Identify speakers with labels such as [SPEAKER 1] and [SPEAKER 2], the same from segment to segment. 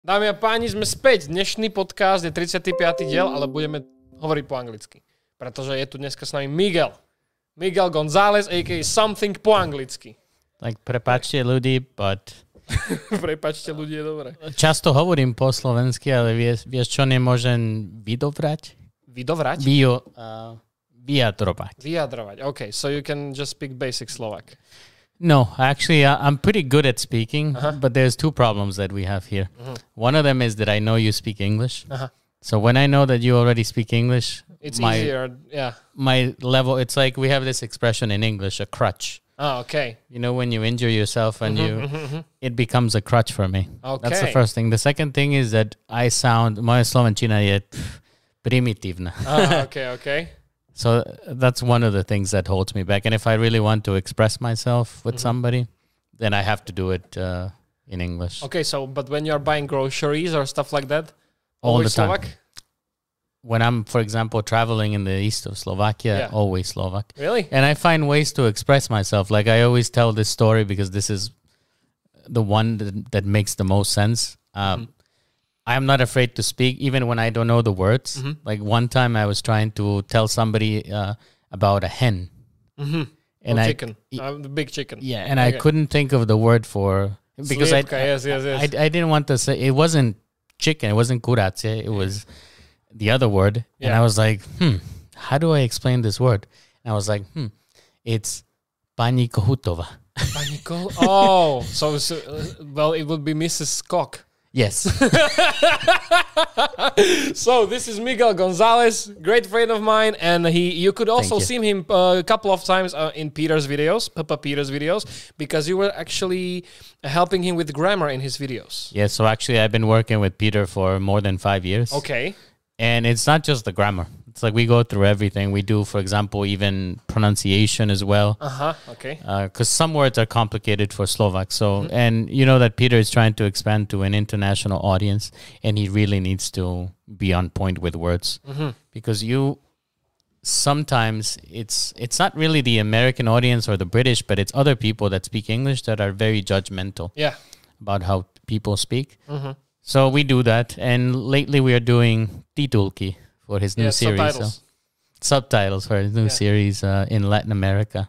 [SPEAKER 1] Dámy a páni, sme späť. Dnešný podcast je 35. diel, ale budeme hovoriť po anglicky. Pretože je tu dneska s nami Miguel. Miguel González, a.k.a. Something po anglicky.
[SPEAKER 2] Tak prepáčte ľudí, but
[SPEAKER 1] Prepačte, ľudia, dobre.
[SPEAKER 2] často hovorím po slovensky, ale vieš, vieš čo nemôžem vydobrať?
[SPEAKER 1] Vydovrať?
[SPEAKER 2] Bio, uh, vyjadrovať.
[SPEAKER 1] Vyjadrovať. OK, so you can just speak basic Slovak.
[SPEAKER 2] No, actually, I- I'm pretty good at speaking,
[SPEAKER 1] Uh-huh.
[SPEAKER 2] but there's two problems that we have here.
[SPEAKER 1] Mm-hmm.
[SPEAKER 2] One of them is that I know you speak English.
[SPEAKER 1] Aha.
[SPEAKER 2] So when I know that you already speak English,
[SPEAKER 1] Uh-huh. It's
[SPEAKER 2] my
[SPEAKER 1] easier. Yeah.
[SPEAKER 2] my level, it's like we have this expression in English, a crutch.
[SPEAKER 1] Ah, OK.
[SPEAKER 2] You know, when you injure yourself and you, it becomes a crutch for me. That's
[SPEAKER 1] Mm-hmm,
[SPEAKER 2] the
[SPEAKER 1] Okay.
[SPEAKER 2] first thing. The second thing is that I sound, moja slovenčina je pff, primitívna.
[SPEAKER 1] Ah, OK, OK.
[SPEAKER 2] So uh, that's one of the things that holds me back. And if I really want to express myself
[SPEAKER 1] Mm-hmm.
[SPEAKER 2] with somebody, then I have to do it uh, in English
[SPEAKER 1] OK, so, but when you're buying groceries or stuff like that,
[SPEAKER 2] all the
[SPEAKER 1] always
[SPEAKER 2] time.
[SPEAKER 1] Slovak?
[SPEAKER 2] When I'm, for example, traveling in the east of
[SPEAKER 1] Yeah.
[SPEAKER 2] Slovakia, always Slovak.
[SPEAKER 1] Really?
[SPEAKER 2] And I find ways to express myself. Like I always tell this story because this is the one that, that makes the most sense. Um, I'm not afraid to speak, even when I don't know the words. Like one time, I was trying to tell somebody uh, about a hen,
[SPEAKER 1] Or
[SPEAKER 2] and I
[SPEAKER 1] chicken. Uh, the big chicken.
[SPEAKER 2] yeah, and I
[SPEAKER 1] Okay.
[SPEAKER 2] couldn't think of the word for because I,
[SPEAKER 1] Slivka, yes, yes, yes.
[SPEAKER 2] I I didn't want to say it wasn't chicken, it wasn't kurace, it was the other word, and
[SPEAKER 1] Yeah.
[SPEAKER 2] I was like, hmm, how do I explain this word? And I was like, hmm, it's pani kohutova.
[SPEAKER 1] Nicole? Oh, so, so uh, well, it would be Mrs. Cock.
[SPEAKER 2] Yes,
[SPEAKER 1] So this is Miguel Gonzalez, great friend of mine, and he. You could also
[SPEAKER 2] you.
[SPEAKER 1] see him uh, a couple of times uh, in Peter's videos, Papa Peter's videos, because you were actually helping him with grammar in his videos.
[SPEAKER 2] yeah. So actually, I've been working with Peter for more than five years.
[SPEAKER 1] Okay.
[SPEAKER 2] and it's not just the grammar. It's like we go through everything. We do, for example, even pronunciation as well.
[SPEAKER 1] Uh huh. Okay.
[SPEAKER 2] because some words are complicated for Slovak. So,
[SPEAKER 1] Mm-hmm.
[SPEAKER 2] and you know that Peter is trying to expand to an international audience, and he really needs to be on point with words
[SPEAKER 1] Mm-hmm.
[SPEAKER 2] because you sometimes it's it's not really the American audience or the British, but it's other people that speak English that are very judgmental
[SPEAKER 1] Yeah.
[SPEAKER 2] about how people speak.
[SPEAKER 1] Mm-hmm.
[SPEAKER 2] So we do that, and lately we are doing titulki for his new
[SPEAKER 1] Yeah.
[SPEAKER 2] series. so-
[SPEAKER 1] Subtitles.
[SPEAKER 2] subtitles for his new
[SPEAKER 1] Yeah.
[SPEAKER 2] series uh, in Latin America.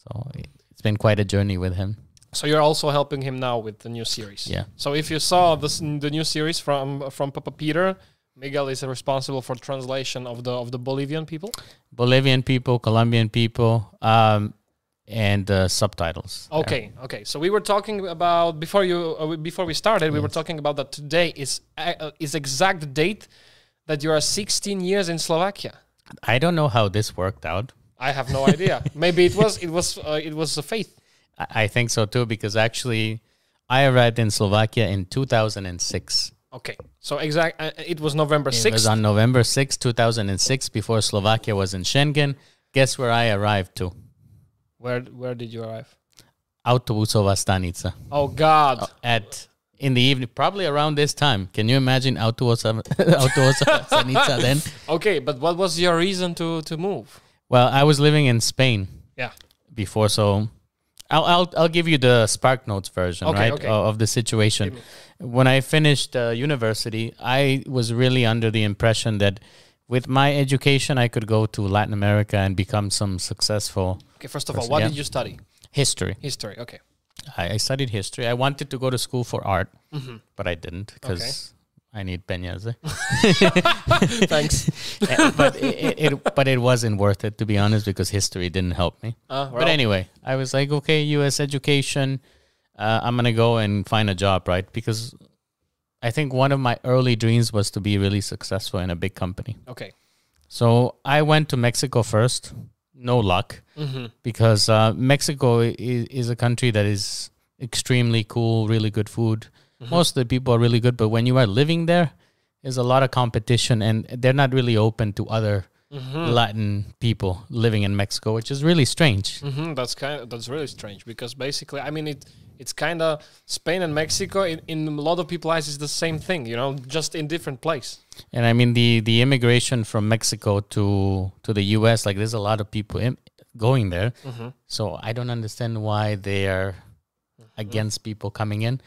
[SPEAKER 2] So it- it's been quite a journey with him.
[SPEAKER 1] So you're also helping him now with the new series.
[SPEAKER 2] Yeah.
[SPEAKER 1] So if you saw this, the new series from from Papa Peter, Miguel is responsible for translation of the of the Bolivian people.
[SPEAKER 2] Bolivian people, Colombian people, um, and uh, subtitles. there.
[SPEAKER 1] Okay, okay. So we were talking about before you uh, we- before we started, we were
[SPEAKER 2] Mm.
[SPEAKER 1] talking about that today is uh, uh, is exact date that you are 16 years in Slovakia.
[SPEAKER 2] I don't know how this worked out.
[SPEAKER 1] I have no idea. Maybe it was it was uh, it was a faith.
[SPEAKER 2] I, I think so too, because actually I arrived in Slovakia in 2006.
[SPEAKER 1] Okay. So exact uh, it was November
[SPEAKER 2] It
[SPEAKER 1] 6th.
[SPEAKER 2] was on November 6, 2006, before Slovakia was in Schengen. Guess where I arrived to?
[SPEAKER 1] Where where did you arrive?
[SPEAKER 2] Autobusová stanica.
[SPEAKER 1] Oh god.
[SPEAKER 2] at in the evening, probably around this time. Can you imagine Autoosa Autoosa Sanitza then?
[SPEAKER 1] Okay, but what was your reason to to move?
[SPEAKER 2] Well, I was living in Spain
[SPEAKER 1] Yeah.
[SPEAKER 2] before, so I'll I'll, I'll give you the Spark Notes version,
[SPEAKER 1] Okay,
[SPEAKER 2] right,
[SPEAKER 1] okay.
[SPEAKER 2] o- of the situation. When I finished uh, university, I was really under the impression that with my education, I could go to Latin America and become some successful
[SPEAKER 1] Okay, first of all, what
[SPEAKER 2] yeah.
[SPEAKER 1] did you study?
[SPEAKER 2] history.
[SPEAKER 1] History. Okay.
[SPEAKER 2] I, I studied history. I wanted to go to school for art,
[SPEAKER 1] Mm-hmm.
[SPEAKER 2] but I didn't because I need peñas.
[SPEAKER 1] Thanks.
[SPEAKER 2] Eh, but it, it but it wasn't worth it to be honest because history didn't help me.
[SPEAKER 1] Uh,
[SPEAKER 2] But anyway, I was like, okay, U.S. education. Uh, I'm gonna go and find a job, right? Because I think one of my early dreams was to be really successful in a big company.
[SPEAKER 1] okay.
[SPEAKER 2] So I went to Mexico first. No luck because uh, Mexico is, is a country that is extremely cool, really good food. Most of the people are really good, but when you are living there, there's a lot of competition, and they're not really open to other Latin people living in Mexico, which is really strange.
[SPEAKER 1] hmm that's kind. that's really strange because basically, I mean, it it's kind of Spain and Mexico. In, in a lot of people's eyes, is the same thing. You know, just in different place.
[SPEAKER 2] And I mean the the immigration from Mexico to to the U.S. Like there's a lot of people im going there,
[SPEAKER 1] Mm-hmm. Mm-hmm.
[SPEAKER 2] so I don't understand why they are against people coming in.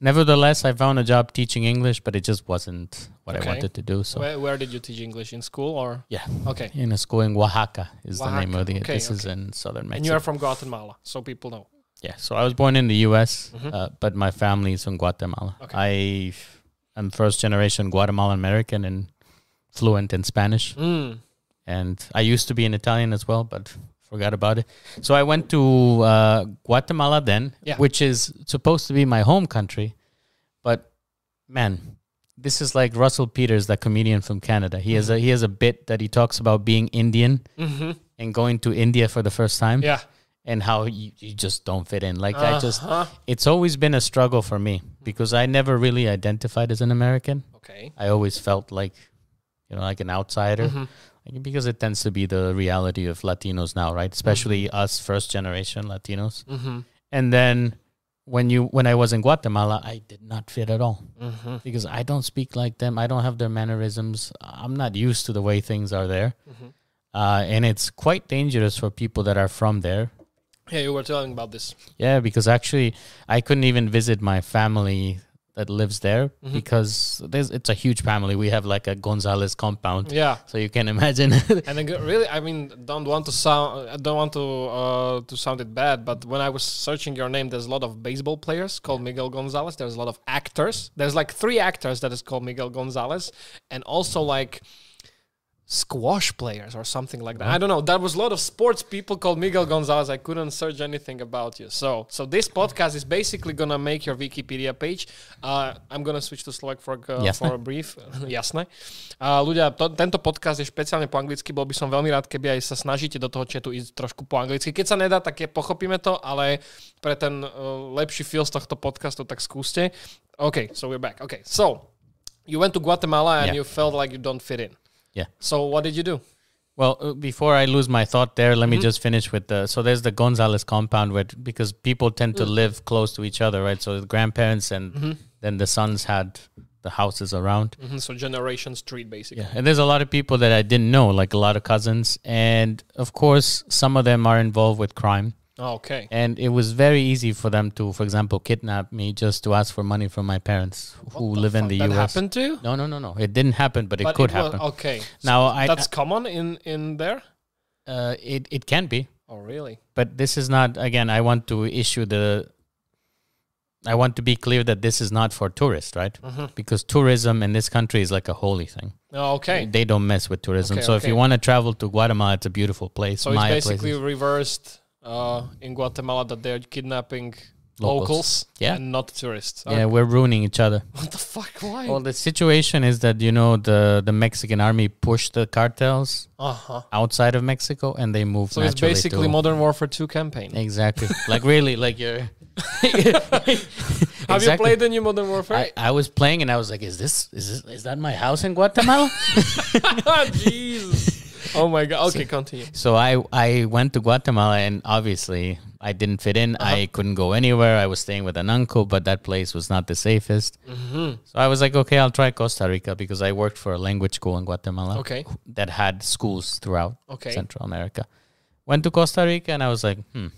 [SPEAKER 2] Nevertheless, I found a job teaching English, but it just wasn't what
[SPEAKER 1] Okay.
[SPEAKER 2] I wanted to do. So
[SPEAKER 1] Where, where did you teach English in school or?
[SPEAKER 2] Yeah.
[SPEAKER 1] Okay.
[SPEAKER 2] in a school in Oaxaca is the name of
[SPEAKER 1] Oaxaca,
[SPEAKER 2] the.
[SPEAKER 1] okay,
[SPEAKER 2] this is
[SPEAKER 1] okay.
[SPEAKER 2] in southern Mexico.
[SPEAKER 1] And you are from Guatemala, so people know.
[SPEAKER 2] Yeah, so I was born in the U.S., uh, but my family is from Guatemala.
[SPEAKER 1] Mm-hmm. Okay.
[SPEAKER 2] I am first generation Guatemalan American and fluent in Spanish,
[SPEAKER 1] Mm.
[SPEAKER 2] and I used to be in Italian as well, but forgot about it. So I went to uh, Guatemala then,
[SPEAKER 1] Yeah.
[SPEAKER 2] which is supposed to be my home country, but man, this is like Russell Peters, that comedian from Canada. He has a he has a bit that he talks about being Indian
[SPEAKER 1] Mm-hmm.
[SPEAKER 2] and going to India for the first time
[SPEAKER 1] Yeah.
[SPEAKER 2] and how you, you just don't fit in. Like I just,
[SPEAKER 1] Uh-huh. Mm-hmm.
[SPEAKER 2] it's always been a struggle for me because I never really identified as an American.
[SPEAKER 1] Okay. Mm-hmm.
[SPEAKER 2] I always felt like, you know, like an outsider, Like, because it tends to be the reality of Latinos now, right? Especially us first generation Latinos. And then when you when I was in Guatemala, I did not fit at all because I don't speak like them. I don't have their mannerisms. I'm not used to the way things are there. Uh, and it's quite dangerous for people that are from there
[SPEAKER 1] Yeah, you were telling about this.
[SPEAKER 2] yeah, because actually I couldn't even visit my family that lives there because there's, it's a huge family. We have like a Gonzalez compound.
[SPEAKER 1] Yeah.
[SPEAKER 2] So you can imagine.
[SPEAKER 1] And then, really, I mean, don't want to sound, I don't want to uh, to sound it bad, but when I was searching your name, there's a lot of baseball players called Miguel Gonzalez. There's a lot of actors. There's like three actors that is called Miguel Gonzalez, and also like squash players or something like that. I don't know. There was a lot of sports people called Miguel Gonzalez. I couldn't search anything about you. So, so this podcast is basically gonna make your Wikipedia page. Uh, I'm gonna switch to Slovak for, uh,
[SPEAKER 2] Jasné.
[SPEAKER 1] for a brief. Jasné. Uh, ľudia, to, tento podcast je špeciálne po anglicky. Bol by som veľmi rád, keby aj sa snažíte do toho chatu ísť trošku po anglicky. Keď sa nedá, tak je, pochopíme to, ale pre ten uh, lepší feel z tohto podcastu, tak skúste. OK, so we're back. OK, so you went to Guatemala and you
[SPEAKER 2] Yeah.
[SPEAKER 1] felt like you don't fit in.
[SPEAKER 2] yeah.
[SPEAKER 1] So what did you do?
[SPEAKER 2] Well, uh, before I lose my thought there, let me just finish with the. So there's the Gonzalez compound where, because people tend to live close to each other, right? So the grandparents and then the sons had the houses around.
[SPEAKER 1] Mhm, So Generation Street, basically.
[SPEAKER 2] Yeah, and there's a lot of people that I didn't know, like a lot of cousins, and of course, some of them are involved with crime.
[SPEAKER 1] Okay.
[SPEAKER 2] And it was very easy for them to, for example, kidnap me just to ask for money from my parents who live in the
[SPEAKER 1] that
[SPEAKER 2] US.
[SPEAKER 1] happened to you?
[SPEAKER 2] No, no, no, no. It didn't happen, but it
[SPEAKER 1] But
[SPEAKER 2] could
[SPEAKER 1] was-
[SPEAKER 2] happen.
[SPEAKER 1] okay.
[SPEAKER 2] Now, I,
[SPEAKER 1] That's common in, in there?
[SPEAKER 2] uh, it, it can be,
[SPEAKER 1] Oh, really?
[SPEAKER 2] but this is not, again, I want to issue the, I want to be clear that this is not for tourists, right?
[SPEAKER 1] Mm-hmm.
[SPEAKER 2] Because tourism in this country is like a holy thing.
[SPEAKER 1] Oh, okay.
[SPEAKER 2] They don't mess with tourism.
[SPEAKER 1] Okay,
[SPEAKER 2] so if
[SPEAKER 1] okay.
[SPEAKER 2] you want to travel to Guatemala, it's a beautiful place.
[SPEAKER 1] So it's
[SPEAKER 2] Maya
[SPEAKER 1] basically
[SPEAKER 2] places.
[SPEAKER 1] reversed uh, in Guatemala that they're kidnapping locals,
[SPEAKER 2] Locals. Yeah.
[SPEAKER 1] and not tourists.
[SPEAKER 2] yeah,
[SPEAKER 1] Oh,
[SPEAKER 2] we're ruining each other.
[SPEAKER 1] What the fuck? Why?
[SPEAKER 2] Well, the situation is that you know the the Mexican army pushed the cartels
[SPEAKER 1] Uh huh.
[SPEAKER 2] outside of Mexico, and they moved.
[SPEAKER 1] So it's
[SPEAKER 2] naturally
[SPEAKER 1] basically
[SPEAKER 2] to-
[SPEAKER 1] Modern Warfare 2 campaign.
[SPEAKER 2] exactly like really like you're.
[SPEAKER 1] Have you
[SPEAKER 2] Exactly.
[SPEAKER 1] played the new Modern Warfare?
[SPEAKER 2] I, I was playing and I was like, is this is this, is that my house in Guatemala?
[SPEAKER 1] Ah, Jesus. Oh my god. Okay, continue.
[SPEAKER 2] so I I went to Guatemala and obviously I didn't fit in. I couldn't go anywhere. I was staying with an uncle, but that place was not the safest. So I was like, okay, I'll try Costa Rica because I worked for a language school in Guatemala.
[SPEAKER 1] Okay.
[SPEAKER 2] that had schools throughout
[SPEAKER 1] Okay.
[SPEAKER 2] Central America. Went to Costa Rica and I was like, hmm,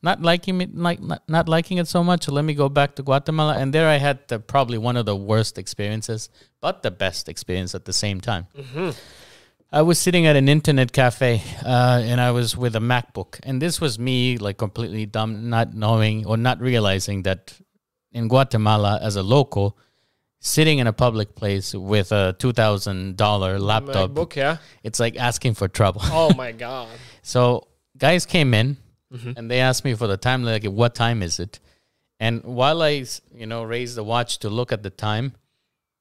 [SPEAKER 2] not liking it, like not, not liking it so much. Let me go back to Guatemala, and there I had the, probably one of the worst experiences, but the best experience at the same time. I was sitting at an internet cafe, uh, and I was with a MacBook, and this was me like completely dumb, not knowing or not realizing that in Guatemala as a local. Sitting in a public place with a two thousand dollar laptop
[SPEAKER 1] MacBook, yeah.
[SPEAKER 2] it's like asking for trouble.
[SPEAKER 1] Oh my god.
[SPEAKER 2] So guys came in
[SPEAKER 1] Mm-hmm.
[SPEAKER 2] and they asked me for the time, like what time is it? And while I, s- you know, raise the watch to look at the time,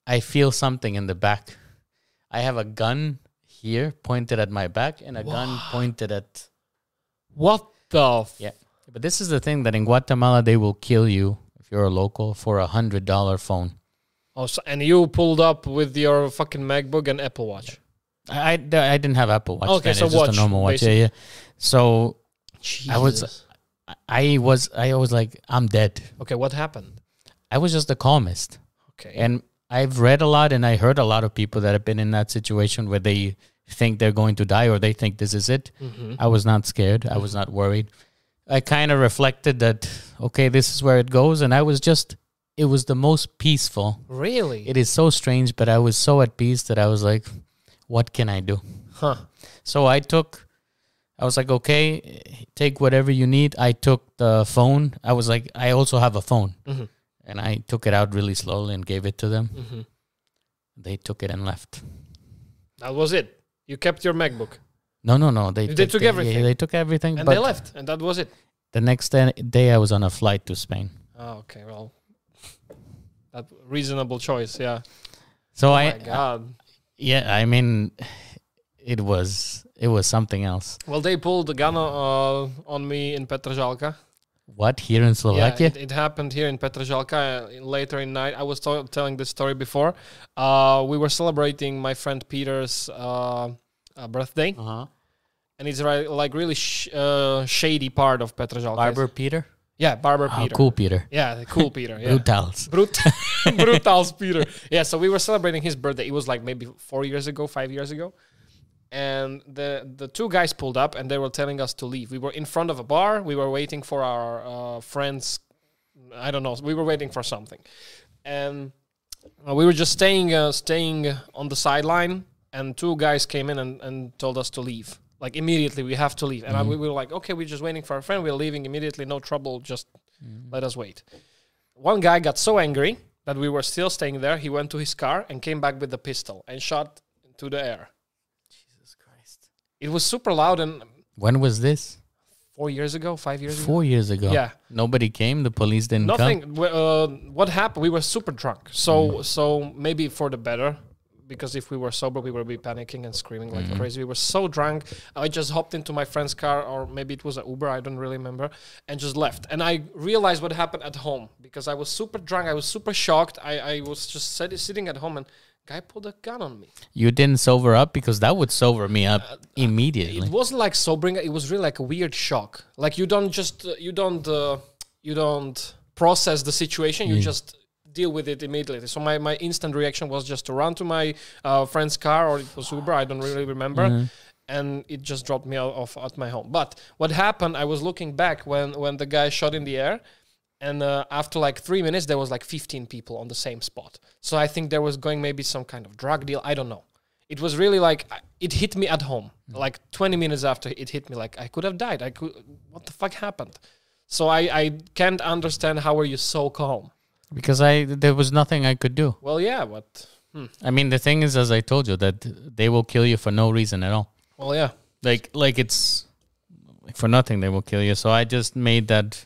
[SPEAKER 2] I feel something in the back. I have a gun here pointed at my back and a gun pointed at
[SPEAKER 1] What the? F-
[SPEAKER 2] yeah. But this is the thing that in Guatemala they will kill you if you're a local for a hundred dollar phone.
[SPEAKER 1] Oh, so, and you pulled up with your fucking MacBook and Apple Watch.
[SPEAKER 2] I, I, I didn't have Apple Watch.
[SPEAKER 1] Okay,
[SPEAKER 2] then.
[SPEAKER 1] so
[SPEAKER 2] it's just
[SPEAKER 1] watch,
[SPEAKER 2] a normal watch. Yeah, yeah. So
[SPEAKER 1] Jesus.
[SPEAKER 2] I was- I was I was like I'm dead.
[SPEAKER 1] Okay, what happened?
[SPEAKER 2] I was just the calmest.
[SPEAKER 1] Okay.
[SPEAKER 2] And I've read a lot and I heard a lot of people that have been in that situation where they think they're going to die or they think this is it. I was not scared. I was not worried. I kind of reflected that, okay, this is where it goes. And I was just it was the most peaceful.
[SPEAKER 1] Really?
[SPEAKER 2] It is so strange, but I was so at peace that I was like, what can I do?
[SPEAKER 1] huh.
[SPEAKER 2] So I took, I was like, okay, take whatever you need. I took the phone. I was like, I also have a phone.
[SPEAKER 1] Mhm.
[SPEAKER 2] And I took it out really slowly and gave it to them.
[SPEAKER 1] Mhm.
[SPEAKER 2] They took it and left.
[SPEAKER 1] That was it. You kept your MacBook
[SPEAKER 2] No, no, no. They,
[SPEAKER 1] They
[SPEAKER 2] took,
[SPEAKER 1] took
[SPEAKER 2] the- yeah,
[SPEAKER 1] everything.
[SPEAKER 2] they took everything.
[SPEAKER 1] and
[SPEAKER 2] but
[SPEAKER 1] they left, and that was it.
[SPEAKER 2] the next day, day, I was on a flight to Spain.
[SPEAKER 1] Oh, okay. Well, that reasonable choice. Yeah.
[SPEAKER 2] So
[SPEAKER 1] Oh My
[SPEAKER 2] I,
[SPEAKER 1] God.
[SPEAKER 2] yeah, I mean, it was it was something else.
[SPEAKER 1] Well, they pulled the gun uh, on me in Petrzalka.
[SPEAKER 2] What here in
[SPEAKER 1] Yeah,
[SPEAKER 2] Slovakia?
[SPEAKER 1] it, it happened here in Petrzalka uh, later in night. I was to- telling this story before. Uh, we were celebrating my friend Peter's uh, uh, birthday,
[SPEAKER 2] uh-huh.
[SPEAKER 1] and it's ri- like really sh- uh, shady part of Petrzalka.
[SPEAKER 2] Barber Peter.
[SPEAKER 1] Yeah, Barber
[SPEAKER 2] Oh,
[SPEAKER 1] Peter.
[SPEAKER 2] cool, Peter.
[SPEAKER 1] Yeah, the cool Peter. Yeah.
[SPEAKER 2] Brutals.
[SPEAKER 1] Brut- brutal Peter. Yeah, so we were celebrating his birthday. It was like maybe four years ago, five years ago, and the the two guys pulled up and they were telling us to leave. We were in front of a bar. We were waiting for our uh, friends. I don't know. We were waiting for something, and uh, we were just staying uh, staying on the sideline. And two guys came in and, and told us to leave. Like immediately, we have to leave. And I, we were like, okay, we're just waiting for our friend. We're leaving immediately. No trouble. Just let us wait one guy got so angry that we were still staying there. He went to his car and came back with the pistol and shot into the air.
[SPEAKER 2] Jesus Christ.
[SPEAKER 1] It was super loud and
[SPEAKER 2] When was this?
[SPEAKER 1] four years ago, five years ago.
[SPEAKER 2] Four years ago.
[SPEAKER 1] Yeah.
[SPEAKER 2] Nobody came. The police didn't come. Mm.
[SPEAKER 1] Nothing. w- Uh, what happened? We were super drunk. So so maybe for the better, because if we were sober, we would be panicking and screaming like
[SPEAKER 2] Mm-hmm.
[SPEAKER 1] crazy. We were so drunk. I just hopped into my friend's car, or maybe it was an Uber. I don't really remember, and just left. And I realized what happened at home because I was super drunk. I was super shocked. I I was just sit- sitting at home and. Guy pulled a gun on me.
[SPEAKER 2] You didn't sober up because that would sober me up
[SPEAKER 1] Uh,
[SPEAKER 2] immediately.
[SPEAKER 1] It wasn't like sobering. It was really like a weird shock. Like you don't just uh, you don't uh, you don't process the situation. You just deal with it immediately. So my, my instant reaction was just to run to my uh, friend's car or it was Uber. I don't really remember. And it just dropped me o- off at my home. But what happened? I was looking back when when the guy shot in the air. And uh, after like three minutes, there was like 15 people on the same spot. So I think there was going maybe some kind of drug deal. I don't know. It was really like I- it hit me at home. Like 20 minutes after it hit me, like I could have died. I could. What the fuck happened? So I, I can't understand how are you so calm.
[SPEAKER 2] because I there was nothing I could do.
[SPEAKER 1] Well, yeah, what? Hmm.
[SPEAKER 2] I mean, the thing is, as I told you, that they will kill you for no reason at all.
[SPEAKER 1] Well, yeah.
[SPEAKER 2] Like like it's like for nothing. They will kill you. So I just made that.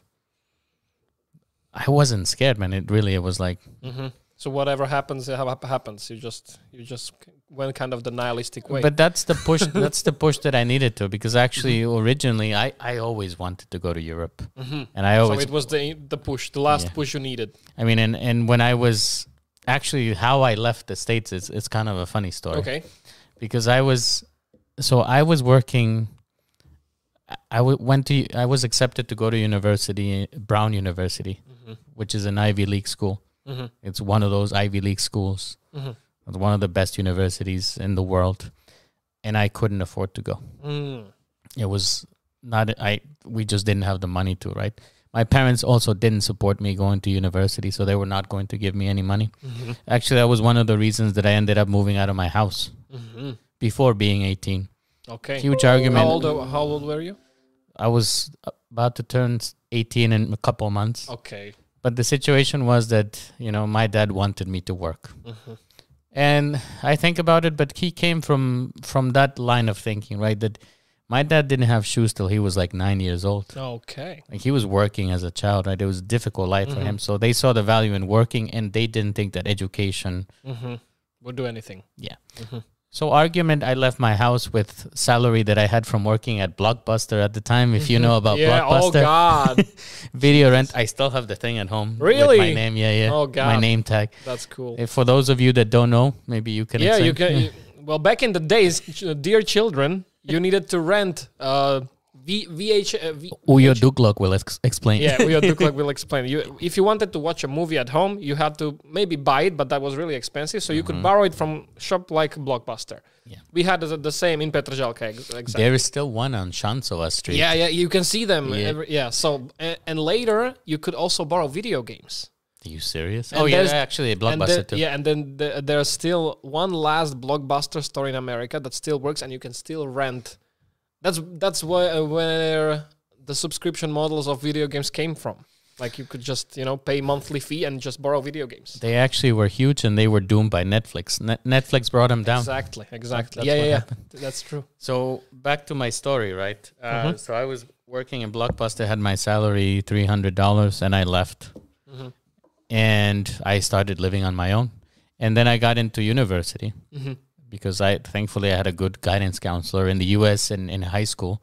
[SPEAKER 2] I wasn't scared, man. It really it was like
[SPEAKER 1] hmm So whatever happens, it hap- happens. You just you just c- went kind of the nihilistic way.
[SPEAKER 2] But that's the push. that's the push that I needed to because actually, originally, I I always wanted to go to Europe, and I
[SPEAKER 1] Mm-hmm. so
[SPEAKER 2] always.
[SPEAKER 1] it was the the push, the last
[SPEAKER 2] Yeah.
[SPEAKER 1] push you needed.
[SPEAKER 2] I mean, and and when I was actually how I left the states, it's it's kind of a funny story
[SPEAKER 1] Okay.
[SPEAKER 2] because I was, so I was working. I- I w- went to. I was accepted to go to university, Brown University, which is an Ivy League school.
[SPEAKER 1] Mhm.
[SPEAKER 2] It's one of those Ivy League schools.
[SPEAKER 1] Mhm.
[SPEAKER 2] It's one of the best universities in the world, and I couldn't afford to go.
[SPEAKER 1] Mm.
[SPEAKER 2] it was not i we just didn't have the money to right my parents also didn't support me going to university so they were not going to give me any money
[SPEAKER 1] Mm-hmm.
[SPEAKER 2] actually that was one of the reasons that i ended up moving out of my house
[SPEAKER 1] Mhm.
[SPEAKER 2] before being 18
[SPEAKER 1] Okay.
[SPEAKER 2] huge argument
[SPEAKER 1] How old, how old were you?
[SPEAKER 2] i was about to turn 18 in a couple of months
[SPEAKER 1] Okay.
[SPEAKER 2] but the situation was that you know my dad wanted me to work
[SPEAKER 1] Mm-hmm.
[SPEAKER 2] and i think about it but he came from from that line of thinking right that my dad didn't have shoes till he was like nine years old
[SPEAKER 1] Okay.
[SPEAKER 2] Like he was working as a child, right? It was a difficult life for
[SPEAKER 1] Mm-hmm.
[SPEAKER 2] him. So they saw the value in working and they didn't think that education.
[SPEAKER 1] Mm-hmm. Would do anything.
[SPEAKER 2] Yeah. So, argument I left my house with salary that I had from working at Blockbuster at the time. If you know about
[SPEAKER 1] yeah. Oh
[SPEAKER 2] Blockbuster,
[SPEAKER 1] God,
[SPEAKER 2] video rent, I still have the thing at home. with
[SPEAKER 1] Really?
[SPEAKER 2] my name. Yeah, yeah.
[SPEAKER 1] Oh,
[SPEAKER 2] My
[SPEAKER 1] God.
[SPEAKER 2] name tag.
[SPEAKER 1] that's cool.
[SPEAKER 2] If for those of you that don't know, maybe you can
[SPEAKER 1] yeah, you
[SPEAKER 2] explain.
[SPEAKER 1] can. well, back in the days, ch- uh, dear children, you needed to rent uh, v- VH. Uh, v-
[SPEAKER 2] Uyo Duklok will ex- explain.
[SPEAKER 1] yeah, Uyo Duklak will explain. You, if you wanted to watch a movie at home, you had to maybe buy it, but that was really expensive. So you could borrow it from shop like Blockbuster.
[SPEAKER 2] Yeah.
[SPEAKER 1] We had the, the same in Petrzalka. ex- Exactly.
[SPEAKER 2] There is still one on Shansova Street.
[SPEAKER 1] Yeah, yeah, you can see them.
[SPEAKER 2] Yeah.
[SPEAKER 1] Every, yeah so, and, and later you could also borrow video games.
[SPEAKER 2] Are you serious?
[SPEAKER 1] And
[SPEAKER 2] oh yeah,
[SPEAKER 1] there's-
[SPEAKER 2] actually a
[SPEAKER 1] And the-
[SPEAKER 2] blockbuster too.
[SPEAKER 1] yeah, and then the, there's still one last blockbuster store in America that still works, and you can still rent. That's that's where uh, where the subscription models of video games came from. Like you could just you know pay monthly fee and just borrow video games.
[SPEAKER 2] They actually were huge, and they were doomed by Netflix. Net- Netflix brought them down.
[SPEAKER 1] Exactly, exactly.
[SPEAKER 2] That's
[SPEAKER 1] yeah,
[SPEAKER 2] what
[SPEAKER 1] yeah, yeah. That's true.
[SPEAKER 2] So back to my story, right? Uh, So I was working in Blockbuster, had my salary three hundred dollars, and I left, and I started living on my own. And then I got into university because I thankfully I had a good guidance counselor in the U.S. and in high school,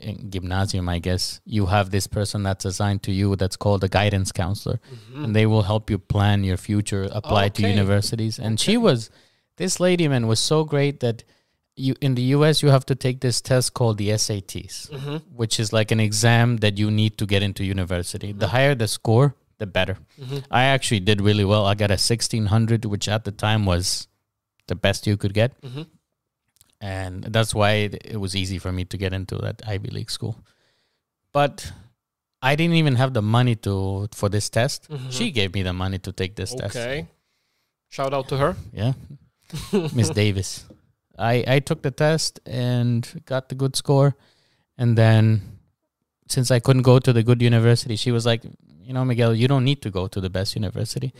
[SPEAKER 2] in gymnasium, I guess. You have this person that's assigned to you that's called a guidance counselor, and they will help you plan your future, apply to
[SPEAKER 1] Okay.
[SPEAKER 2] universities. And she was, this lady man was so great that you in the US you have to take this test called the SATs,
[SPEAKER 1] Mm-hmm,
[SPEAKER 2] which is like an exam that you need to get into university. The higher the score, the better. I actually did really well. I got a 1600, which at the time was the best you could get.
[SPEAKER 1] mm-hmm.
[SPEAKER 2] And that's why it, it was easy for me to get into that Ivy League school. But I didn't even have the money to for this test. She gave me the money to take this test.
[SPEAKER 1] Okay. Shout out to her.
[SPEAKER 2] Yeah. Miss Davis. I, I took the test and got the good score. And then, since I couldn't go to the good university, she was like, you know, Miguel, you don't need to go to the best university.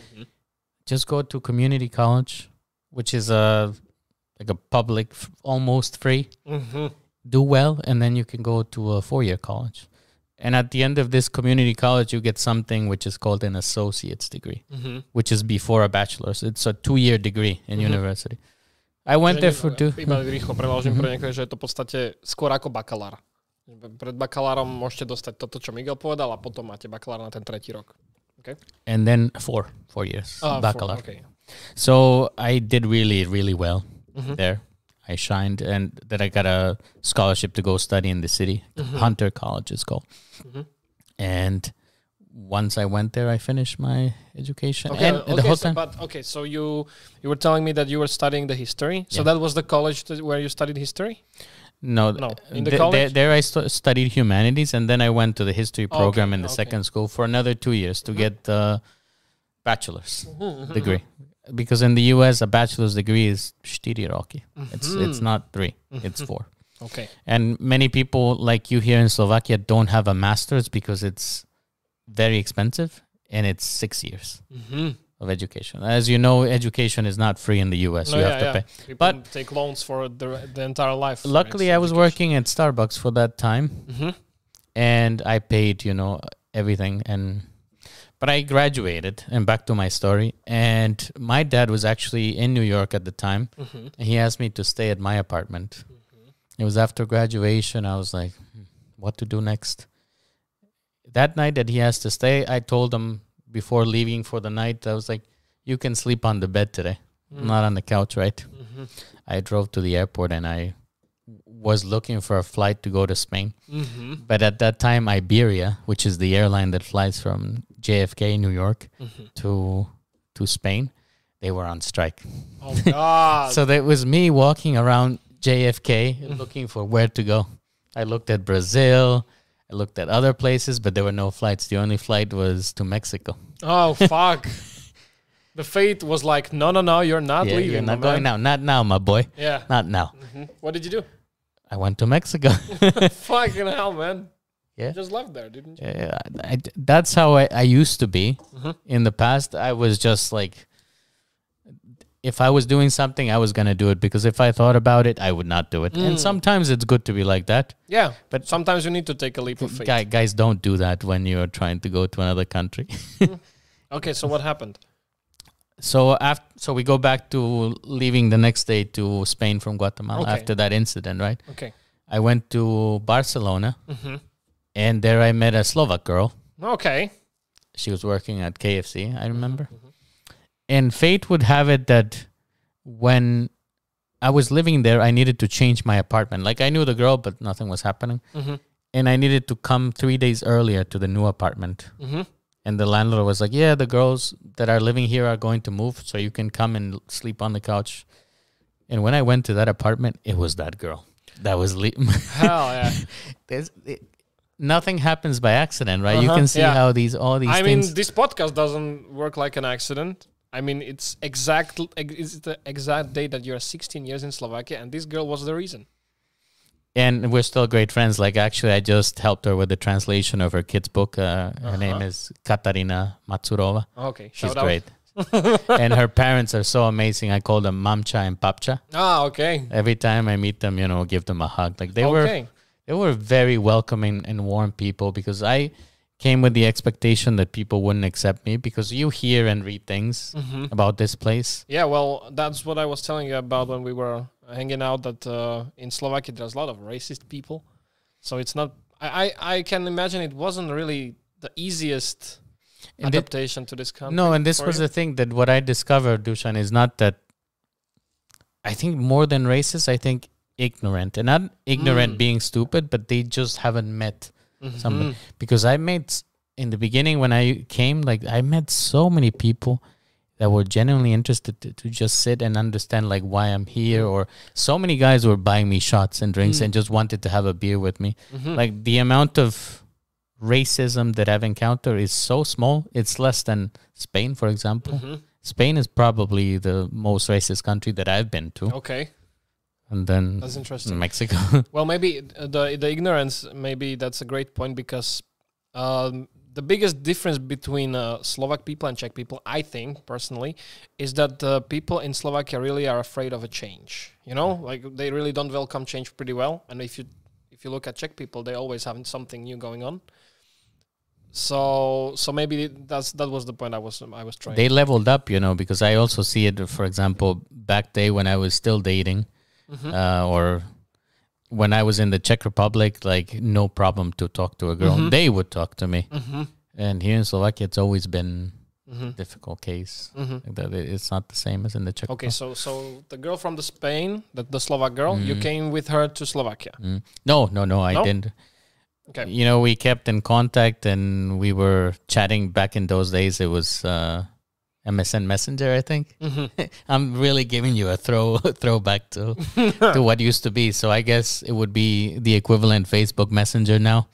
[SPEAKER 2] Just go to community college, which is a like a public, f- almost free.
[SPEAKER 1] Mm-hmm.
[SPEAKER 2] Do well, and then you can go to a four year college. And at the end of this community college, you get something which is called an associate's degree
[SPEAKER 1] Mm-hmm.
[SPEAKER 2] which is before a bachelor's. It's a two-year degree in university. I went there for two.
[SPEAKER 1] Iba rýchlo preložím
[SPEAKER 2] Mhm.
[SPEAKER 1] pre niekoho, že je to v podstate skôr ako bakalár. Pred bakalárom môžete dostať toto, čo Miguel povedal a potom máte bakalár na ten tretí rok.
[SPEAKER 2] and then four, four years
[SPEAKER 1] Ah, for-
[SPEAKER 2] baccalaureate.
[SPEAKER 1] okay. Mm-hmm.
[SPEAKER 2] So I did really, really well
[SPEAKER 1] Mhm,
[SPEAKER 2] there. I shined, and then I got a scholarship to go study in the city.
[SPEAKER 1] Mm-hmm.
[SPEAKER 2] Hunter College is called.
[SPEAKER 1] mhm.
[SPEAKER 2] And once I went there, I finished my education.
[SPEAKER 1] Okay,
[SPEAKER 2] and
[SPEAKER 1] okay,
[SPEAKER 2] the whole
[SPEAKER 1] so,
[SPEAKER 2] time,
[SPEAKER 1] but okay, so you you were telling me that you were studying the history. So
[SPEAKER 2] Yeah.
[SPEAKER 1] that was the college that, where you studied history.
[SPEAKER 2] no,
[SPEAKER 1] no,
[SPEAKER 2] th-
[SPEAKER 1] in the
[SPEAKER 2] th-
[SPEAKER 1] college?
[SPEAKER 2] there I stu- studied humanities, and then I went to the history program
[SPEAKER 1] Okay,
[SPEAKER 2] in the
[SPEAKER 1] okay. Mm-hmm.
[SPEAKER 2] second school for another two years to get the bachelor's.
[SPEAKER 1] Mm, mhm.
[SPEAKER 2] degree Mm-hmm. because in the US a bachelor's degree is štyri roky. It's it's not 3, it's 4.
[SPEAKER 1] Okay.
[SPEAKER 2] And many people like you here in Slovakia don't have a masters because it's very expensive and it's 6 years
[SPEAKER 1] Mm-hmm.
[SPEAKER 2] of education. As you know, education is not free in the US.
[SPEAKER 1] No,
[SPEAKER 2] you have to pay.
[SPEAKER 1] People
[SPEAKER 2] But-
[SPEAKER 1] take loans for the, the entire life. right?
[SPEAKER 2] Luckily I was working at Starbucks for that time.
[SPEAKER 1] Mhm.
[SPEAKER 2] and I paid, you know, everything and but I graduated and back to my story and my dad was actually in New York at the time
[SPEAKER 1] Mhm.
[SPEAKER 2] and he asked me to stay at my apartment. It was after graduation I was like "Hmm, what to do next. That night that he has to stay, I told him before leaving for the night I was like you can sleep on the bed today, not on the couch, right?
[SPEAKER 1] Mhm.
[SPEAKER 2] I drove to the airport and I was looking for a flight to go to Spain.
[SPEAKER 1] Mhm.
[SPEAKER 2] But at that time, Iberia, which is the airline that flies from JFK, New York,
[SPEAKER 1] Mhm.
[SPEAKER 2] to to Spain, they were on strike.
[SPEAKER 1] Oh God.
[SPEAKER 2] So that was me walking around
[SPEAKER 1] Mm-hmm.
[SPEAKER 2] JFK looking for where to go. I looked at Brazil, I looked at other places, but there were no flights. The only flight was to Mexico.
[SPEAKER 1] Oh fuck. the fate was like, no, no, no, you're not
[SPEAKER 2] Yeah,
[SPEAKER 1] leaving.
[SPEAKER 2] you're
[SPEAKER 1] my
[SPEAKER 2] not going
[SPEAKER 1] man."
[SPEAKER 2] now. Not now, my boy.
[SPEAKER 1] Yeah.
[SPEAKER 2] Not now.
[SPEAKER 1] Mhm. What did you do?
[SPEAKER 2] I went to Mexico.
[SPEAKER 1] Fucking hell, man.
[SPEAKER 2] Yeah.
[SPEAKER 1] You just left there, didn't you?
[SPEAKER 2] Yeah, I, I- that's how I, I used to be
[SPEAKER 1] Mm-hmm.
[SPEAKER 2] in the past. I was just like, if I was doing something, I was going to do it because if I thought about it, I would not do it.
[SPEAKER 1] Mm.
[SPEAKER 2] And sometimes it's good to be like that.
[SPEAKER 1] Yeah. But
[SPEAKER 2] But-
[SPEAKER 1] sometimes you need to take a leap of faith.
[SPEAKER 2] Guy, guys don't do that when you're trying to go to another country.
[SPEAKER 1] Okay, so what happened?
[SPEAKER 2] so after, so we go back to leaving the next day to Spain from Guatemala
[SPEAKER 1] Okay.
[SPEAKER 2] after that incident, right?
[SPEAKER 1] Okay. Mm-hmm.
[SPEAKER 2] I went to Barcelona and there I met a Slovak girl.
[SPEAKER 1] Okay.
[SPEAKER 2] she was working at KFC,
[SPEAKER 1] Mm-hmm,
[SPEAKER 2] I remember. And fate would have it that when I was living there, I needed to change my apartment. Like I knew the girl, but nothing was happening.
[SPEAKER 1] Mm-hmm.
[SPEAKER 2] And I needed to come three days earlier to the new apartment.
[SPEAKER 1] Mm-hmm.
[SPEAKER 2] And the landlord was like, Yeah, the girls that are living here are going to move, so you can come and sleep on the couch. And when I went to that apartment, it was that girl. That was. Le-
[SPEAKER 1] Hell yeah.
[SPEAKER 2] There's, it, nothing happens by accident, right? You
[SPEAKER 1] Uh-huh,
[SPEAKER 2] can see
[SPEAKER 1] yeah.
[SPEAKER 2] how these all these
[SPEAKER 1] I mean,
[SPEAKER 2] things.
[SPEAKER 1] this podcast doesn't work like an accident. I mean, it's exact. It's the exact day that you're 16 years in Slovakia, and this girl was the reason.
[SPEAKER 2] and we're still great friends. Like actually, I just helped her with the translation of her kid's book. Uh, Her name is Katarina Matsurova.
[SPEAKER 1] Okay,
[SPEAKER 2] She's
[SPEAKER 1] Uh-huh. shout out.
[SPEAKER 2] great, and her parents are so amazing. I call them Mamcha and Papcha.
[SPEAKER 1] Ah, okay.
[SPEAKER 2] Every time I meet them, you know, give them a hug. Like they were,
[SPEAKER 1] okay.
[SPEAKER 2] they were very welcoming and warm people. Because I came with the expectation that people wouldn't accept me because you hear and read things
[SPEAKER 1] Mm-hmm.
[SPEAKER 2] about this place.
[SPEAKER 1] Yeah, well, that's what I was telling you about when we were hanging out. That uh, in Slovakia, there's a lot of racist people, so it's not. I I, I can imagine it wasn't really the easiest
[SPEAKER 2] And it-
[SPEAKER 1] adaptation to this country.
[SPEAKER 2] No, and this
[SPEAKER 1] for
[SPEAKER 2] was
[SPEAKER 1] you?
[SPEAKER 2] the thing that what I discovered, Dushan, is not that. I think more than racist, I think ignorant, and not ignorant
[SPEAKER 1] Mm.
[SPEAKER 2] being stupid, but they just haven't met somebody.
[SPEAKER 1] Mhm.
[SPEAKER 2] Because I met in the beginning when I came, like I met so many people that were genuinely interested to, to just sit and understand like why I'm here, or so many guys were buying me shots and
[SPEAKER 1] Mm.
[SPEAKER 2] drinks and just wanted to have a beer with me.
[SPEAKER 1] Mm-hmm.
[SPEAKER 2] Like the amount of racism that I've encountered is so small. It's less than Spain, for example.
[SPEAKER 1] Mm-hmm.
[SPEAKER 2] Spain is probably the most racist country that I've been to,
[SPEAKER 1] Okay,
[SPEAKER 2] and
[SPEAKER 1] Oh.
[SPEAKER 2] then
[SPEAKER 1] that's interesting.
[SPEAKER 2] Mexico.
[SPEAKER 1] Well, maybe uh, the the ignorance. Maybe that's a great point because um, the biggest difference between uh, Slovak people and Czech people, I think personally, is that uh, people in Slovakia really are afraid of a change. You know, like they really don't welcome change pretty well. And if you if you look at Czech people, they always have something new going on. So so maybe that's that was the point I was I was trying.
[SPEAKER 2] they leveled up, you know, because I also see it. For example, back day when I was still dating, uh, or when I was in the Czech Republic, like no problem to talk to a girl. They would talk to me,
[SPEAKER 1] Mm-hmm.
[SPEAKER 2] and here in Slovakia, it's always been difficult case. Like that it- it's not the same as in the Czech.
[SPEAKER 1] Mm-hmm. okay, so so the girl from the Spain, the, the Slovak girl, you came with her to Slovakia.
[SPEAKER 2] Mm. No, no, no, I
[SPEAKER 1] No?
[SPEAKER 2] didn't.
[SPEAKER 1] Okay.
[SPEAKER 2] You know, we kept in contact and we were chatting back in those days. It was uh, MSN Messenger, I think. I'm really giving you a throw throwback to to what used to be. So I guess it would be the equivalent Facebook Messenger now.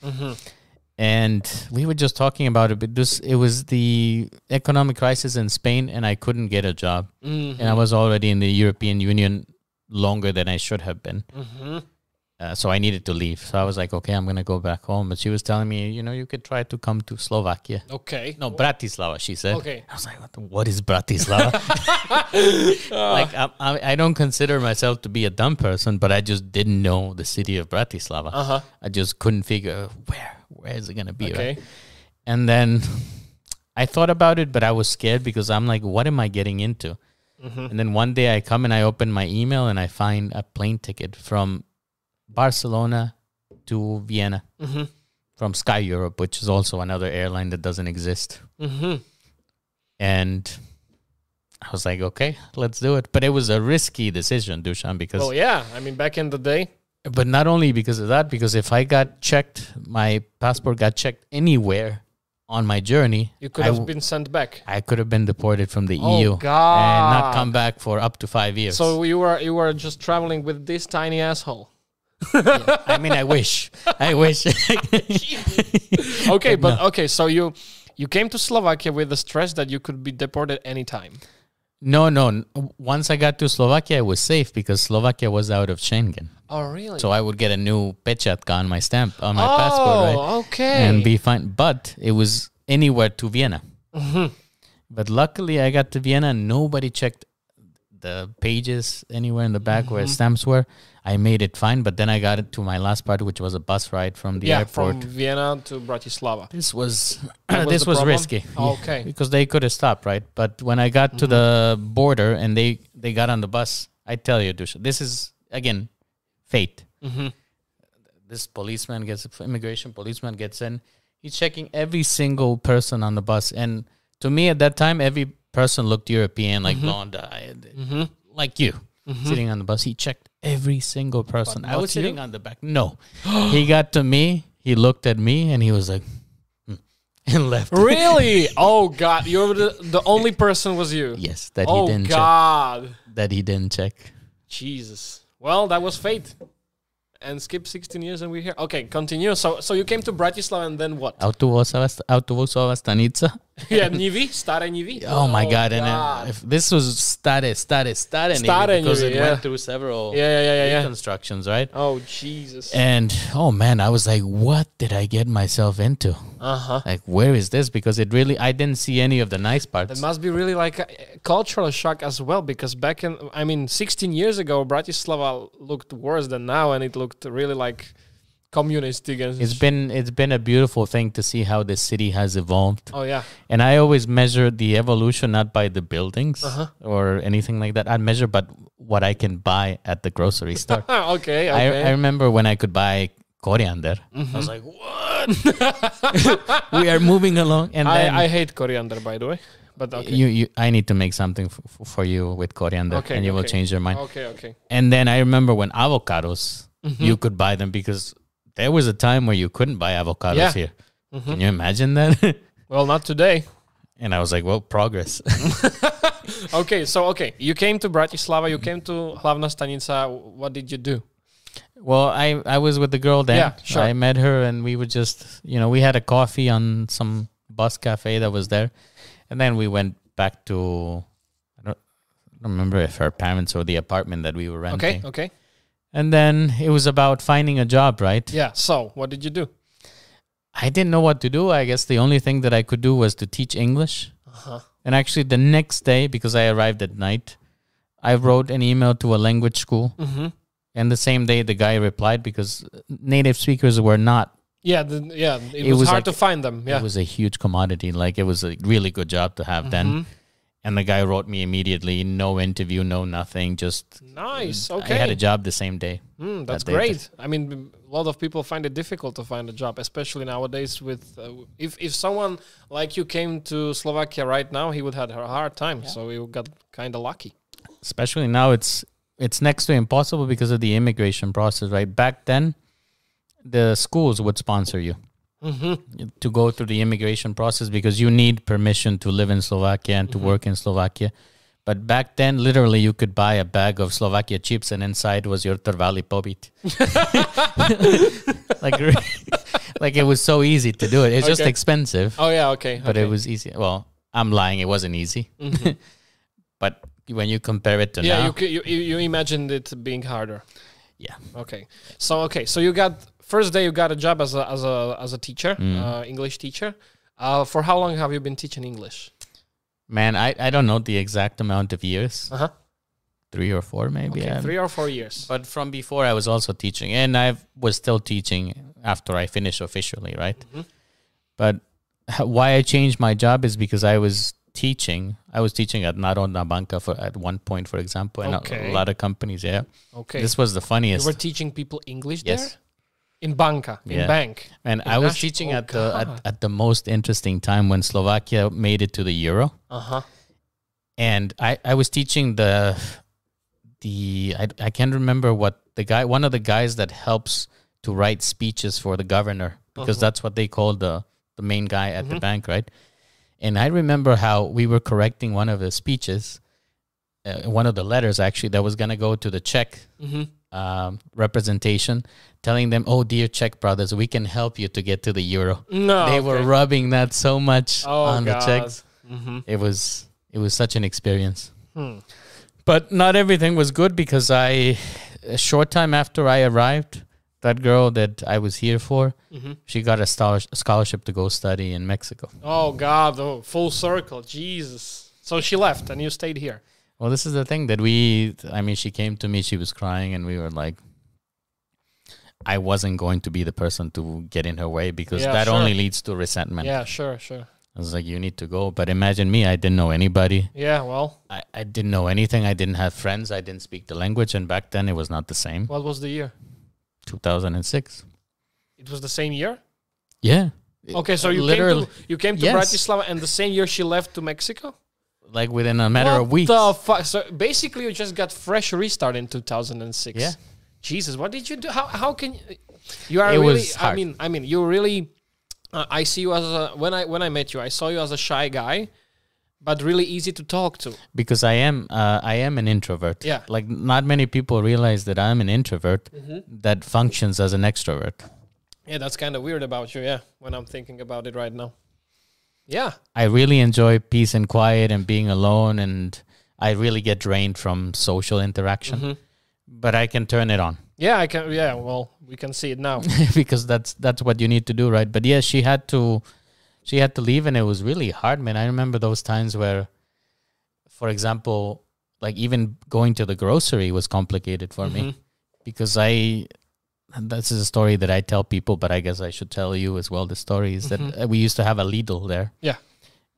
[SPEAKER 2] And we were just talking about it, but this it was the economic crisis in Spain, and I couldn't get a job,
[SPEAKER 1] Mm-hmm,
[SPEAKER 2] and I was already in the European Union longer than I should have been
[SPEAKER 1] mm-hmm.
[SPEAKER 2] uh, so I needed to leave. So I was like, okay, I'm gonna go back home. But she was telling me, you know, you could try to come to Slovakia.
[SPEAKER 1] Okay.
[SPEAKER 2] No, Bratislava, she said.
[SPEAKER 1] Okay.
[SPEAKER 2] I was like, what, the- what is Bratislava? like, I, I, I don't consider myself to be a dumb person, but I just didn't know the city of Bratislava.
[SPEAKER 1] Uh-huh.
[SPEAKER 2] I just couldn't figure where where is it gonna be.
[SPEAKER 1] Okay.
[SPEAKER 2] right? And then I thought about it, but I was scared because I'm like, what am I getting into? And then one day I come and I open my email and I find a plane ticket from Barcelona to Vienna from Sky Europe, which is also another airline that doesn't exist. And I was like, okay, let's do it. But it was a risky decision, Dushan, because
[SPEAKER 1] Well, yeah. I mean, back in the day.
[SPEAKER 2] but not only because of that, because if I got checked, my passport got checked anywhere on my journey,
[SPEAKER 1] You could
[SPEAKER 2] I
[SPEAKER 1] have
[SPEAKER 2] w-
[SPEAKER 1] been sent back.
[SPEAKER 2] I could have been deported from the
[SPEAKER 1] Oh,
[SPEAKER 2] EU and
[SPEAKER 1] God.
[SPEAKER 2] not come back for up to five years.
[SPEAKER 1] So you were you were just traveling with this tiny asshole.
[SPEAKER 2] I mean, I wish, I wish.
[SPEAKER 1] Okay, but okay, so you you came to Slovakia with the stress that you could be deported anytime.
[SPEAKER 2] no, no. n- Once I got to Slovakia, I was safe because Slovakia was out of Schengen,
[SPEAKER 1] Oh, really?
[SPEAKER 2] so I would get a new pechatka on my stamp on my
[SPEAKER 1] oh,
[SPEAKER 2] passport, right,
[SPEAKER 1] okay.
[SPEAKER 2] and be fine. But it was anywhere to Vienna.
[SPEAKER 1] Mm-hmm.
[SPEAKER 2] But luckily, I got to Vienna. and Nobody checked the pages anywhere in the back where
[SPEAKER 1] Mm-hmm.
[SPEAKER 2] stamps were. I made it fine, but then I got it to my last part, which was a bus ride from the
[SPEAKER 1] yeah,
[SPEAKER 2] airport.
[SPEAKER 1] from Vienna to Bratislava.
[SPEAKER 2] this was,
[SPEAKER 1] That was
[SPEAKER 2] this
[SPEAKER 1] the
[SPEAKER 2] was
[SPEAKER 1] problem? Oh,
[SPEAKER 2] risky.
[SPEAKER 1] Okay. Mm-hmm.
[SPEAKER 2] because they could have stopped, right? But when I got to the border and they they got on the bus, I tell you, Dusha, this is again fate.
[SPEAKER 1] Mm-hmm.
[SPEAKER 2] This policeman gets immigration policeman gets in. He's checking every single person on the bus, and to me at that time, every person looked European,
[SPEAKER 1] Mm-hmm.
[SPEAKER 2] like blonde, eyed, like you. Sitting on the bus, he checked every single person. I
[SPEAKER 1] not
[SPEAKER 2] was
[SPEAKER 1] you?
[SPEAKER 2] sitting on the back. No, he got to me. He looked at me, and he was like, "Hmm," and left.
[SPEAKER 1] really? Oh God! You were the, the only person was you.
[SPEAKER 2] Yes, that
[SPEAKER 1] oh
[SPEAKER 2] he didn't check.
[SPEAKER 1] God!
[SPEAKER 2] That he didn't check.
[SPEAKER 1] Jesus. Well, that was fate. and skip 16 years and we're here. Okay, continue. So so you came to Bratislava and then what?
[SPEAKER 2] Autobusová st- autobusová stanica.
[SPEAKER 1] yeah, Nivy, Stare Nivy.
[SPEAKER 2] Oh, my god! And uh, if this was stare, stare, stare, Nivy,
[SPEAKER 1] Stare
[SPEAKER 2] because
[SPEAKER 1] Nivy,
[SPEAKER 2] it
[SPEAKER 1] yeah.
[SPEAKER 2] went through several
[SPEAKER 1] Yeah, yeah, yeah, yeah, yeah.
[SPEAKER 2] reconstructions, right?
[SPEAKER 1] Oh Jesus.
[SPEAKER 2] And oh man, I was like, what did I get myself into?
[SPEAKER 1] Uh huh.
[SPEAKER 2] Like, where is this? Because it really, I didn't see any of the nice
[SPEAKER 1] That
[SPEAKER 2] parts.
[SPEAKER 1] must be really like a a cultural shock as well, because back in, I mean, 16 years ago, Bratislava looked worse than now, and it looked really like communistic. And
[SPEAKER 2] It's been it's been a beautiful thing to see how the city has evolved.
[SPEAKER 1] oh yeah,
[SPEAKER 2] And I always measure the evolution not by the buildings
[SPEAKER 1] Uh-huh.
[SPEAKER 2] or anything like that. I measure but what I can buy at the grocery store.
[SPEAKER 1] Ah, okay, okay. Mm-hmm.
[SPEAKER 2] I, I remember when I could buy coriander. I was like, "What? we are moving along." And
[SPEAKER 1] I,
[SPEAKER 2] then
[SPEAKER 1] I hate coriander, by the way. But okay,
[SPEAKER 2] you, you, I need to make something f- f- for you with coriander,
[SPEAKER 1] Okay,
[SPEAKER 2] and you will
[SPEAKER 1] okay.
[SPEAKER 2] change your mind.
[SPEAKER 1] okay, Mm-hmm. okay.
[SPEAKER 2] And then I remember when avocados, you could buy them because there was a time where you couldn't buy avocados
[SPEAKER 1] Yeah. Mm-hmm.
[SPEAKER 2] here. Can you imagine that?
[SPEAKER 1] Well, not today.
[SPEAKER 2] and I was like, well, progress.
[SPEAKER 1] Okay, so okay, you came to Bratislava, you came to Hlavna Stanica. What did you do?
[SPEAKER 2] well, I, I was with the girl then.
[SPEAKER 1] Yeah, sure.
[SPEAKER 2] I met her and we were just, you know, we had a coffee on some bus cafe that was there. And then we went back to, I don't, I don't remember if her parents or the apartment that we were renting.
[SPEAKER 1] Okay, okay.
[SPEAKER 2] And then it was about finding a job, right?
[SPEAKER 1] Yeah. So, what did you do?
[SPEAKER 2] I didn't know what to do. I guess the only thing that I could do was to teach English. And actually, the next day, because I arrived at night, I wrote an email to a language school.
[SPEAKER 1] Mm. Mm-hmm.
[SPEAKER 2] And the same day, the guy replied because native speakers were not.
[SPEAKER 1] Yeah, the, yeah. It,
[SPEAKER 2] It
[SPEAKER 1] was,
[SPEAKER 2] was
[SPEAKER 1] hard
[SPEAKER 2] like-
[SPEAKER 1] to find them. Yeah.
[SPEAKER 2] It was a huge commodity. Like it was a really good job to have then.
[SPEAKER 1] Mm-hmm.
[SPEAKER 2] And the guy wrote me immediately, no interview, no nothing. Just
[SPEAKER 1] nice.
[SPEAKER 2] I
[SPEAKER 1] Okay.
[SPEAKER 2] had a job the same day.
[SPEAKER 1] Mm, that's
[SPEAKER 2] they
[SPEAKER 1] great. I mean, a lot of people find it difficult to find a job, especially nowadays. With uh, if if someone like you came to Slovakia right now, he would had a hard time. So you got kind of lucky.
[SPEAKER 2] especially now it's it's next to impossible because of the immigration process right back then the schools would sponsor you to go through the immigration process because you need permission to live in Slovakia and to work in Slovakia but back then literally you could buy a bag of Slovakia chips and inside was your Trvali pobit like like it was so easy to do it it's just
[SPEAKER 1] Okay.
[SPEAKER 2] expensive
[SPEAKER 1] Oh yeah, okay.
[SPEAKER 2] but
[SPEAKER 1] okay.
[SPEAKER 2] it was easy well I'm lying it wasn't easy but when Mm-hmm. you compare it to
[SPEAKER 1] yeah.
[SPEAKER 2] now
[SPEAKER 1] You, c- you you you imagined it being harder.
[SPEAKER 2] yeah
[SPEAKER 1] Okay. So okay. So you got first day. You got a job as a as a as a teacher,
[SPEAKER 2] Mm.
[SPEAKER 1] uh, English teacher. Uh, for how long have you been teaching English?
[SPEAKER 2] Man, I, I don't know the exact amount of years,
[SPEAKER 1] Uh huh.
[SPEAKER 2] three or four maybe.
[SPEAKER 1] Okay,
[SPEAKER 2] I-
[SPEAKER 1] three or four years.
[SPEAKER 2] But from before, I was also teaching, and I was still teaching after I finished officially, right? But h- why I changed my job is because I was teaching. I was teaching at Narodna Banka for at one point, for example, and a-
[SPEAKER 1] Okay.
[SPEAKER 2] a lot of companies. Yeah,
[SPEAKER 1] Okay.
[SPEAKER 2] this was the
[SPEAKER 1] you
[SPEAKER 2] funniest.
[SPEAKER 1] were teaching people English
[SPEAKER 2] Yes.
[SPEAKER 1] there. In banka, in
[SPEAKER 2] Yeah.
[SPEAKER 1] bank.
[SPEAKER 2] and I was
[SPEAKER 1] International-
[SPEAKER 2] teaching
[SPEAKER 1] oh,
[SPEAKER 2] at the
[SPEAKER 1] God.
[SPEAKER 2] at, at the most interesting time when Slovakia made it to the Euro.
[SPEAKER 1] Uh huh.
[SPEAKER 2] and I, I was teaching the the I, I can't remember what the guy one of the guys that helps to write speeches for the governor because
[SPEAKER 1] Uh-huh.
[SPEAKER 2] that's what they call the the main guy at
[SPEAKER 1] Mm-hmm.
[SPEAKER 2] the bank right and I remember how we were correcting one of his speeches uh, one of the letters actually that was gonna go to the Czech
[SPEAKER 1] Mm-hmm.
[SPEAKER 2] um, representation telling them oh dear Czech brothers we can help you to get to the euro
[SPEAKER 1] No,
[SPEAKER 2] they were rubbing that so much
[SPEAKER 1] Oh, Hmm.
[SPEAKER 2] on
[SPEAKER 1] God.
[SPEAKER 2] the Czechs it was it was such an experience.
[SPEAKER 1] Hmm.
[SPEAKER 2] But not everything was good because I, a short time after I arrived, that girl that I was here for,
[SPEAKER 1] Mm-hmm.
[SPEAKER 2] she got a star- scholarship to go study in Mexico.
[SPEAKER 1] Oh God! Oh, full circle, Jesus! So she left, and you stayed here.
[SPEAKER 2] Well, this is the thing that we, I mean, she came to me, she was crying, and we were like, I wasn't going to be the person to get in her way because
[SPEAKER 1] Yeah,
[SPEAKER 2] that
[SPEAKER 1] sure.
[SPEAKER 2] only leads to resentment.
[SPEAKER 1] Yeah, sure, sure.
[SPEAKER 2] I was like, you need to go. But imagine me, I didn't know anybody.
[SPEAKER 1] Yeah, well,
[SPEAKER 2] I, I didn't know anything. I didn't have friends. I didn't speak the language. And back then, it was not the same.
[SPEAKER 1] what was the year?
[SPEAKER 2] 2006.
[SPEAKER 1] It was the same year.
[SPEAKER 2] Yeah.
[SPEAKER 1] Okay, so you
[SPEAKER 2] Literally.
[SPEAKER 1] came to you came to
[SPEAKER 2] Yes.
[SPEAKER 1] Bratislava, and the same year she left to Mexico.
[SPEAKER 2] Like within a matter
[SPEAKER 1] what
[SPEAKER 2] of weeks.
[SPEAKER 1] The fu- so basically, you just got fresh restart in 2006.
[SPEAKER 2] Yeah.
[SPEAKER 1] Jesus, what did you do? How how can you? You are
[SPEAKER 2] It
[SPEAKER 1] really.
[SPEAKER 2] was
[SPEAKER 1] I
[SPEAKER 2] hard.
[SPEAKER 1] mean, I mean, you really. Uh, I see you as a when I when I met you, I saw you as a shy guy, but really easy to talk to.
[SPEAKER 2] because I am uh, I am an introvert.
[SPEAKER 1] Yeah. Mm-hmm.
[SPEAKER 2] Like not many people realize that I'm an introvert that functions as an extrovert.
[SPEAKER 1] Yeah, that's kind of weird about you. Yeah, when I'm thinking about it right now. Yeah,
[SPEAKER 2] I really enjoy peace and quiet and being alone and I really get drained from social interaction.
[SPEAKER 1] Mm-hmm.
[SPEAKER 2] But I can turn it on
[SPEAKER 1] yeah, I can. Yeah, well, we can see it now.
[SPEAKER 2] because that's that's what you need to do, right? But yeah, she had to she had to leave and it was really hard, man. I remember those times where for example, like even going to the grocery was complicated for me.
[SPEAKER 1] Mhm.
[SPEAKER 2] because I this is a story that I tell people, but I guess I should tell you as well. The story is that uh we used to have a Lidl there.
[SPEAKER 1] Yeah.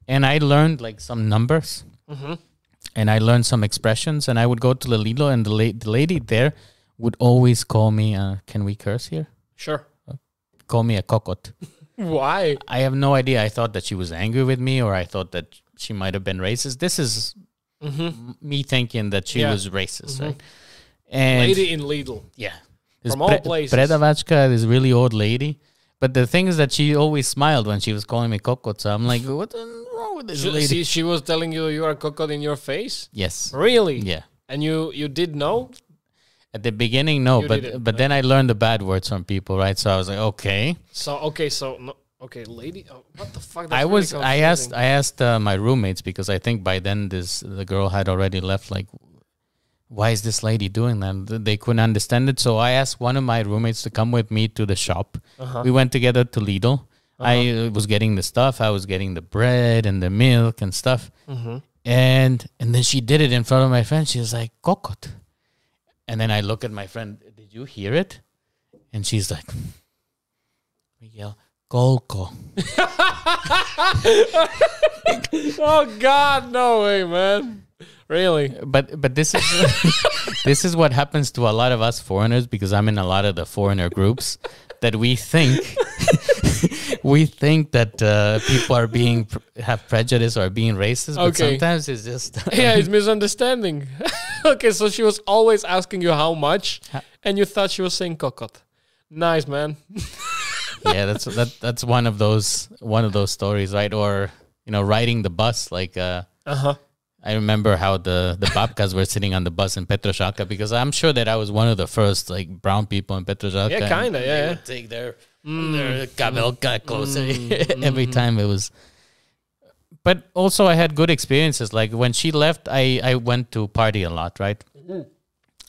[SPEAKER 2] and I learned like some numbers,
[SPEAKER 1] Mhm.
[SPEAKER 2] and I learned some expressions, and I would go to the Lidl, and the, la- the lady there would always call me. Uh, can we curse here?
[SPEAKER 1] Sure.
[SPEAKER 2] Call me a cockot.
[SPEAKER 1] Why?
[SPEAKER 2] I have no idea. I thought that she was angry with me, or I thought that she might have been racist. This is m- me thinking that she
[SPEAKER 1] Mm-hmm. Yeah. Mm-hmm.
[SPEAKER 2] was racist, right? And
[SPEAKER 1] Lady in Lidl.
[SPEAKER 2] Yeah. This
[SPEAKER 1] From all
[SPEAKER 2] Pre-
[SPEAKER 1] places.
[SPEAKER 2] Predavachka, this really old lady. But the thing is that she always smiled when she was calling me Kokot. So I'm like, what is wrong with this
[SPEAKER 1] She,
[SPEAKER 2] lady?
[SPEAKER 1] see, she was telling you you are a cockot in your face.
[SPEAKER 2] yes.
[SPEAKER 1] Really?
[SPEAKER 2] Yeah.
[SPEAKER 1] And you you did know?
[SPEAKER 2] At the beginning, no.
[SPEAKER 1] You
[SPEAKER 2] but
[SPEAKER 1] did it.
[SPEAKER 2] but then I learned the bad words from people, right? So I was like, okay.
[SPEAKER 1] So okay, so no, okay, lady. Oh, what the fuck?
[SPEAKER 2] I
[SPEAKER 1] That's
[SPEAKER 2] was
[SPEAKER 1] really
[SPEAKER 2] I asked
[SPEAKER 1] confusing.
[SPEAKER 2] I asked uh, my roommates because I think by then this the girl had already left. Like, why is this lady doing that? Th- They couldn't understand it. So I asked one of my roommates to come with me to the shop.
[SPEAKER 1] Uh-huh.
[SPEAKER 2] We went together to Lidl. I uh, was getting the stuff. I was getting the bread and the milk and stuff.
[SPEAKER 1] Mm-hmm.
[SPEAKER 2] And and then she did it in front of my friend. She was like kokot. And then I look at my friend. Did you hear it? And she's like, Miguel, kolko.
[SPEAKER 1] Oh God, no way, man. Really?
[SPEAKER 2] but but this is this is what happens to a lot of us foreigners because I'm in a lot of the foreigner groups that we think we think that uh, people are being have prejudice or being racist, but
[SPEAKER 1] Okay.
[SPEAKER 2] sometimes it's just
[SPEAKER 1] Yeah, it's misunderstanding. okay, so she was always asking you how much, and you thought she was saying cockot. Nice, man.
[SPEAKER 2] yeah. That's that, that's one of those one of those stories, right? Or you know, riding the bus like. Uh,
[SPEAKER 1] Uh huh.
[SPEAKER 2] I remember how the the babkas were sitting on the bus in Petroshaka because I'm sure that I was one of the first like brown people in Petroshaka.
[SPEAKER 1] Yeah,
[SPEAKER 2] and
[SPEAKER 1] kinda,
[SPEAKER 2] they
[SPEAKER 1] yeah,
[SPEAKER 2] would
[SPEAKER 1] yeah.
[SPEAKER 2] take their their kabelka closer every time. It was. Mm. But also, I had good experiences. Like when she left, I I went to party a lot, right?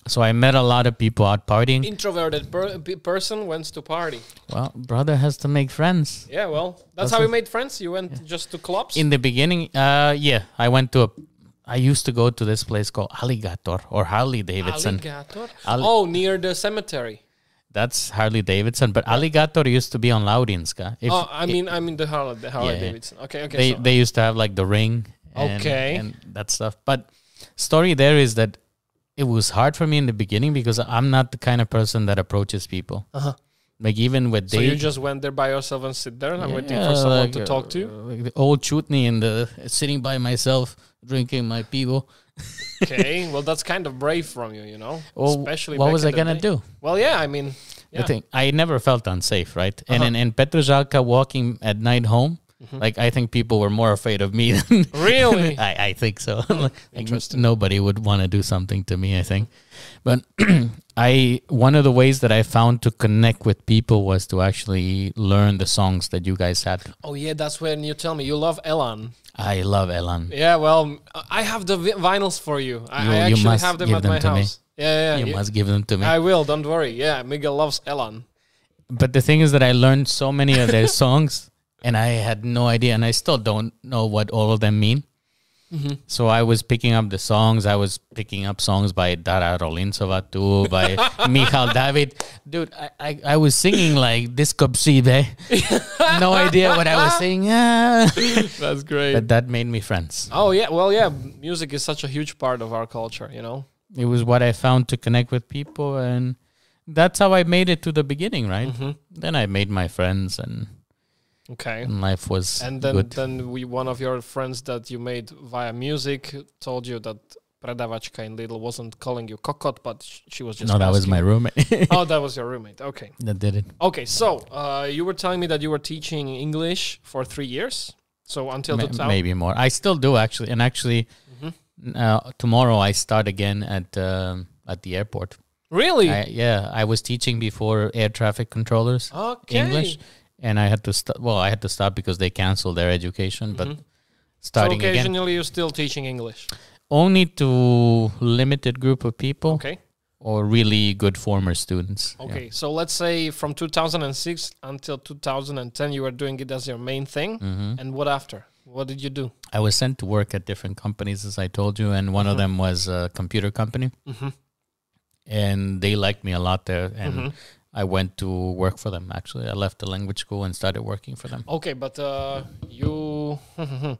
[SPEAKER 2] So I met a lot of people out partying.
[SPEAKER 1] Introverted per- pe- person went to party.
[SPEAKER 2] Well, brother has to make friends.
[SPEAKER 1] Yeah, well, that's,
[SPEAKER 2] That's
[SPEAKER 1] how we
[SPEAKER 2] it.
[SPEAKER 1] made friends. You went just to clubs.
[SPEAKER 2] in the beginning uh yeah i went to a i used to go to this place called alligator or harley davidson
[SPEAKER 1] Alligator.
[SPEAKER 2] Al-
[SPEAKER 1] oh, near the cemetery.
[SPEAKER 2] that's harley davidson but alligator used to be on laudinska if
[SPEAKER 1] oh, I mean, I mean the Harley, the Harley
[SPEAKER 2] Yeah.
[SPEAKER 1] Davidson. Okay, okay.
[SPEAKER 2] they
[SPEAKER 1] so-
[SPEAKER 2] they used to have like the ring and,
[SPEAKER 1] Okay.
[SPEAKER 2] and that stuff but story there is that it was hard for me in the beginning because i'm not the kind of person that approaches people
[SPEAKER 1] Uh-huh.
[SPEAKER 2] like even with
[SPEAKER 1] so
[SPEAKER 2] they
[SPEAKER 1] you just went there by yourself and sit there and I'm waiting for someone to talk to. you?
[SPEAKER 2] uh, like the old chutney in the sitting by myself drinking my pivo
[SPEAKER 1] Okay, well that's kind of brave from you, you know.
[SPEAKER 2] well,
[SPEAKER 1] Especially
[SPEAKER 2] what
[SPEAKER 1] back
[SPEAKER 2] was
[SPEAKER 1] in
[SPEAKER 2] i
[SPEAKER 1] the
[SPEAKER 2] gonna
[SPEAKER 1] day.
[SPEAKER 2] do
[SPEAKER 1] Well, yeah, I mean, yeah.
[SPEAKER 2] the
[SPEAKER 1] Uh-huh.
[SPEAKER 2] thing i never felt unsafe right and in, in petrozalka walking at night home
[SPEAKER 1] Mm-hmm.
[SPEAKER 2] like i think people were more afraid of me than
[SPEAKER 1] Really?
[SPEAKER 2] I, I think so like, Interesting. nobody would want to do something to me i think but i one of the ways that i found to connect with people was to actually learn the songs that you guys had
[SPEAKER 1] oh yeah, that's when you tell me you love Elan.
[SPEAKER 2] i love elan
[SPEAKER 1] Yeah, well, I have the vi- vinyls for you. I,
[SPEAKER 2] You-
[SPEAKER 1] I
[SPEAKER 2] you
[SPEAKER 1] actually
[SPEAKER 2] must
[SPEAKER 1] have them
[SPEAKER 2] give
[SPEAKER 1] at
[SPEAKER 2] them
[SPEAKER 1] my
[SPEAKER 2] to me.
[SPEAKER 1] house. Yeah, yeah,
[SPEAKER 2] you
[SPEAKER 1] yeah.
[SPEAKER 2] must give them to me
[SPEAKER 1] I will. Don't worry. Yeah, Miguel loves Elan.
[SPEAKER 2] but the thing is that I learned so many of their songs, and I had no idea, and I still don't know what all of them mean.
[SPEAKER 1] Mm-hmm.
[SPEAKER 2] So I was picking up the songs. I was picking up songs by Dara Rolinsova too, by Michal David. Dude, I, I, I was singing like this Kopsibe. no idea what I was singing. Ah.
[SPEAKER 1] That's great.
[SPEAKER 2] but that made me friends.
[SPEAKER 1] Oh yeah, well yeah, music is such a huge part of our culture, you know.
[SPEAKER 2] It was what I found to connect with people, and that's how I made it to the beginning, right?
[SPEAKER 1] Mm-hmm.
[SPEAKER 2] Then I made my friends, and,
[SPEAKER 1] Okay.
[SPEAKER 2] and life was
[SPEAKER 1] And then
[SPEAKER 2] good.
[SPEAKER 1] then we one of your friends that you made via music told you that Predavachka in Lidl wasn't calling you cockot, but sh- she was just
[SPEAKER 2] no, that was
[SPEAKER 1] asking-
[SPEAKER 2] my roommate.
[SPEAKER 1] Oh, that was your roommate. Okay.
[SPEAKER 2] that did it.
[SPEAKER 1] Okay, so uh, you were telling me that you were teaching English for 3 years. So until
[SPEAKER 2] Ma-
[SPEAKER 1] the town.
[SPEAKER 2] maybe more. I still do actually, and actually,
[SPEAKER 1] Mhm.
[SPEAKER 2] uh, tomorrow I start again at um, at the airport.
[SPEAKER 1] Really?
[SPEAKER 2] I, yeah, I was teaching before air traffic controllers
[SPEAKER 1] okay.
[SPEAKER 2] English, and I had to stop. Well, I had to stop because they canceled their education, but
[SPEAKER 1] Mm-hmm. So
[SPEAKER 2] starting again
[SPEAKER 1] occasionally you're still teaching English.
[SPEAKER 2] only to limited group of people
[SPEAKER 1] Okay.
[SPEAKER 2] or really good former students. Yeah.
[SPEAKER 1] Okay. So let's say from 2006 until 2010 you were doing it as your main thing. And what after? What did you do?
[SPEAKER 2] Mm-hmm. I was sent to work at different companies, as I told you, and one of
[SPEAKER 1] Mm-hmm.
[SPEAKER 2] them was a computer company,
[SPEAKER 1] Mhm.
[SPEAKER 2] and they liked me a lot there, and
[SPEAKER 1] Mhm.
[SPEAKER 2] I went to work for them. Actually, I left the language school and started working for them.
[SPEAKER 1] Okay, but uh, you.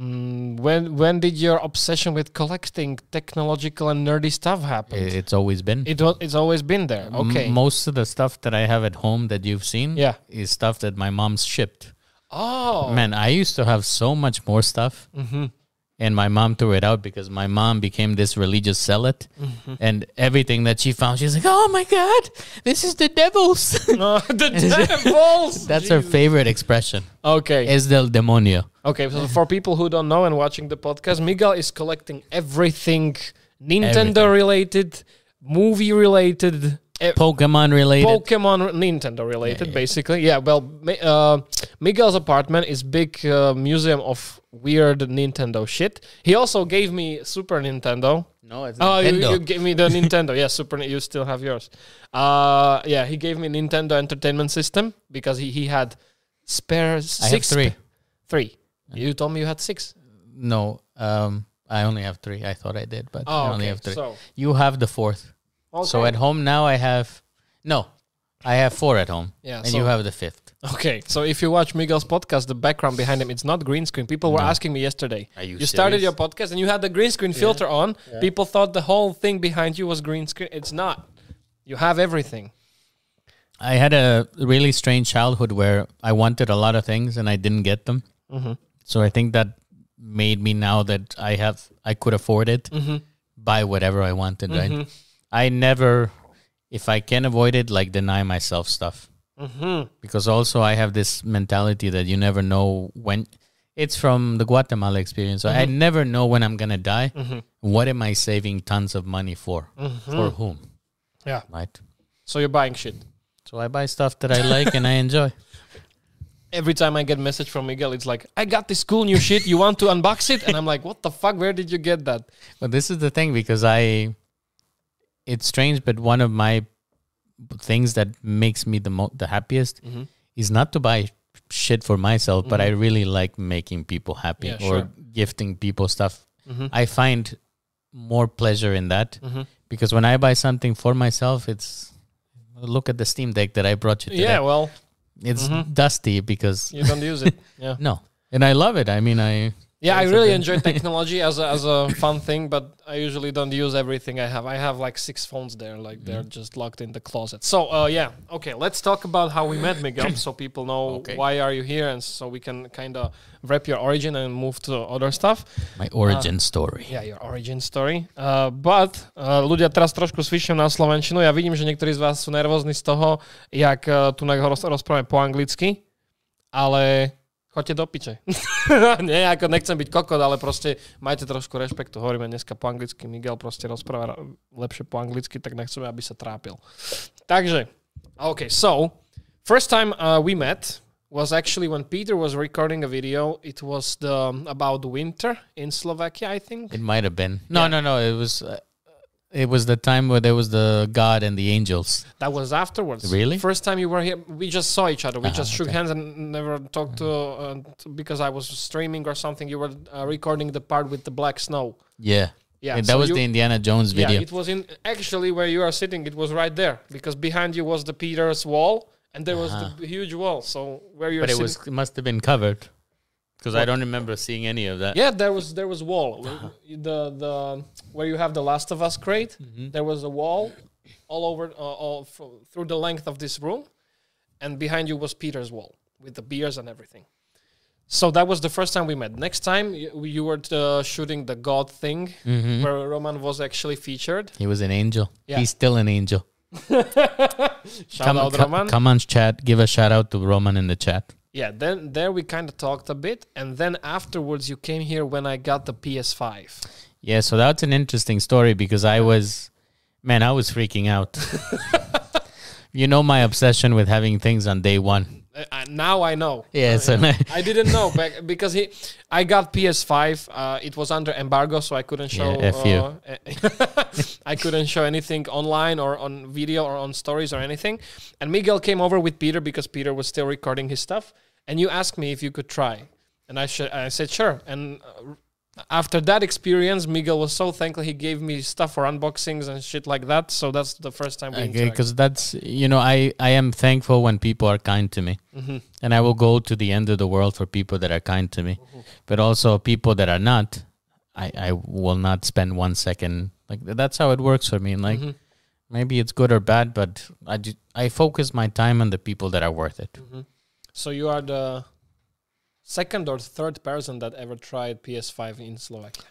[SPEAKER 1] Mm, when when did your obsession with collecting technological and nerdy stuff
[SPEAKER 2] I-
[SPEAKER 1] happen? It,
[SPEAKER 2] It's always been
[SPEAKER 1] wa- it's always been there.
[SPEAKER 2] M-
[SPEAKER 1] Okay.
[SPEAKER 2] most of the stuff that I have at home that you've seen,
[SPEAKER 1] Yeah.
[SPEAKER 2] is stuff that my mom's shipped.
[SPEAKER 1] oh.
[SPEAKER 2] Man, I used to have so much more stuff.
[SPEAKER 1] Mhm.
[SPEAKER 2] and my mom threw it out because my mom became this religious zealot
[SPEAKER 1] Mm-hmm.
[SPEAKER 2] and everything that she found she's like oh my god this is the devil's
[SPEAKER 1] No, the devils.
[SPEAKER 2] that's her favorite expression
[SPEAKER 1] Okay.
[SPEAKER 2] es del demonio
[SPEAKER 1] Okay. So for people who don't know and watching the podcast, Miguel is collecting everything Nintendo
[SPEAKER 2] Everything.
[SPEAKER 1] related, movie related, e-
[SPEAKER 2] pokemon related
[SPEAKER 1] Pokemon Nintendo related, basically. Yeah. Well, Mi- uh, Miguel's apartment is big uh, museum of weird Nintendo shit. He also gave me Super Nintendo.
[SPEAKER 2] no it's
[SPEAKER 1] Oh, you,
[SPEAKER 2] Nintendo.
[SPEAKER 1] you gave me the Nintendo. Yeah, Super. Ni- You still have yours. Uh, yeah, he gave me Nintendo Entertainment System because he, he had spare
[SPEAKER 2] i have
[SPEAKER 1] six.
[SPEAKER 2] three
[SPEAKER 1] Three. You told me you had six.
[SPEAKER 2] no um i only have three i thought i did but
[SPEAKER 1] Oh,
[SPEAKER 2] i only
[SPEAKER 1] okay.
[SPEAKER 2] have three
[SPEAKER 1] So,
[SPEAKER 2] you have the fourth so
[SPEAKER 1] okay.
[SPEAKER 2] at home now i have no i have four at home
[SPEAKER 1] Yeah,
[SPEAKER 2] and
[SPEAKER 1] so-
[SPEAKER 2] you have the fifth
[SPEAKER 1] Okay, so if you watch Miguel's podcast, the background behind him, it's not green screen. People were asking me yesterday.
[SPEAKER 2] Are you
[SPEAKER 1] started
[SPEAKER 2] serious?
[SPEAKER 1] your podcast and you had the green screen filter on. People thought the whole thing behind you was green screen. It's not. You have everything.
[SPEAKER 2] I had a really strange childhood where I wanted a lot of things and I didn't get them. So I think that made me now that I have I could afford it, buy whatever I wanted. Right? I never, if I can avoid it, like deny myself stuff because also I have this mentality that you never know when. It's from the Guatemala experience. So I never know when I'm gonna die. What am I saving tons of money for? For whom?
[SPEAKER 1] Yeah.
[SPEAKER 2] Right.
[SPEAKER 1] So you're buying shit.
[SPEAKER 2] So I buy stuff that I like and I enjoy.
[SPEAKER 1] Every time I get message from Miguel, it's like, I got this cool new shit. You want to unbox it? And I'm like, what the fuck? Where did you get that?
[SPEAKER 2] But this is the thing because I, it's strange, but one of my things that makes me the mo- the happiest is not to buy shit for myself, but I really like making people happy
[SPEAKER 1] Yeah,
[SPEAKER 2] or
[SPEAKER 1] sure.
[SPEAKER 2] gifting people stuff. I find more pleasure in that because when I buy something for myself, it's look at the Steam Deck that I brought you. Today.
[SPEAKER 1] Yeah, well,
[SPEAKER 2] it's dusty because
[SPEAKER 1] you don't use it. Yeah.
[SPEAKER 2] no, and I love it. I mean, I
[SPEAKER 1] Yeah, I
[SPEAKER 2] That's
[SPEAKER 1] really
[SPEAKER 2] okay.
[SPEAKER 1] enjoy technology as a, as a fun thing, but I usually don't use everything I have. I have like six phones there, like they're
[SPEAKER 2] Mm-hmm.
[SPEAKER 1] just locked in the closet. So, uh, yeah, okay, let's talk about how we met Miguel, so people know
[SPEAKER 2] Okay.
[SPEAKER 1] why are you here, and so we can kind of wrap your origin and move to other stuff.
[SPEAKER 2] my origin story.
[SPEAKER 1] Yeah, your origin story. Uh, but uh, ľudia teraz trošku svišujú na Slovenčinu. Ja vidím, že niektorí z vás sú nervózni z toho, jak uh, tu na ho roz, rozprávame po anglicky, ale choďte do piče. Nie, ako nechcem byť kokot, ale proste majte trošku rešpektu. Hovoríme dneska po anglicky. Miguel proste rozpráva ra- lepšie po anglicky, tak nechceme, aby sa trápil. Takže, okay, so first time uh, we met was actually when Peter was recording a video. It was the um, about winter in Slovakia, I think.
[SPEAKER 2] It might have been. No, no, no. It was. Uh, it was the time where there was the God and the angels.
[SPEAKER 1] That was afterwards.
[SPEAKER 2] Really? Ah,
[SPEAKER 1] First time you were here, we just saw each other. We just shook hands and never talked to uh, t- because I was streaming or something. You were uh, recording the part with the black snow.
[SPEAKER 2] Yeah.
[SPEAKER 1] Yeah,
[SPEAKER 2] And that
[SPEAKER 1] so
[SPEAKER 2] was
[SPEAKER 1] you-
[SPEAKER 2] the Indiana Jones video.
[SPEAKER 1] Yeah, it was in actually where you are sitting. It was right there because behind you was the Peter's wall and there was the huge wall. So where you're
[SPEAKER 2] Uh-huh.
[SPEAKER 1] sitting,
[SPEAKER 2] but it was it must have been covered because I don't remember seeing any of that.
[SPEAKER 1] yeah, there was there was wall
[SPEAKER 2] Uh-huh.
[SPEAKER 1] the the where you have the Last of Us crate.
[SPEAKER 2] Mm-hmm.
[SPEAKER 1] There was a wall all over uh, all fro- through the length of this room, and behind you was Peter's wall with the beers and everything. So that was the first time we met. Next time you, you were uh, shooting the God thing
[SPEAKER 2] Mm-hmm.
[SPEAKER 1] where Roman was actually featured.
[SPEAKER 2] He was an angel.
[SPEAKER 1] Yeah.
[SPEAKER 2] He's still an angel.
[SPEAKER 1] Shout
[SPEAKER 2] Come,
[SPEAKER 1] out
[SPEAKER 2] co-
[SPEAKER 1] Roman.
[SPEAKER 2] come on, chat. Give a shout out to Roman in the chat.
[SPEAKER 1] Yeah, then there we kind of talked a bit, and then afterwards you came here when I got the PS5.
[SPEAKER 2] Yeah, so that's an interesting story because I was, man, I was freaking out. you know my obsession with having things on day one.
[SPEAKER 1] Uh, I, now I know.
[SPEAKER 2] Yeah, so
[SPEAKER 1] I didn't know back because he, I got PS5. Uh, it was under embargo, so I couldn't show.
[SPEAKER 2] Yeah, F you.
[SPEAKER 1] uh, I couldn't show anything online or on video or on stories or anything. And Miguel came over with Peter because Peter was still recording his stuff. And you asked me if you could try, and I sh- I said sure. And uh, after that experience, Miguel was so thankful. He gave me stuff for unboxings and shit like that. So that's the first time we. interacted.
[SPEAKER 2] because that's you know I I am thankful when people are kind to me, and I will go to the end of the world for people that are kind to me, but also people that are not, I I will not spend one second like th- that's how it works for me. And like maybe it's good or bad, but I ju- I focus my time on the people that are worth it.
[SPEAKER 1] So you are the second or third person that ever tried PS5 in Slovakia.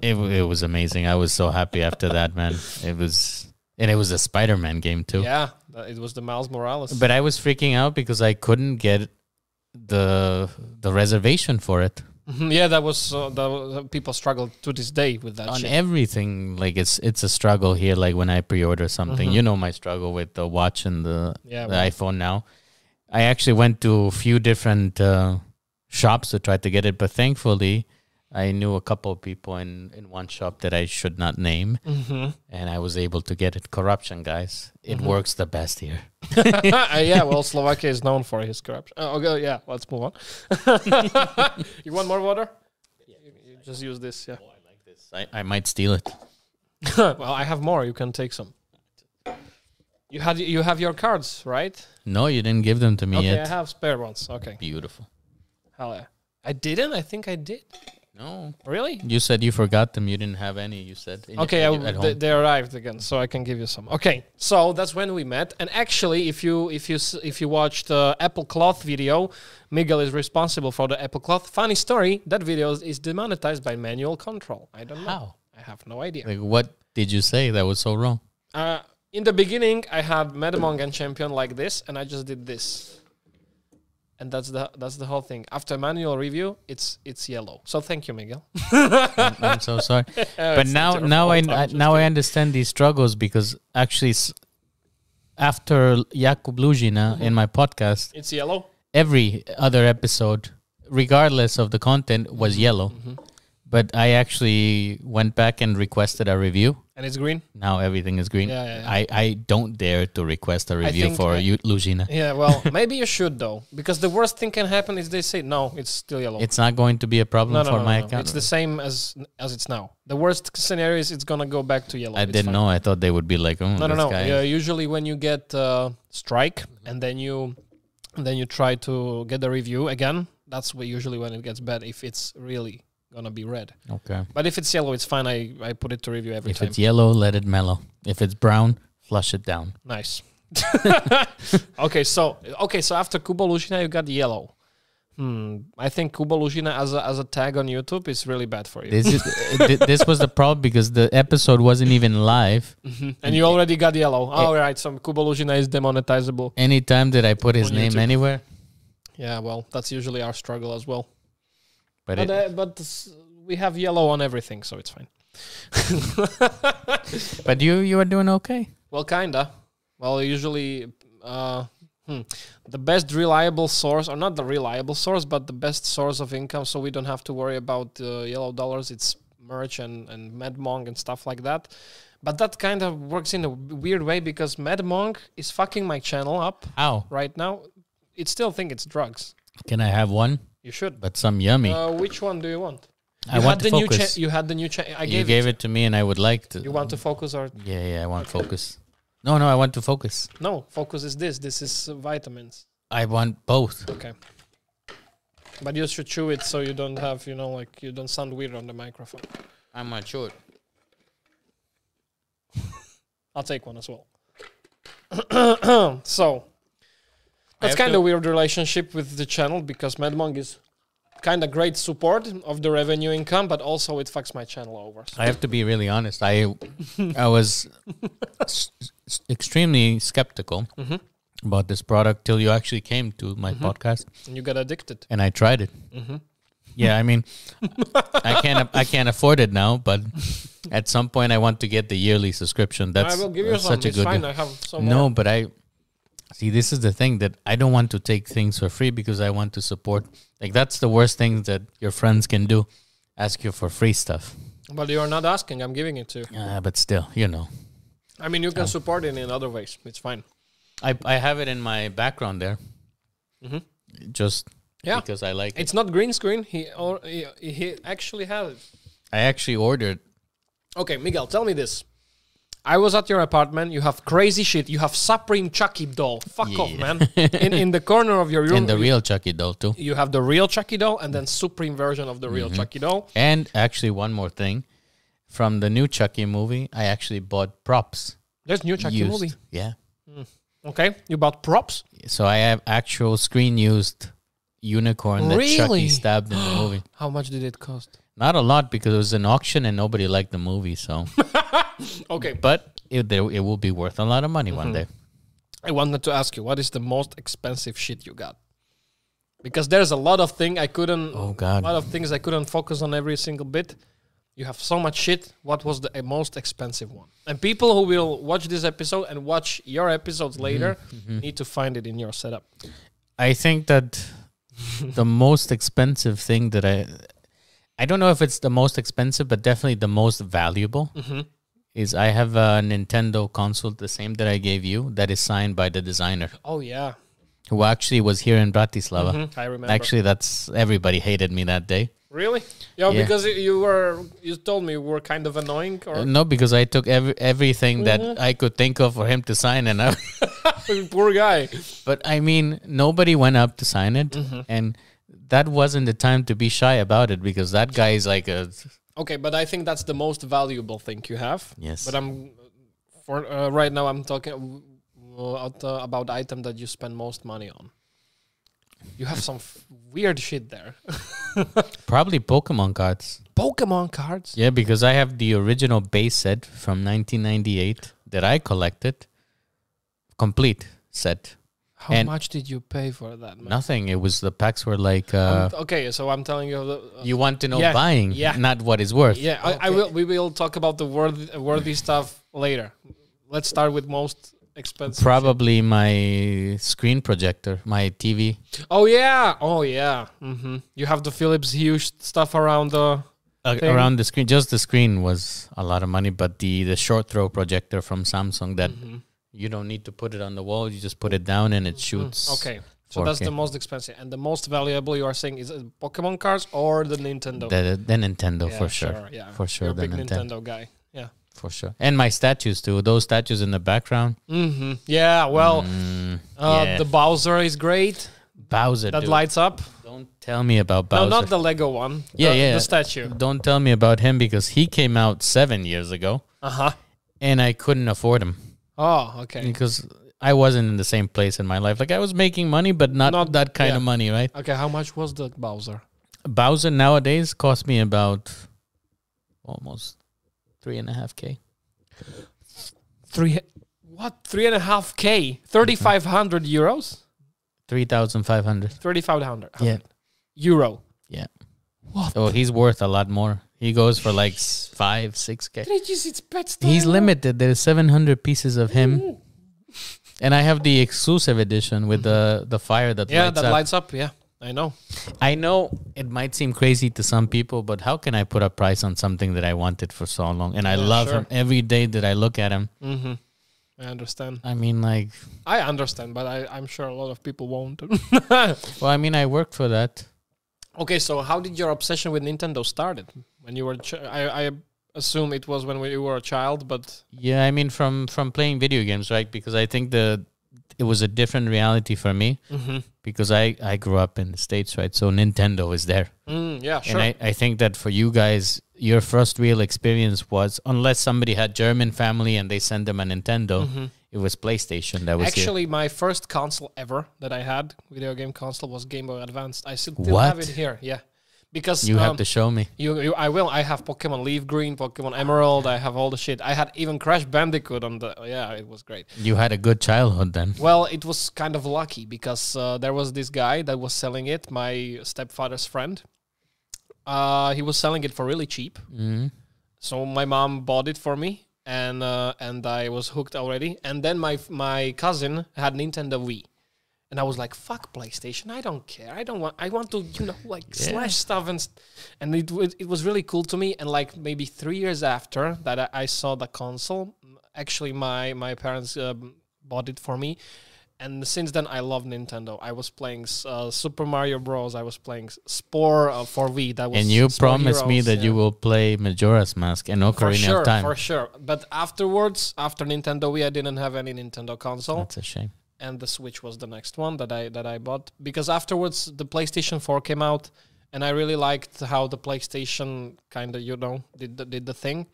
[SPEAKER 2] It w- it was amazing. I was so happy after that, man. It was and it was a Spider Man game too.
[SPEAKER 1] Yeah, tha- it was the Miles Morales.
[SPEAKER 2] But I was freaking out because I couldn't get the the reservation for it
[SPEAKER 1] Mhm, yeah, that was uh, that was, people struggle to this day with that Oh,
[SPEAKER 2] on
[SPEAKER 1] shit.
[SPEAKER 2] everything. Like it's it's a struggle here. Like when I pre-order something,
[SPEAKER 1] Uh-huh.
[SPEAKER 2] you know my struggle with the watch and the,
[SPEAKER 1] Yeah,
[SPEAKER 2] the
[SPEAKER 1] well.
[SPEAKER 2] iPhone. Now, I actually went to a few different uh, shops to try to get it, but thankfully. I knew a couple of people in, in one shop that I should not name,
[SPEAKER 1] Mm-hmm.
[SPEAKER 2] and I was able to get it. Corruption, guys. It works the best here.
[SPEAKER 1] Uh, yeah, well, Slovakia is known for his corruption. Uh, okay, yeah, let's move on. you want more water? You, you just use this. Yeah.
[SPEAKER 2] I, I might steal it.
[SPEAKER 1] well, I have more. You can take some. You had you have your cards, right?
[SPEAKER 2] No, you didn't give them to me
[SPEAKER 1] Okay,
[SPEAKER 2] yet.
[SPEAKER 1] I have spare ones. Okay.
[SPEAKER 2] Beautiful.
[SPEAKER 1] Hell yeah. I didn't. I think I did.
[SPEAKER 2] No.
[SPEAKER 1] Really?
[SPEAKER 2] You said you forgot them. You didn't have any. You said. in-
[SPEAKER 1] Okay,
[SPEAKER 2] in-
[SPEAKER 1] I,
[SPEAKER 2] at
[SPEAKER 1] they,
[SPEAKER 2] home.
[SPEAKER 1] they arrived again, so I can give you some. Okay, so that's when we met. And actually, if you if you s- if you watched the Apple Cloth video, Miguel is responsible for the Apple Cloth. Funny story, that video is- is demonetized by manual control. I don't know.
[SPEAKER 2] How?
[SPEAKER 1] I have no idea.
[SPEAKER 2] Like, what did you say that was so wrong?
[SPEAKER 1] Uh, in the beginning, I had Metamong and Champion like this, and I just did this, and that's the that's the whole thing. After manual review, it's it's yellow. So thank you, Miguel.
[SPEAKER 2] I'm, I'm so sorry. but now, now I, I now I understand these struggles because actually, s- after Jakub Luzina
[SPEAKER 1] Mm-hmm.
[SPEAKER 2] in my podcast,
[SPEAKER 1] It's yellow.
[SPEAKER 2] every other episode, regardless of the content,
[SPEAKER 1] Mm-hmm.
[SPEAKER 2] was yellow. But I actually went back and requested a review.
[SPEAKER 1] And it's green.
[SPEAKER 2] Now everything is green.
[SPEAKER 1] Yeah, yeah, yeah.
[SPEAKER 2] I, I don't dare to request a review
[SPEAKER 1] think
[SPEAKER 2] for
[SPEAKER 1] I-
[SPEAKER 2] you, Luzina.
[SPEAKER 1] Yeah, well, maybe you should though, because the worst thing can happen is they say no, it's still yellow.
[SPEAKER 2] It's not going to be a problem
[SPEAKER 1] no, no,
[SPEAKER 2] for
[SPEAKER 1] no,
[SPEAKER 2] my
[SPEAKER 1] no, no.
[SPEAKER 2] account.
[SPEAKER 1] It's the same as as it's now. The worst scenario is it's gonna go back to yellow.
[SPEAKER 2] I
[SPEAKER 1] It's fine.
[SPEAKER 2] didn't know. I thought they would be like, oh,
[SPEAKER 1] No, no,
[SPEAKER 2] this
[SPEAKER 1] no.
[SPEAKER 2] guy. Mm-hmm.
[SPEAKER 1] Yeah, usually when you get uh, strike and then you and then you try to get a review again, that's where usually when it gets bad. If it's really gonna be red,
[SPEAKER 2] Okay.
[SPEAKER 1] but if it's yellow, it's fine. I I put it to review every
[SPEAKER 2] If
[SPEAKER 1] time.
[SPEAKER 2] it's yellow, let it mellow. If it's brown, flush it down.
[SPEAKER 1] Nice. okay, so okay, so after Kubo Lushina, you got yellow. Hmm. I think Kubo Lushina as a, as a tag on YouTube is really bad for you.
[SPEAKER 2] This is uh, thi- this was the problem because the episode wasn't even live.
[SPEAKER 1] and you already got yellow.
[SPEAKER 2] Eh.
[SPEAKER 1] All right, so Kubo Lushina is demonetizable.
[SPEAKER 2] Anytime that I put his
[SPEAKER 1] On
[SPEAKER 2] name
[SPEAKER 1] YouTube.
[SPEAKER 2] anywhere,
[SPEAKER 1] Yeah, well, that's usually our struggle as well.
[SPEAKER 2] but
[SPEAKER 1] But
[SPEAKER 2] it,
[SPEAKER 1] uh, but s- we have yellow on everything, so it's fine.
[SPEAKER 2] but you you are doing okay.
[SPEAKER 1] Well, kinda. Well, usually, uh, hmm, the best reliable source, or not the reliable source, but the best source of income, so we don't have to worry about uh, yellow dollars. It's merch and and MedMonk and stuff like that. But that kind of works in a weird way because MedMonk is fucking my channel up
[SPEAKER 2] How
[SPEAKER 1] right now. It still think it's drugs.
[SPEAKER 2] can I have one?
[SPEAKER 1] You should.
[SPEAKER 2] But some yummy.
[SPEAKER 1] Uh, which one do you want?
[SPEAKER 2] I
[SPEAKER 1] you
[SPEAKER 2] want
[SPEAKER 1] had
[SPEAKER 2] to
[SPEAKER 1] the new
[SPEAKER 2] focus.
[SPEAKER 1] cha- You had the new channel. I
[SPEAKER 2] you
[SPEAKER 1] gave,
[SPEAKER 2] gave
[SPEAKER 1] it.
[SPEAKER 2] it. to me, and I would like to.
[SPEAKER 1] You want to focus or
[SPEAKER 2] Yeah, yeah. I want focus. No, no. I want to focus.
[SPEAKER 1] No, focus is this. This is uh, vitamins.
[SPEAKER 2] I want both.
[SPEAKER 1] Okay. But you should chew it so you don't have, you know, like you don't sound weird on the microphone.
[SPEAKER 2] I'm not sure.
[SPEAKER 1] I'll take one as well. so that's
[SPEAKER 2] have
[SPEAKER 1] kind
[SPEAKER 2] to-
[SPEAKER 1] of weird relationship with the channel because Madmong is kind of great support of the revenue income, but also it fucks my channel over. So-
[SPEAKER 2] I have to be really honest.
[SPEAKER 1] Mm-hmm.
[SPEAKER 2] I I was s- s- extremely skeptical about this product till you actually came to my podcast
[SPEAKER 1] and you got addicted.
[SPEAKER 2] and I tried it.
[SPEAKER 1] Mm-hmm.
[SPEAKER 2] Yeah, I mean, I can't I can't afford it now, but at some point I want to get the yearly subscription. That's,
[SPEAKER 1] I will give you
[SPEAKER 2] that's
[SPEAKER 1] some.
[SPEAKER 2] such a
[SPEAKER 1] It's
[SPEAKER 2] good.
[SPEAKER 1] fine.
[SPEAKER 2] deal.
[SPEAKER 1] I have some.
[SPEAKER 2] No, but I see. This is the thing that I don't want to take things for free because I want to support. Like that's the worst thing that your friends can do: ask you for free stuff.
[SPEAKER 1] But you're not asking. I'm giving it to you.
[SPEAKER 2] Uh, but still, you know,
[SPEAKER 1] I mean, you can support it in other ways. It's fine.
[SPEAKER 2] I I have it in my background there, just
[SPEAKER 1] Mm-hmm. Yeah.
[SPEAKER 2] because I like. It.
[SPEAKER 1] It's not green screen. He or he, he actually had it.
[SPEAKER 2] I actually ordered.
[SPEAKER 1] Okay, Miguel, tell me this. I was at your apartment. You have crazy shit. You have Supreme Chucky doll. Fuck off,
[SPEAKER 2] Yeah.
[SPEAKER 1] man. In in the corner of your room,
[SPEAKER 2] in the real Chucky doll too.
[SPEAKER 1] you have the real Chucky doll, and then Supreme version of the real Chucky doll.
[SPEAKER 2] And actually, one more thing from the new Chucky movie, I actually bought props.
[SPEAKER 1] There's new Chucky
[SPEAKER 2] used.
[SPEAKER 1] movie.
[SPEAKER 2] Yeah.
[SPEAKER 1] Okay, you bought props.
[SPEAKER 2] So I have actual screen used unicorn that
[SPEAKER 1] Really?
[SPEAKER 2] Chucky stabbed in the movie.
[SPEAKER 1] How much did it cost?
[SPEAKER 2] Not a lot because it was an auction and nobody liked the movie. So,
[SPEAKER 1] Okay,
[SPEAKER 2] but it, there- it will be worth a lot of money
[SPEAKER 1] Mm-hmm.
[SPEAKER 2] one day.
[SPEAKER 1] I wanted to ask you, what is the most expensive shit you got? Because there's a lot of thing I couldn't.
[SPEAKER 2] Oh, God.
[SPEAKER 1] A lot of things I couldn't focus on every single bit. You have so much shit. What was the uh, most expensive one? And people who will watch this episode and watch your episodes later need to find it in your setup.
[SPEAKER 2] I think that the most expensive thing that I, I don't know if it's the most expensive, but definitely the most valuable is I have a Nintendo console, the same that I gave you, that is signed by the designer
[SPEAKER 1] Oh yeah,
[SPEAKER 2] who actually was here in Bratislava.
[SPEAKER 1] I remember.
[SPEAKER 2] Actually, that's everybody hated me that day.
[SPEAKER 1] really? Yeah,
[SPEAKER 2] Yeah.
[SPEAKER 1] because y- you were you told me you were kind of annoying, or
[SPEAKER 2] No, because I took every, everything that I could think of for him to sign, and I,
[SPEAKER 1] poor guy.
[SPEAKER 2] but I mean, nobody went up to sign it, and that wasn't the time to be shy about it because that guy is like a
[SPEAKER 1] Okay, but I think that's the most valuable thing you have.
[SPEAKER 2] yes.
[SPEAKER 1] But I'm for uh, right now. I'm talking about, uh, about item that you spend most money on. You have some f- weird shit there. Uh,
[SPEAKER 2] Probably Pokemon cards.
[SPEAKER 1] Pokemon cards.
[SPEAKER 2] Yeah, because I have the original base set from 1998 that I collected, complete set.
[SPEAKER 1] How
[SPEAKER 2] And-
[SPEAKER 1] much did you pay for that? Man?
[SPEAKER 2] Nothing. It was the packs were like, uh,
[SPEAKER 1] I'm t- okay, so I'm telling you. The, uh,
[SPEAKER 2] you want to know
[SPEAKER 1] yeah,
[SPEAKER 2] buying,
[SPEAKER 1] yeah.
[SPEAKER 2] not what is worth.
[SPEAKER 1] yeah, I, I will. We will talk about the worthy, worthy stuff later. Let's start with most expensive.
[SPEAKER 2] Probably my screen projector, my TV.
[SPEAKER 1] oh yeah, oh yeah. hmm You have the Philips Hue sh- stuff around the.
[SPEAKER 2] Uh,
[SPEAKER 1] Thing.
[SPEAKER 2] around the screen, just the screen was a lot of money, but the the short throw projector from Samsung that
[SPEAKER 1] Mm-hmm.
[SPEAKER 2] you don't need to put it on the wall, you just put it down and it shoots.
[SPEAKER 1] Mm, Okay. So that's
[SPEAKER 2] 4K.
[SPEAKER 1] the most expensive and the most valuable. You are saying is uh, Pokemon cards or the Nintendo?
[SPEAKER 2] The, the Nintendo
[SPEAKER 1] Yeah,
[SPEAKER 2] for sure.
[SPEAKER 1] Yeah,
[SPEAKER 2] For sure,
[SPEAKER 1] You're a
[SPEAKER 2] the
[SPEAKER 1] big Nintendo
[SPEAKER 2] Nintendo.
[SPEAKER 1] guy. Yeah.
[SPEAKER 2] for sure. And my statues too. Those statues in the background.
[SPEAKER 1] hmm Yeah. Well,
[SPEAKER 2] Mm,
[SPEAKER 1] uh,
[SPEAKER 2] yeah.
[SPEAKER 1] the Bowser is great.
[SPEAKER 2] Bowser.
[SPEAKER 1] That
[SPEAKER 2] dude.
[SPEAKER 1] lights up.
[SPEAKER 2] Don't tell me about Bowser.
[SPEAKER 1] No, not the Lego one.
[SPEAKER 2] Yeah,
[SPEAKER 1] the,
[SPEAKER 2] yeah.
[SPEAKER 1] The statue.
[SPEAKER 2] Don't tell me about him because he came out seven years ago,
[SPEAKER 1] Uh huh.
[SPEAKER 2] and I couldn't afford him
[SPEAKER 1] Oh, okay.
[SPEAKER 2] because I wasn't in the same place in my life. Like I was making money, but not,
[SPEAKER 1] Not-
[SPEAKER 2] that kind
[SPEAKER 1] yeah.
[SPEAKER 2] of money, right?
[SPEAKER 1] Okay. How much was the Bowser?
[SPEAKER 2] Bowser nowadays cost me about almost three and a half k.
[SPEAKER 1] Three. What? Three and a half k. Thirty five hundred euros.
[SPEAKER 2] Three thousand five hundred.
[SPEAKER 1] Thirty five hundred.
[SPEAKER 2] Yeah.
[SPEAKER 1] Euro.
[SPEAKER 2] Yeah.
[SPEAKER 1] What?
[SPEAKER 2] So he's worth a lot more. He goes for like s- five, six k.
[SPEAKER 1] Jeez, it's pet store.
[SPEAKER 2] He's limited. There's 700 pieces of him. And I have the exclusive edition with the, the fire that
[SPEAKER 1] Yeah,
[SPEAKER 2] lights
[SPEAKER 1] that
[SPEAKER 2] up.
[SPEAKER 1] lights up. Yeah, I know.
[SPEAKER 2] I know it might seem crazy to some people, but how can I put a price on something that I wanted for so long? And I
[SPEAKER 1] Yeah,
[SPEAKER 2] love
[SPEAKER 1] sure.
[SPEAKER 2] him every day that I look at him.
[SPEAKER 1] Mm-hmm. I understand.
[SPEAKER 2] I mean, like,
[SPEAKER 1] I understand, but I, I'm sure a lot of people won't.
[SPEAKER 2] well, I mean, I worked for that.
[SPEAKER 1] okay, so how did your obsession with Nintendo started? When you were, ch- I, I assume it was when you were a child, but
[SPEAKER 2] Yeah, I mean, from from playing video games, right? Because I think the it was a different reality for me
[SPEAKER 1] Mm-hmm.
[SPEAKER 2] because I I grew up in the states, right? So Nintendo is there.
[SPEAKER 1] Mm, yeah, sure.
[SPEAKER 2] And I, I think that for you guys, your first real experience was, unless somebody had German family and they sent them a Nintendo, it was PlayStation that was here.
[SPEAKER 1] Mm-hmm. Actually, my first console ever that I had, video game console, was Game Boy Advanced. I still, still
[SPEAKER 2] What?
[SPEAKER 1] have it here. Yeah, because
[SPEAKER 2] You have
[SPEAKER 1] um,
[SPEAKER 2] to show me.
[SPEAKER 1] You, you, I will. I have Pokemon Leaf Green, Pokemon Emerald. I have all the shit. I had even Crash Bandicoot on the. Yeah, it was great.
[SPEAKER 2] You had a good childhood then.
[SPEAKER 1] Well, it was kind of lucky because uh, there was this guy that was selling it. My stepfather's friend. Uh, he was selling it for really cheap,
[SPEAKER 2] Mm.
[SPEAKER 1] so my mom bought it for me, and uh, and I was hooked already. And then my my cousin had Nintendo Wii. And I was like, "Fuck PlayStation! I don't care. I don't want. I want to, you know, like
[SPEAKER 2] Yeah.
[SPEAKER 1] slash stuff and, st- and it wa- it was really cool to me. And like maybe three years after that, I, I saw the console. Actually, my my parents um, bought it for me, and since then I love Nintendo. I was playing s- uh, Super Mario Bros. I was playing s- Spore uh, for Wii. That was
[SPEAKER 2] And you
[SPEAKER 1] Spore
[SPEAKER 2] promised me
[SPEAKER 1] Heroes,
[SPEAKER 2] that you
[SPEAKER 1] yeah.
[SPEAKER 2] will play Majora's Mask and
[SPEAKER 1] For
[SPEAKER 2] Ocarina
[SPEAKER 1] sure,
[SPEAKER 2] of Time.
[SPEAKER 1] for sure. But afterwards, after Nintendo Wii, I didn't have any Nintendo console
[SPEAKER 2] That's a shame.
[SPEAKER 1] and the Switch was the next one that I that I bought because afterwards the PlayStation 4 came out and I really liked how the PlayStation kind of you know did the, did the thing.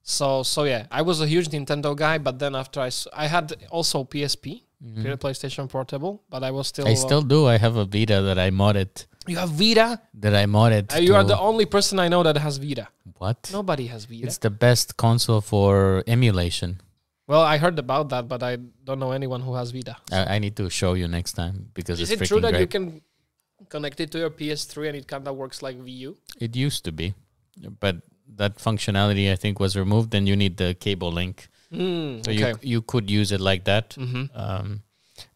[SPEAKER 1] So so yeah, I was a huge Nintendo guy, but then after I s- I had also PSP,
[SPEAKER 2] Mhm.
[SPEAKER 1] PlayStation Portable, but I was still uh,
[SPEAKER 2] I still do. I have a Vita that I modded.
[SPEAKER 1] you have Vita.
[SPEAKER 2] That I modded.
[SPEAKER 1] Uh, you are
[SPEAKER 2] to-
[SPEAKER 1] the only person I know that has Vita.
[SPEAKER 2] what?
[SPEAKER 1] Nobody has Vita.
[SPEAKER 2] It's the best console for emulation.
[SPEAKER 1] well, I heard about that, but I don't know anyone who has Vita.
[SPEAKER 2] I, I need to show you next time because
[SPEAKER 1] Is
[SPEAKER 2] it's
[SPEAKER 1] it
[SPEAKER 2] freaking
[SPEAKER 1] true that
[SPEAKER 2] great.
[SPEAKER 1] you can connect it to your PS3 and it kind of works like VU?
[SPEAKER 2] It used to be, but that functionality I think was removed, and you need the cable link.
[SPEAKER 1] Mm,
[SPEAKER 2] So
[SPEAKER 1] okay.
[SPEAKER 2] you you could use it like that.
[SPEAKER 1] mm-hmm.
[SPEAKER 2] Um,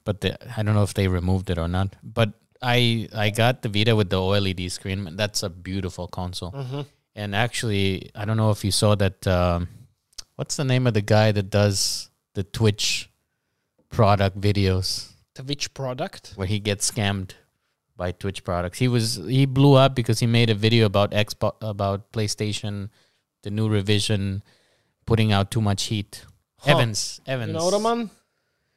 [SPEAKER 2] but the, I don't know if they removed it or not. But I I got the Vita with the OLED screen. That's a beautiful console.
[SPEAKER 1] Mm-hmm.
[SPEAKER 2] And actually, I don't know if you saw that. Um, what's the name of the guy that does the Twitch product videos
[SPEAKER 1] The which product?
[SPEAKER 2] where he gets scammed by Twitch products? He was he blew up because he made a video about Xbox about PlayStation, the new revision, putting out too much heat.
[SPEAKER 1] Huh.
[SPEAKER 2] Evans, Evans,
[SPEAKER 1] You know the man?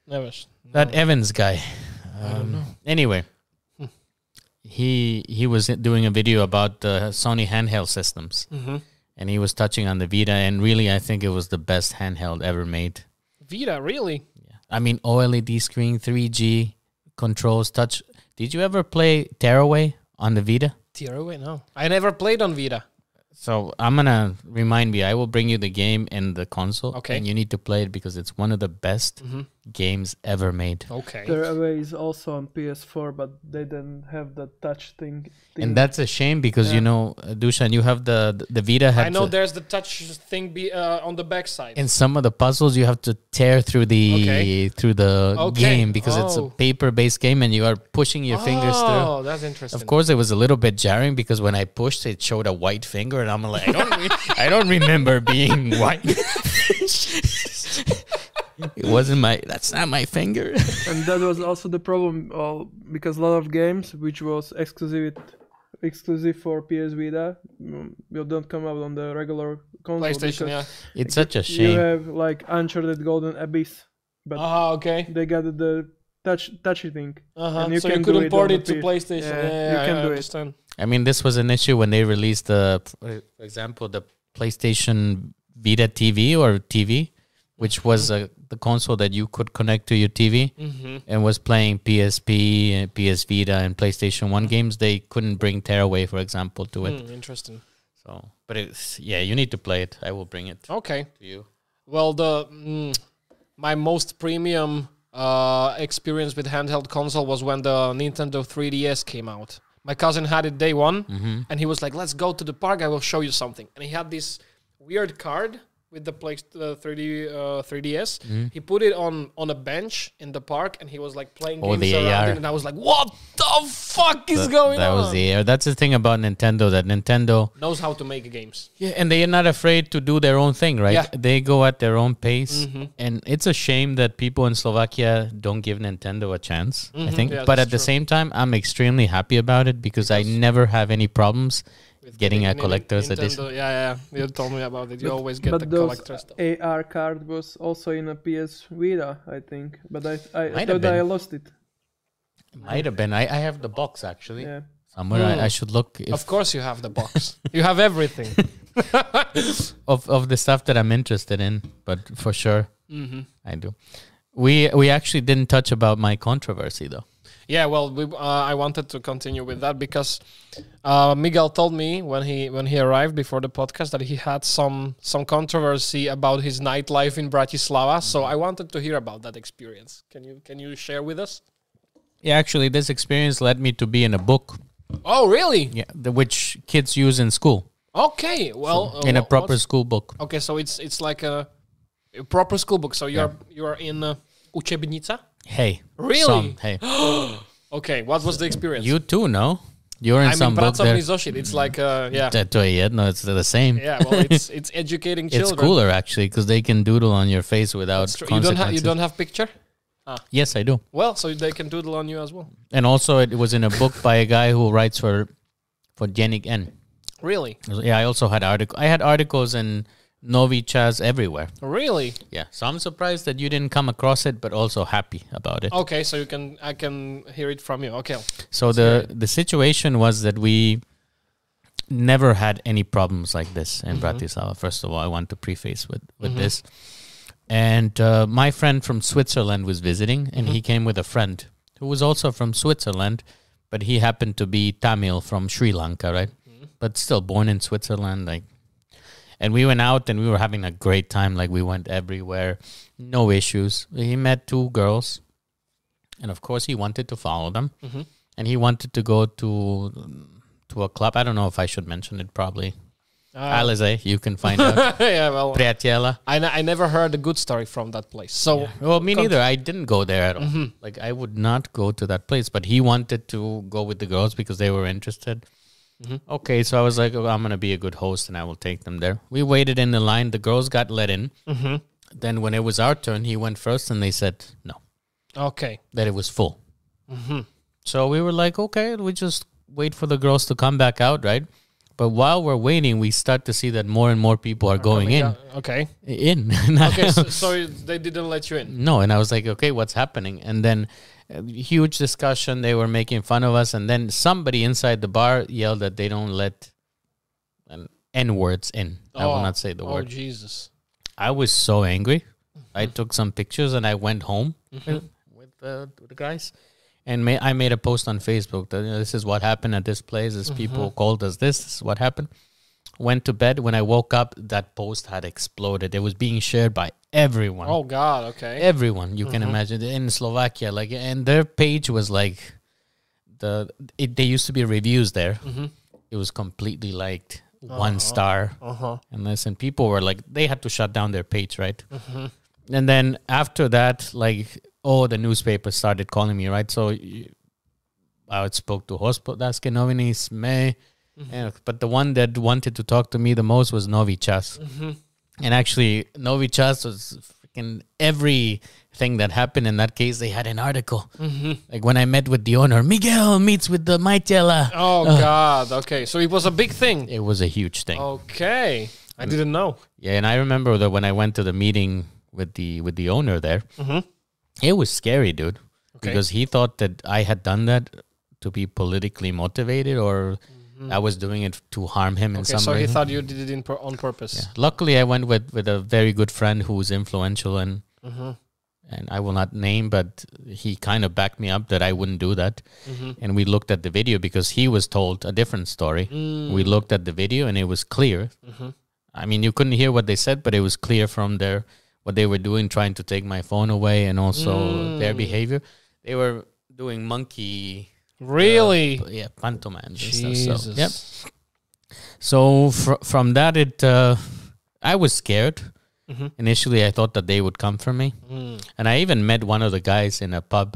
[SPEAKER 1] Never.
[SPEAKER 2] that Evans guy. Um,
[SPEAKER 1] I don't know.
[SPEAKER 2] Anyway,
[SPEAKER 1] Hmm.
[SPEAKER 2] he he was doing a video about the Sony handheld systems
[SPEAKER 1] mm-hmm.
[SPEAKER 2] and he was touching on the Vita, and really, I think it was the best handheld ever made.
[SPEAKER 1] Vita, really?
[SPEAKER 2] I mean, OLED screen, 3G controls, touch. Did you ever play Tearaway on the Vita?
[SPEAKER 1] Tiro, wait, no. I never played on Vita.
[SPEAKER 2] So I'm gonna remind me. I will bring you the game and the console,
[SPEAKER 1] Okay.
[SPEAKER 2] and you need to play it because it's one of the best
[SPEAKER 1] Mhm.
[SPEAKER 2] games ever made.
[SPEAKER 1] Okay.
[SPEAKER 3] Tearaway is also on PS4, but they didn't have the touch thing. thing.
[SPEAKER 2] And that's a shame because you
[SPEAKER 1] Yeah.
[SPEAKER 2] know, uh, Dushan, you have the the Vita. Had
[SPEAKER 1] I know
[SPEAKER 2] to-
[SPEAKER 1] there's the touch thing be, uh, on the backside.
[SPEAKER 2] in some of the puzzles you have to tear through the
[SPEAKER 1] Okay.
[SPEAKER 2] through the
[SPEAKER 1] Okay.
[SPEAKER 2] game because it's a
[SPEAKER 1] Oh.
[SPEAKER 2] paper based game and you are pushing your fingers through.
[SPEAKER 1] Oh, that's interesting.
[SPEAKER 2] Of course, it was a little bit jarring because when I pushed, it showed a white finger, and I'm like, I don't, re- I don't remember being white. it wasn't my. That's not my finger.
[SPEAKER 3] and that was also the problem uh, because a lot of games which was exclusive exclusive for PS Vita mm, will don't come out on the regular console.
[SPEAKER 1] PlayStation, yeah.
[SPEAKER 2] It's such a
[SPEAKER 3] because You
[SPEAKER 2] shame.
[SPEAKER 3] have like Uncharted Golden Abyss, but
[SPEAKER 1] Ah, okay.
[SPEAKER 3] they got the touch touchy thing.
[SPEAKER 1] Uh-huh.
[SPEAKER 3] and you
[SPEAKER 1] so you
[SPEAKER 3] can do
[SPEAKER 1] couldn't
[SPEAKER 3] it
[SPEAKER 1] port
[SPEAKER 3] on
[SPEAKER 1] it
[SPEAKER 3] the
[SPEAKER 1] to
[SPEAKER 3] P-
[SPEAKER 1] PlayStation.
[SPEAKER 3] Yeah,
[SPEAKER 1] Yeah, yeah,
[SPEAKER 3] you
[SPEAKER 1] I-
[SPEAKER 3] can
[SPEAKER 1] I
[SPEAKER 3] do it.
[SPEAKER 1] understand.
[SPEAKER 2] I mean, this was an issue when they released the, for example, the PlayStation Vita TV or TV, which was uh, the console that you could connect to your TV.
[SPEAKER 1] Mm-hmm.
[SPEAKER 2] and was playing PSP, and PS Vita, and PlayStation One games, they couldn't bring Tearaway, for example, to it.
[SPEAKER 1] Hmm, interesting.
[SPEAKER 2] So, but it's yeah, you need to play it. I will bring it
[SPEAKER 1] Okay.
[SPEAKER 2] to you.
[SPEAKER 1] Well, the mm, my most premium uh, experience with handheld console was when the Nintendo 3DS came out. My cousin had it day one,
[SPEAKER 2] Mm-hmm.
[SPEAKER 1] and he was like, "Let's go to the park. I will show you something." And he had this weird card with the place the 3D uh, 3DS.
[SPEAKER 2] Mm-hmm.
[SPEAKER 1] He put it on on a bench in the park, and he was like playing
[SPEAKER 2] Oh,
[SPEAKER 1] games
[SPEAKER 2] the
[SPEAKER 1] around
[SPEAKER 2] AR.
[SPEAKER 1] it. And I was like, "What the fuck is going
[SPEAKER 2] that
[SPEAKER 1] on?"
[SPEAKER 2] was the air. That's the thing about Nintendo. That Nintendo,
[SPEAKER 1] Knows how to make games.
[SPEAKER 2] yeah, and they are not afraid to do their own thing, right?
[SPEAKER 1] Yeah.
[SPEAKER 2] They go at their own pace,
[SPEAKER 1] Mhm.
[SPEAKER 2] and it's a shame that people in Slovakia don't give Nintendo a chance. I
[SPEAKER 1] Mhm.
[SPEAKER 2] think,
[SPEAKER 1] Yeah,
[SPEAKER 2] but
[SPEAKER 1] that's
[SPEAKER 2] at the
[SPEAKER 1] true.
[SPEAKER 2] same time, I'm extremely happy about it because, I
[SPEAKER 1] Because-
[SPEAKER 2] never have any problems.
[SPEAKER 1] With
[SPEAKER 2] Getting
[SPEAKER 1] any
[SPEAKER 2] a collector's
[SPEAKER 1] Nintendo-
[SPEAKER 2] edition.
[SPEAKER 1] Yeah, yeah. You told me about it. You
[SPEAKER 3] But-
[SPEAKER 1] always get
[SPEAKER 3] but
[SPEAKER 1] the
[SPEAKER 3] those
[SPEAKER 1] collector's stuff.
[SPEAKER 3] AR card was also in a PS Vita, I think, but I I
[SPEAKER 2] Might have
[SPEAKER 3] thought I
[SPEAKER 2] been.
[SPEAKER 3] lost it.
[SPEAKER 2] Might have been. I, I have the box actually.
[SPEAKER 3] Yeah.
[SPEAKER 2] somewhere.
[SPEAKER 1] Mm.
[SPEAKER 2] I, I should look if,
[SPEAKER 1] Of
[SPEAKER 2] of,
[SPEAKER 1] course, you have the box. you have everything.
[SPEAKER 2] of the stuff that I'm interested in, but for sure
[SPEAKER 1] hmm
[SPEAKER 2] I do. We we actually didn't touch about my controversy though.
[SPEAKER 1] Yeah, well, we, uh, I wanted to continue with that because uh, Miguel told me when he when he arrived before the podcast that he had some some controversy about his nightlife in Bratislava. So I wanted to hear about that experience. Can you can you share with us?
[SPEAKER 2] Yeah, actually, this experience led me to be in a book,
[SPEAKER 1] Oh, really?
[SPEAKER 2] yeah, the, which kids use in school,
[SPEAKER 1] Okay. Well, uh,
[SPEAKER 2] in a
[SPEAKER 1] wha-
[SPEAKER 2] proper
[SPEAKER 1] what's-
[SPEAKER 2] school book.
[SPEAKER 1] Okay, so it's it's like a, a proper school book. So you're you're in uh, učebnica.
[SPEAKER 2] Hey,
[SPEAKER 1] Really?
[SPEAKER 2] some- hey,
[SPEAKER 1] Okay, what was the experience?
[SPEAKER 2] you too? No, you're in
[SPEAKER 1] I'm
[SPEAKER 2] some
[SPEAKER 1] in
[SPEAKER 2] book there.
[SPEAKER 1] pracovný zošit. It's like uh, yeah.
[SPEAKER 2] That way, yeah, no, it's the same.
[SPEAKER 1] Yeah, well, it's it's educating children.
[SPEAKER 2] It's cooler actually because they can doodle on your face without
[SPEAKER 1] It's true. You don't
[SPEAKER 2] consequences.
[SPEAKER 1] have you don't have picture.
[SPEAKER 2] yes, I do.
[SPEAKER 1] Well, so they can doodle on you as well.
[SPEAKER 2] And also, it was in a book by a guy who writes for for Jenik N.
[SPEAKER 1] Really,
[SPEAKER 2] Yeah, I also had article. I had articles in Novi Chaz everywhere.
[SPEAKER 1] really.
[SPEAKER 2] Yeah, so I'm surprised that you didn't come across it, but also happy about it.
[SPEAKER 1] Okay, so you can I can hear it from you. Okay,
[SPEAKER 2] so the the situation was that we never had any problems like this in Bratislava. First of all, I want to preface with with this. And uh, my friend from Switzerland was visiting, and he came with a friend who was also from Switzerland, but he happened to be Tamil from Sri Lanka, right? But still born in Switzerland, like. And we went out and we were having a great time. Like we went everywhere, no issues. He met two girls, and of course he wanted to follow them and he wanted to go to to a club. I don't know if I should mention it. Probably
[SPEAKER 1] uh,
[SPEAKER 2] Alize, you can find out.
[SPEAKER 1] yeah. Well,
[SPEAKER 2] Priatiela.
[SPEAKER 1] I n- I never heard a good story from that place. So
[SPEAKER 2] Well, Oh, me
[SPEAKER 1] Cont-
[SPEAKER 2] neither. I didn't go there at all. Like I would not go to that place. But he wanted to go with the girls because they were interested. Okay, so I was like, oh, I'm gonna be a good host and I will take them there. We waited in the line. The girls got let in. Then when it was our turn, he went first, and they said no.
[SPEAKER 1] okay,
[SPEAKER 2] that it was full. Mm-hmm. So we were like, okay, we just wait for the girls to come back out, right? But while we're waiting, we start to see that more and more people are going in,
[SPEAKER 1] Yeah, okay,
[SPEAKER 2] in. not
[SPEAKER 1] okay. so,
[SPEAKER 2] out.
[SPEAKER 1] so they didn't let you in.
[SPEAKER 2] no, and I was like, okay, what's happening? And then uh, huge discussion. They were making fun of us, and then somebody inside the bar yelled that they don't let um, n words in. I will not say the
[SPEAKER 1] oh,
[SPEAKER 2] word.
[SPEAKER 1] Jesus.
[SPEAKER 2] I was so angry. I took some pictures and I went home with, with, the, with the guys. And ma- I made a post on Facebook that you know, this is what happened at this place. This people called us this. This is what happened. Went to bed. When I woke up, that post had exploded. It was being shared by everyone.
[SPEAKER 1] Oh God. Okay.
[SPEAKER 2] Everyone you can imagine in Slovakia. Like, and their page was like the it, they used to be reviews there. It was completely liked, one star
[SPEAKER 1] Uh huh.
[SPEAKER 2] and listen, people were like, they had to shut down their page, right? And then after that, like, oh, the newspaper started calling me, right? So y- I spoke to Hospodarske Noviny, SME, and, but the one that wanted to talk to me the most was Novi Chas. And actually, Novi Chas was freaking everything that happened in that case. They had an article. Like when I met with the owner, Miguel meets with the Maitela.
[SPEAKER 1] Oh God. Okay. So it was a big thing.
[SPEAKER 2] It was a huge thing.
[SPEAKER 1] Okay.
[SPEAKER 2] Mm.
[SPEAKER 1] I didn't know.
[SPEAKER 2] Yeah, and I remember that when I went to the meeting with the with the owner there, it was scary, dude, because he thought that I had done that to be politically motivated or I was doing it to harm him in
[SPEAKER 1] Mm-hmm. Okay. So
[SPEAKER 2] some way.
[SPEAKER 1] he thought you did it in pur- on purpose.
[SPEAKER 2] Luckily, I went with with a very good friend who was influential and.
[SPEAKER 1] Mm-hmm.
[SPEAKER 2] And I will not name, but he kind of backed me up that I wouldn't do that.
[SPEAKER 1] Mm-hmm.
[SPEAKER 2] And we looked at the video because he was told a different story.
[SPEAKER 1] Mm,
[SPEAKER 2] We looked at the video and it was clear I mean, you couldn't hear what they said, but it was clear from their what they were doing, trying to take my phone away, and also their behavior. They were doing monkey,
[SPEAKER 1] Really.
[SPEAKER 2] yeah, pantomimes and stuff.
[SPEAKER 1] Jesus.
[SPEAKER 2] So, yep. So fr- from that, it uh, I was scared. Initially, I thought that they would come for me,
[SPEAKER 1] Mm-hmm.
[SPEAKER 2] and I even met one of the guys in a pub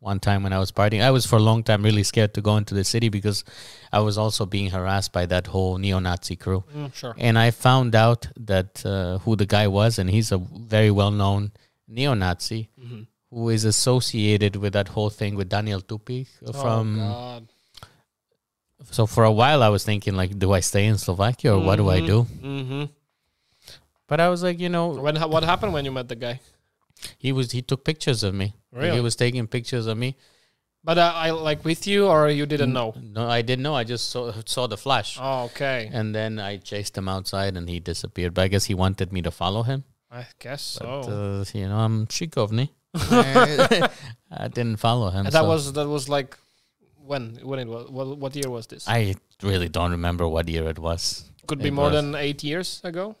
[SPEAKER 2] one time when I was partying. I was for a long time really scared to go into the city because I was also being harassed by that whole neo-Nazi crew
[SPEAKER 1] Mm, sure.
[SPEAKER 2] and I found out that uh, who the guy was, and he's a very well-known neo-Nazi
[SPEAKER 1] Mm-hmm.
[SPEAKER 2] who is associated with that whole thing with Daniel Tupi from.
[SPEAKER 1] oh, God.
[SPEAKER 2] so for a while, I was thinking like, do I stay in Slovakia or what do I do?
[SPEAKER 1] Mm-hmm.
[SPEAKER 2] But I was like, you know,
[SPEAKER 1] When ha- what happened when you met the guy?
[SPEAKER 2] he was he took pictures of me. Like,
[SPEAKER 1] Really?
[SPEAKER 2] he was taking pictures of me.
[SPEAKER 1] But uh, I like with you or you didn't know?
[SPEAKER 2] No, I didn't know. I just saw saw the flash.
[SPEAKER 1] Oh, okay.
[SPEAKER 2] And then I chased him outside, and he disappeared. But I guess he wanted me to follow him.
[SPEAKER 1] I guess so.
[SPEAKER 2] But, uh, you know, I'm Shikovny. I didn't follow him.
[SPEAKER 1] And that
[SPEAKER 2] so
[SPEAKER 1] was that was like when when it was what, what year was this?
[SPEAKER 2] I really don't remember what year it was.
[SPEAKER 1] Could be
[SPEAKER 2] it
[SPEAKER 1] more
[SPEAKER 2] was-
[SPEAKER 1] than eight years ago.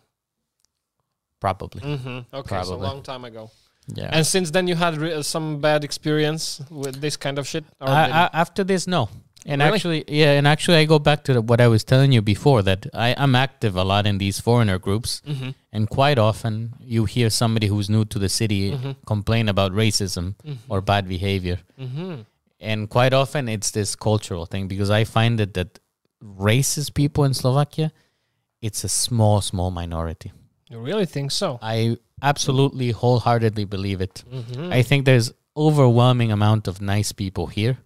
[SPEAKER 2] Probably.
[SPEAKER 1] Mm-hmm. Okay, so a
[SPEAKER 2] Probably.
[SPEAKER 1] long time ago.
[SPEAKER 2] Yeah.
[SPEAKER 1] And since then, you had re- uh, some bad experience with this kind of shit. Or
[SPEAKER 2] I,
[SPEAKER 1] didn't?
[SPEAKER 2] I, after this, no. And
[SPEAKER 1] Really?
[SPEAKER 2] actually, yeah, and actually, I go back to the, what I was telling you before that I, I'm active a lot in these foreigner groups,
[SPEAKER 1] Mm-hmm.
[SPEAKER 2] and quite often you hear somebody who's new to the city
[SPEAKER 1] Mm-hmm.
[SPEAKER 2] complain about racism or bad behavior,
[SPEAKER 1] Mm-hmm.
[SPEAKER 2] and quite often it's this cultural thing because I find it that racist people in Slovakia, it's a small, small minority.
[SPEAKER 1] you really think so?
[SPEAKER 2] I absolutely wholeheartedly believe it. I think there's overwhelming amount of nice people here,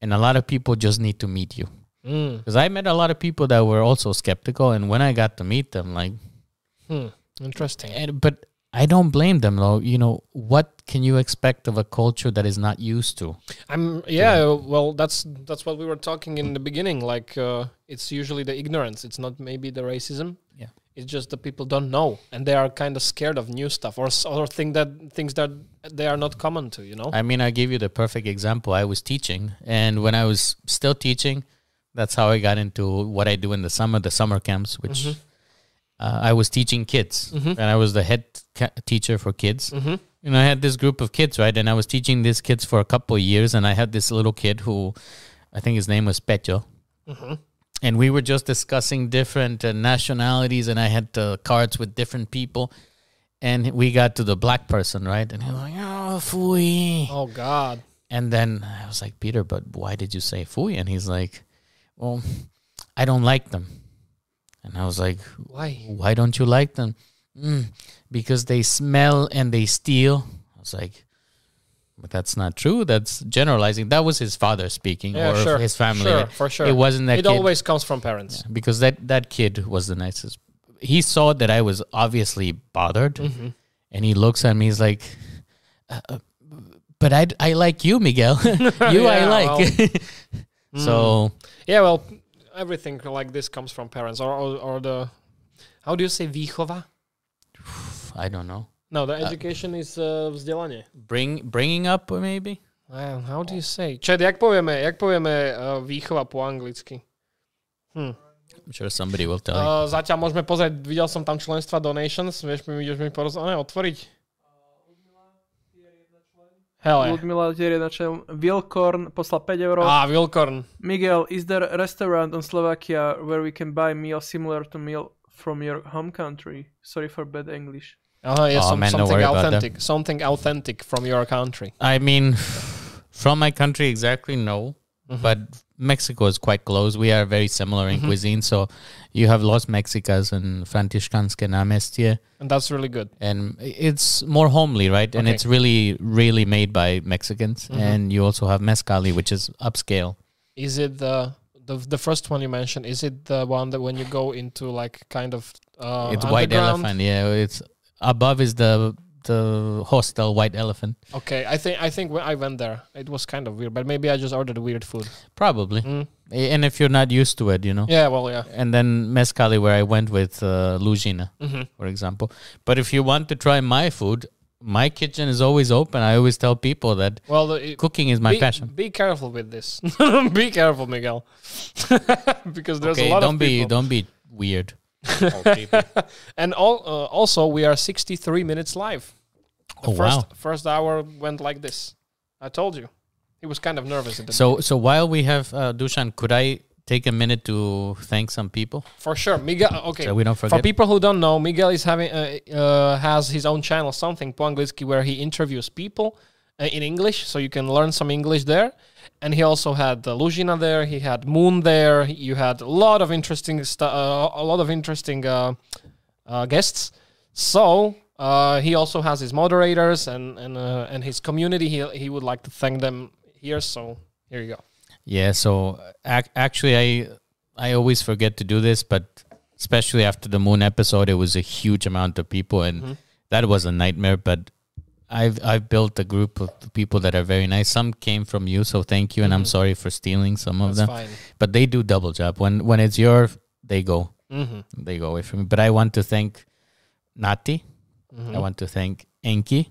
[SPEAKER 2] and a lot of people just need to meet you.
[SPEAKER 1] Mm.
[SPEAKER 2] Because I met a lot of people that were also skeptical, and when I got to meet them, like,
[SPEAKER 1] Hmm. Interesting.
[SPEAKER 2] and, but I don't blame them though. You know, what can you expect of a culture that is not used to?
[SPEAKER 1] I'm yeah. Well, that's that's what we were talking in the beginning. Like uh, it's usually the ignorance. It's not maybe the racism.
[SPEAKER 2] Yeah.
[SPEAKER 1] It's just the people don't know, and they are kind of scared of new stuff or s- or thing that things that they are not common to. You know.
[SPEAKER 2] I mean, I give you the perfect example. I was teaching, and when I was still teaching, that's how I got into what I do in the summer, the summer camps, which uh, I was teaching kids, and I was the head ca- teacher for kids. And I had this group of kids, right? And I was teaching these kids for a couple of years, and I had this little kid who, I think his name was Pecho. And we were just discussing different uh, nationalities, and I had uh, cards with different people. And we got to the black person, right? And he was like, oh, fooey.
[SPEAKER 1] oh God.
[SPEAKER 2] And then I was like, Peter, but why did you say fui? And he's like, Well, I don't like them. And I was like,
[SPEAKER 1] Why?
[SPEAKER 2] Why don't you like them? Mm, because they smell and they steal. I was like, But that's not true. That's generalizing. That was his father speaking
[SPEAKER 1] Yeah,
[SPEAKER 2] or
[SPEAKER 1] sure.
[SPEAKER 2] his family.
[SPEAKER 1] Sure, for sure.
[SPEAKER 2] It wasn't that
[SPEAKER 1] it
[SPEAKER 2] kid.
[SPEAKER 1] always comes from parents.
[SPEAKER 2] because that, that kid was the nicest. He saw that I was obviously bothered.
[SPEAKER 1] Mm-hmm.
[SPEAKER 2] And he looks at me, he's like, "Uh, uh, But I, I like you, Miguel. you, I
[SPEAKER 1] Yeah, mm.
[SPEAKER 2] like. so
[SPEAKER 1] Yeah, well, everything like this comes from parents, or or, or the how do you say výchova?
[SPEAKER 2] I don't know.
[SPEAKER 1] No, the education is uh, vzdelanie.
[SPEAKER 2] Bring Bringing up, uh, maybe?
[SPEAKER 1] Well, how do you say? Chad, jak powieme, jak powieme uh, výchova po anglicky?
[SPEAKER 2] I'm sure somebody will tell you.
[SPEAKER 1] Uh, zatiaľ môžeme pozrieť, videl som tam členstva donations, vieš mi, vieš mi porozumieť, otvoriť? Hele.
[SPEAKER 3] Ludmila tiež je na čel. Vilkorn poslal 5 eur.
[SPEAKER 1] Á, Wilkorn.
[SPEAKER 3] Miguel, is there a restaurant on Slovakia where we can buy meal similar to meal from your home country? Sorry for bad English.
[SPEAKER 1] Aha, yes, some,
[SPEAKER 2] Oh, man,
[SPEAKER 1] something
[SPEAKER 2] don't worry about that.
[SPEAKER 1] authentic. Something authentic from your country.
[SPEAKER 2] I mean, from my country, exactly, no.
[SPEAKER 1] Mm-hmm.
[SPEAKER 2] But Mexico is quite close. We are very similar in cuisine. So you have Los Mexicas and Frantiscanske Namestie.
[SPEAKER 1] And that's really good.
[SPEAKER 2] and it's more homely, right? And
[SPEAKER 1] Okay. Mm-hmm.
[SPEAKER 2] it's really, really made by Mexicans. And you also have mezcali, which is upscale.
[SPEAKER 1] Is it the, the the first one you mentioned? Is it the one that when you go into like kind of uh,
[SPEAKER 2] it's white
[SPEAKER 1] underground?
[SPEAKER 2] elephant, yeah. It's above is the the hostel white elephant,
[SPEAKER 1] Okay, I think I think when I went there, it was kind of weird, but maybe I just ordered weird food.
[SPEAKER 2] probably.
[SPEAKER 1] Mm.
[SPEAKER 2] A- And if you're not used to it, you know.
[SPEAKER 1] Yeah, well, yeah.
[SPEAKER 2] And then mezcali, where I went with uh, Lugina,
[SPEAKER 1] Mhm.
[SPEAKER 2] for example. But if you want to try my food, my kitchen is always open. I always tell people that
[SPEAKER 1] Well, the- it,
[SPEAKER 2] cooking is my
[SPEAKER 1] be,
[SPEAKER 2] passion.
[SPEAKER 1] Be careful with this. be careful, Miguel, because there's
[SPEAKER 2] okay,
[SPEAKER 1] a lot
[SPEAKER 2] don't
[SPEAKER 1] of
[SPEAKER 2] be
[SPEAKER 1] people.
[SPEAKER 2] don't be weird.
[SPEAKER 1] and all, uh, also, we are 63 minutes live. The
[SPEAKER 2] Oh,
[SPEAKER 1] first
[SPEAKER 2] wow.
[SPEAKER 1] first hour went like this. I told you, he was kind of nervous. At the
[SPEAKER 2] So, so while we have uh, Dushan, could I take a minute to thank some people?
[SPEAKER 1] for sure, Miguel. Okay,
[SPEAKER 2] So we don't
[SPEAKER 1] For
[SPEAKER 2] forget.
[SPEAKER 1] people who don't know, Miguel is having uh, uh, has his own channel, something po anglicky, where he interviews people uh, in English, so you can learn some English there. And he also had uh, Lugina there. He had Moon there. he- You had a lot of interesting stu- uh, a lot of interesting uh, uh, guests. So uh, he also has his moderators and and uh, and his community. He he would like to thank them here. So here you go.
[SPEAKER 2] yeah. So, uh, ac- actually, I I always forget to do this, but especially after the moon episode, it was a huge amount of people, and that was a nightmare. But I've I've built a group of people that are very nice. Some came from you, so thank you, and I'm sorry for stealing some of
[SPEAKER 1] That's
[SPEAKER 2] them.
[SPEAKER 1] fine.
[SPEAKER 2] But they do double job. When when it's your, they go.
[SPEAKER 1] hmm
[SPEAKER 2] they go away from me. But I want to thank Nati. I want to thank Enki.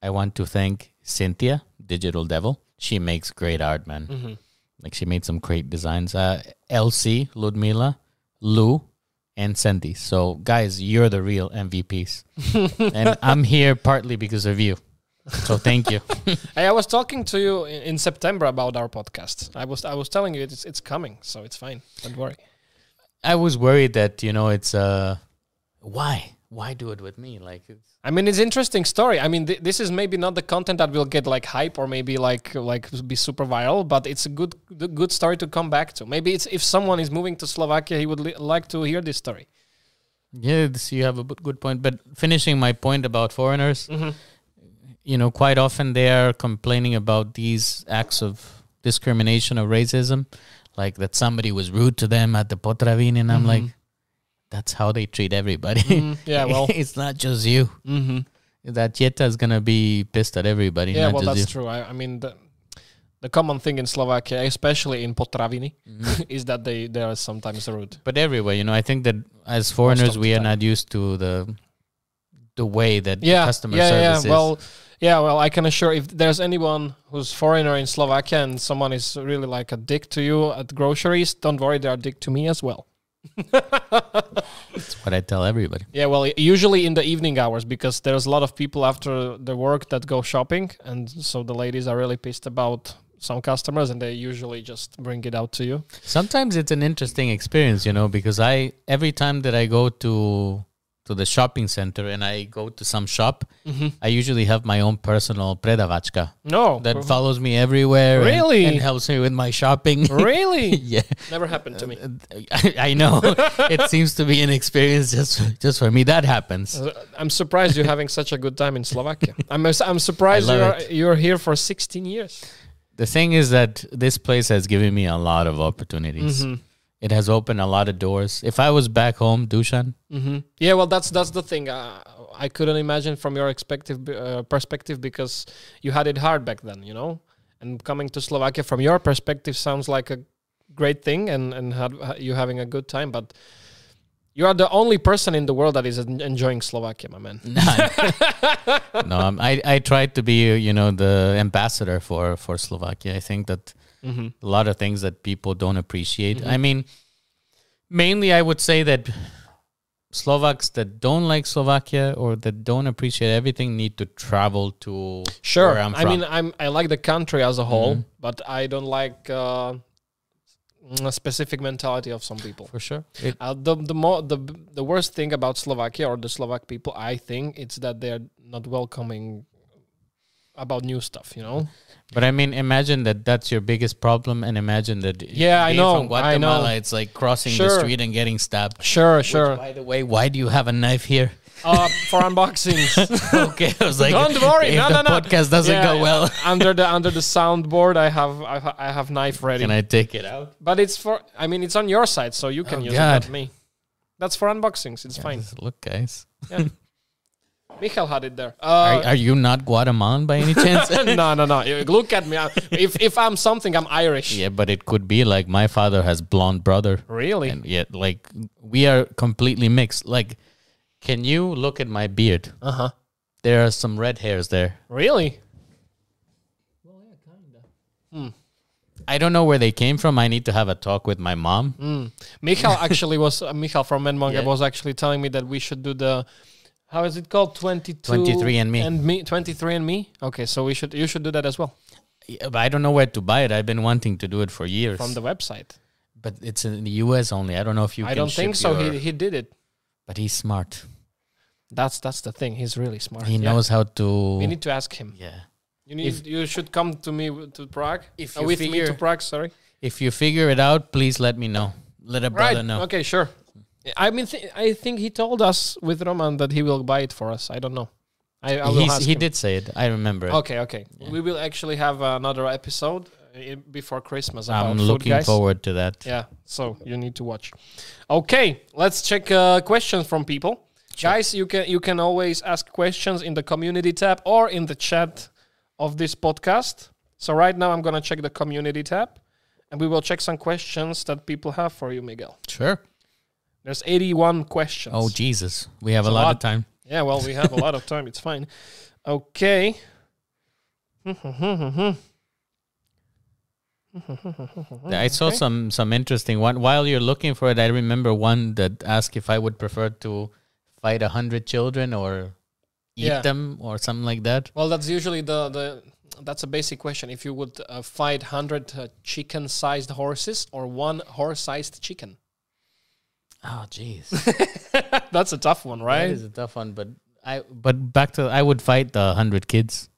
[SPEAKER 2] I want to thank Cynthia, Digital Devil. She makes great art, man. Like she made some great designs. Uh, LC, Ludmila, Lou, and Sandy. So guys, you're the real MVPs, and I'm here partly because of you. So thank you.
[SPEAKER 1] Hey, I was talking to you in, in September about our podcast. I was I was telling you it's it's coming, so it's fine. Don't worry.
[SPEAKER 2] I was worried that you know it's uh, why why do it with me? Like it's,
[SPEAKER 1] I mean, it's interesting story. I mean, th- this is maybe not the content that will get like hype or maybe like like be super viral, but it's a good the good story to come back to. Maybe it's if someone is moving to Slovakia, he would li- like to hear this story.
[SPEAKER 2] yeah, this- you have a bu- good point. But finishing my point about foreigners,
[SPEAKER 1] Mm-hmm.
[SPEAKER 2] you know, quite often they are complaining about these acts of discrimination or racism, like that somebody was rude to them at the Potravin, and I'm like, that's how they treat everybody.
[SPEAKER 1] Mm-hmm. yeah, well.
[SPEAKER 2] it's not just you.
[SPEAKER 1] Mm-hmm.
[SPEAKER 2] That Yeta is gonna be pissed at everybody.
[SPEAKER 1] Yeah,
[SPEAKER 2] not
[SPEAKER 1] well,
[SPEAKER 2] just
[SPEAKER 1] that's
[SPEAKER 2] you.
[SPEAKER 1] true. I, I mean, the, the common thing in Slovakia, especially in Potravini, is that they they are sometimes rude.
[SPEAKER 2] but everywhere you know i think that as
[SPEAKER 1] of
[SPEAKER 2] foreigners
[SPEAKER 1] the
[SPEAKER 2] we are
[SPEAKER 1] time.
[SPEAKER 2] not used to the the way that the customer
[SPEAKER 1] yeah,
[SPEAKER 2] service
[SPEAKER 1] yeah.
[SPEAKER 2] is
[SPEAKER 1] Well, yeah, well, I can assure if there's anyone who's foreigner in Slovakia and someone is really like a dick to you at groceries, don't worry, they are dick to me as well.
[SPEAKER 2] that's what i tell everybody
[SPEAKER 1] Yeah, well, i- usually in the evening hours because there's a lot of people after the work that go shopping, and so the ladies are really pissed about some customers, and they usually just bring it out to you.
[SPEAKER 2] sometimes it's an interesting experience you know because i every time that i go to to the shopping center and i go to some shop
[SPEAKER 1] Mm-hmm.
[SPEAKER 2] i usually have my own personal predavachka
[SPEAKER 1] No,
[SPEAKER 2] that follows me everywhere and-
[SPEAKER 1] Really?
[SPEAKER 2] and, helps me with my shopping
[SPEAKER 1] really
[SPEAKER 2] yeah
[SPEAKER 1] never happened to me.
[SPEAKER 2] I, I know it seems to be an experience just just for me that happens
[SPEAKER 1] Uh, I'm surprised you're having such a good time in Slovakia. I'm I'm surprised
[SPEAKER 2] I love
[SPEAKER 1] you're you're here for 16 years.
[SPEAKER 2] The thing is that this place has given me a lot of opportunities.
[SPEAKER 1] Mm-hmm.
[SPEAKER 2] It has opened a lot of doors. If I was back home, Dushan,
[SPEAKER 1] hmm Yeah, well, that's that's the thing. Uh, I couldn't imagine from your expective, uh, perspective because you had it hard back then, you know. And coming to Slovakia from your perspective sounds like a great thing, and and had, ha- you having a good time. But you are the only person in the world that is en- enjoying Slovakia, my man.
[SPEAKER 2] no, I'm, I I tried to be you know the ambassador for for Slovakia. I think that
[SPEAKER 1] Mm-hmm.
[SPEAKER 2] a lot of things that people don't appreciate. I mean, mainly I would say that Slovaks that don't like Slovakia or that don't appreciate everything need to travel to
[SPEAKER 1] Sure,
[SPEAKER 2] where I'm
[SPEAKER 1] I
[SPEAKER 2] from. Mm-hmm.
[SPEAKER 1] mean, I'm I like the country as a whole, but I don't like uh, a specific mentality of some people.
[SPEAKER 2] for sure. It,
[SPEAKER 1] Uh, the the more the the worst thing about Slovakia or the Slovak people, I think, it's that they're not welcoming about new stuff. You know?
[SPEAKER 2] But I mean, imagine that that's your biggest problem, and imagine that
[SPEAKER 1] Yeah, I
[SPEAKER 2] being
[SPEAKER 1] know,
[SPEAKER 2] from
[SPEAKER 1] I know.
[SPEAKER 2] Guatemala, it's like crossing
[SPEAKER 1] Sure.
[SPEAKER 2] the street and getting stabbed.
[SPEAKER 1] Sure, sure.
[SPEAKER 2] By the way, why do you have a knife here?
[SPEAKER 1] Uh, for unboxings,
[SPEAKER 2] okay, I was like,
[SPEAKER 1] don't worry.
[SPEAKER 2] if
[SPEAKER 1] No, no,
[SPEAKER 2] the
[SPEAKER 1] no.
[SPEAKER 2] podcast doesn't
[SPEAKER 1] Yeah,
[SPEAKER 2] go well,
[SPEAKER 1] under the under the soundboard, I have I, ha- I have knife ready.
[SPEAKER 2] can I take it out?
[SPEAKER 1] But it's for I mean, it's on your side, so you can
[SPEAKER 2] Oh,
[SPEAKER 1] use it, not
[SPEAKER 2] God.
[SPEAKER 1] me. That's for unboxings. It's fine.
[SPEAKER 2] Just Look, guys,
[SPEAKER 1] Michael had it there.
[SPEAKER 2] are,
[SPEAKER 1] Uh,
[SPEAKER 2] are you not Guatemalan by any chance?
[SPEAKER 1] no, no, no. You- Look at me. I- If if I'm something, I'm Irish.
[SPEAKER 2] yeah, but it could be like my father has blonde brother,
[SPEAKER 1] Really?
[SPEAKER 2] and yet like we are completely mixed. Like, can you look at my beard?
[SPEAKER 1] Uh huh.
[SPEAKER 2] There are some red hairs there.
[SPEAKER 1] Really?
[SPEAKER 2] I don't know where they came from. I need to have a talk with my mom.
[SPEAKER 1] Mm. Michal actually was uh, Michal from Menmanga
[SPEAKER 2] Yeah.
[SPEAKER 1] was actually telling me that we should do the how is it called 22
[SPEAKER 2] 23andMe.
[SPEAKER 1] and me 23 and me okay so we should you should do that as well
[SPEAKER 2] Yeah, but I don't know where to buy it. I've been wanting to do it for years,
[SPEAKER 1] from the website
[SPEAKER 2] but it's in the U.S. only. I don't know if you.
[SPEAKER 1] I
[SPEAKER 2] can
[SPEAKER 1] don't think
[SPEAKER 2] ship
[SPEAKER 1] so
[SPEAKER 2] your-
[SPEAKER 1] he, he did it
[SPEAKER 2] but he's smart.
[SPEAKER 1] that's that's the thing he's really smart
[SPEAKER 2] He
[SPEAKER 1] Yeah.
[SPEAKER 2] knows how to.
[SPEAKER 1] we need to ask him
[SPEAKER 2] yeah.
[SPEAKER 1] you need you should come to me w- to Prague
[SPEAKER 2] If
[SPEAKER 1] Uh,
[SPEAKER 2] you
[SPEAKER 1] with me to
[SPEAKER 2] figure-
[SPEAKER 1] Prague sorry
[SPEAKER 2] If you figure it out, please let me know. Let a brother
[SPEAKER 1] right
[SPEAKER 2] know.
[SPEAKER 1] okay sure I mean th- I think he told us with Roman that he will buy it for us I don't know I, I will
[SPEAKER 2] He's,
[SPEAKER 1] ask
[SPEAKER 2] he
[SPEAKER 1] him.
[SPEAKER 2] did say it. I remember. it.
[SPEAKER 1] Okay, okay. We will actually have another episode uh, before Christmas. About
[SPEAKER 2] I'm
[SPEAKER 1] food,
[SPEAKER 2] looking
[SPEAKER 1] guys.
[SPEAKER 2] forward to that.
[SPEAKER 1] Yeah, so you need to watch. Okay, let's check uh, questions from people. Guys, you can you can always ask questions in the community tab or in the chat of this podcast. So right now I'm gonna check the community tab, and we will check some questions that people have for you, Miguel.
[SPEAKER 2] Sure.
[SPEAKER 1] There's 81 questions.
[SPEAKER 2] Oh Jesus, we have
[SPEAKER 1] a
[SPEAKER 2] a lot,
[SPEAKER 1] lot.
[SPEAKER 2] of time.
[SPEAKER 1] Yeah, well, we have a lot of time. It's fine. Okay.
[SPEAKER 2] I saw some some interesting one. While you're looking for it, I remember one that asked if I would prefer to fight a hundred children or eat
[SPEAKER 1] Yeah.
[SPEAKER 2] them or something like that.
[SPEAKER 1] Well, that's usually the the that's a basic question. If you would uh, fight hundred uh, chicken-sized horses or one horse-sized chicken,
[SPEAKER 2] Oh, jeez,
[SPEAKER 1] that's a tough one,
[SPEAKER 2] that
[SPEAKER 1] right?
[SPEAKER 2] is a tough one. But I but back to I would fight the hundred kids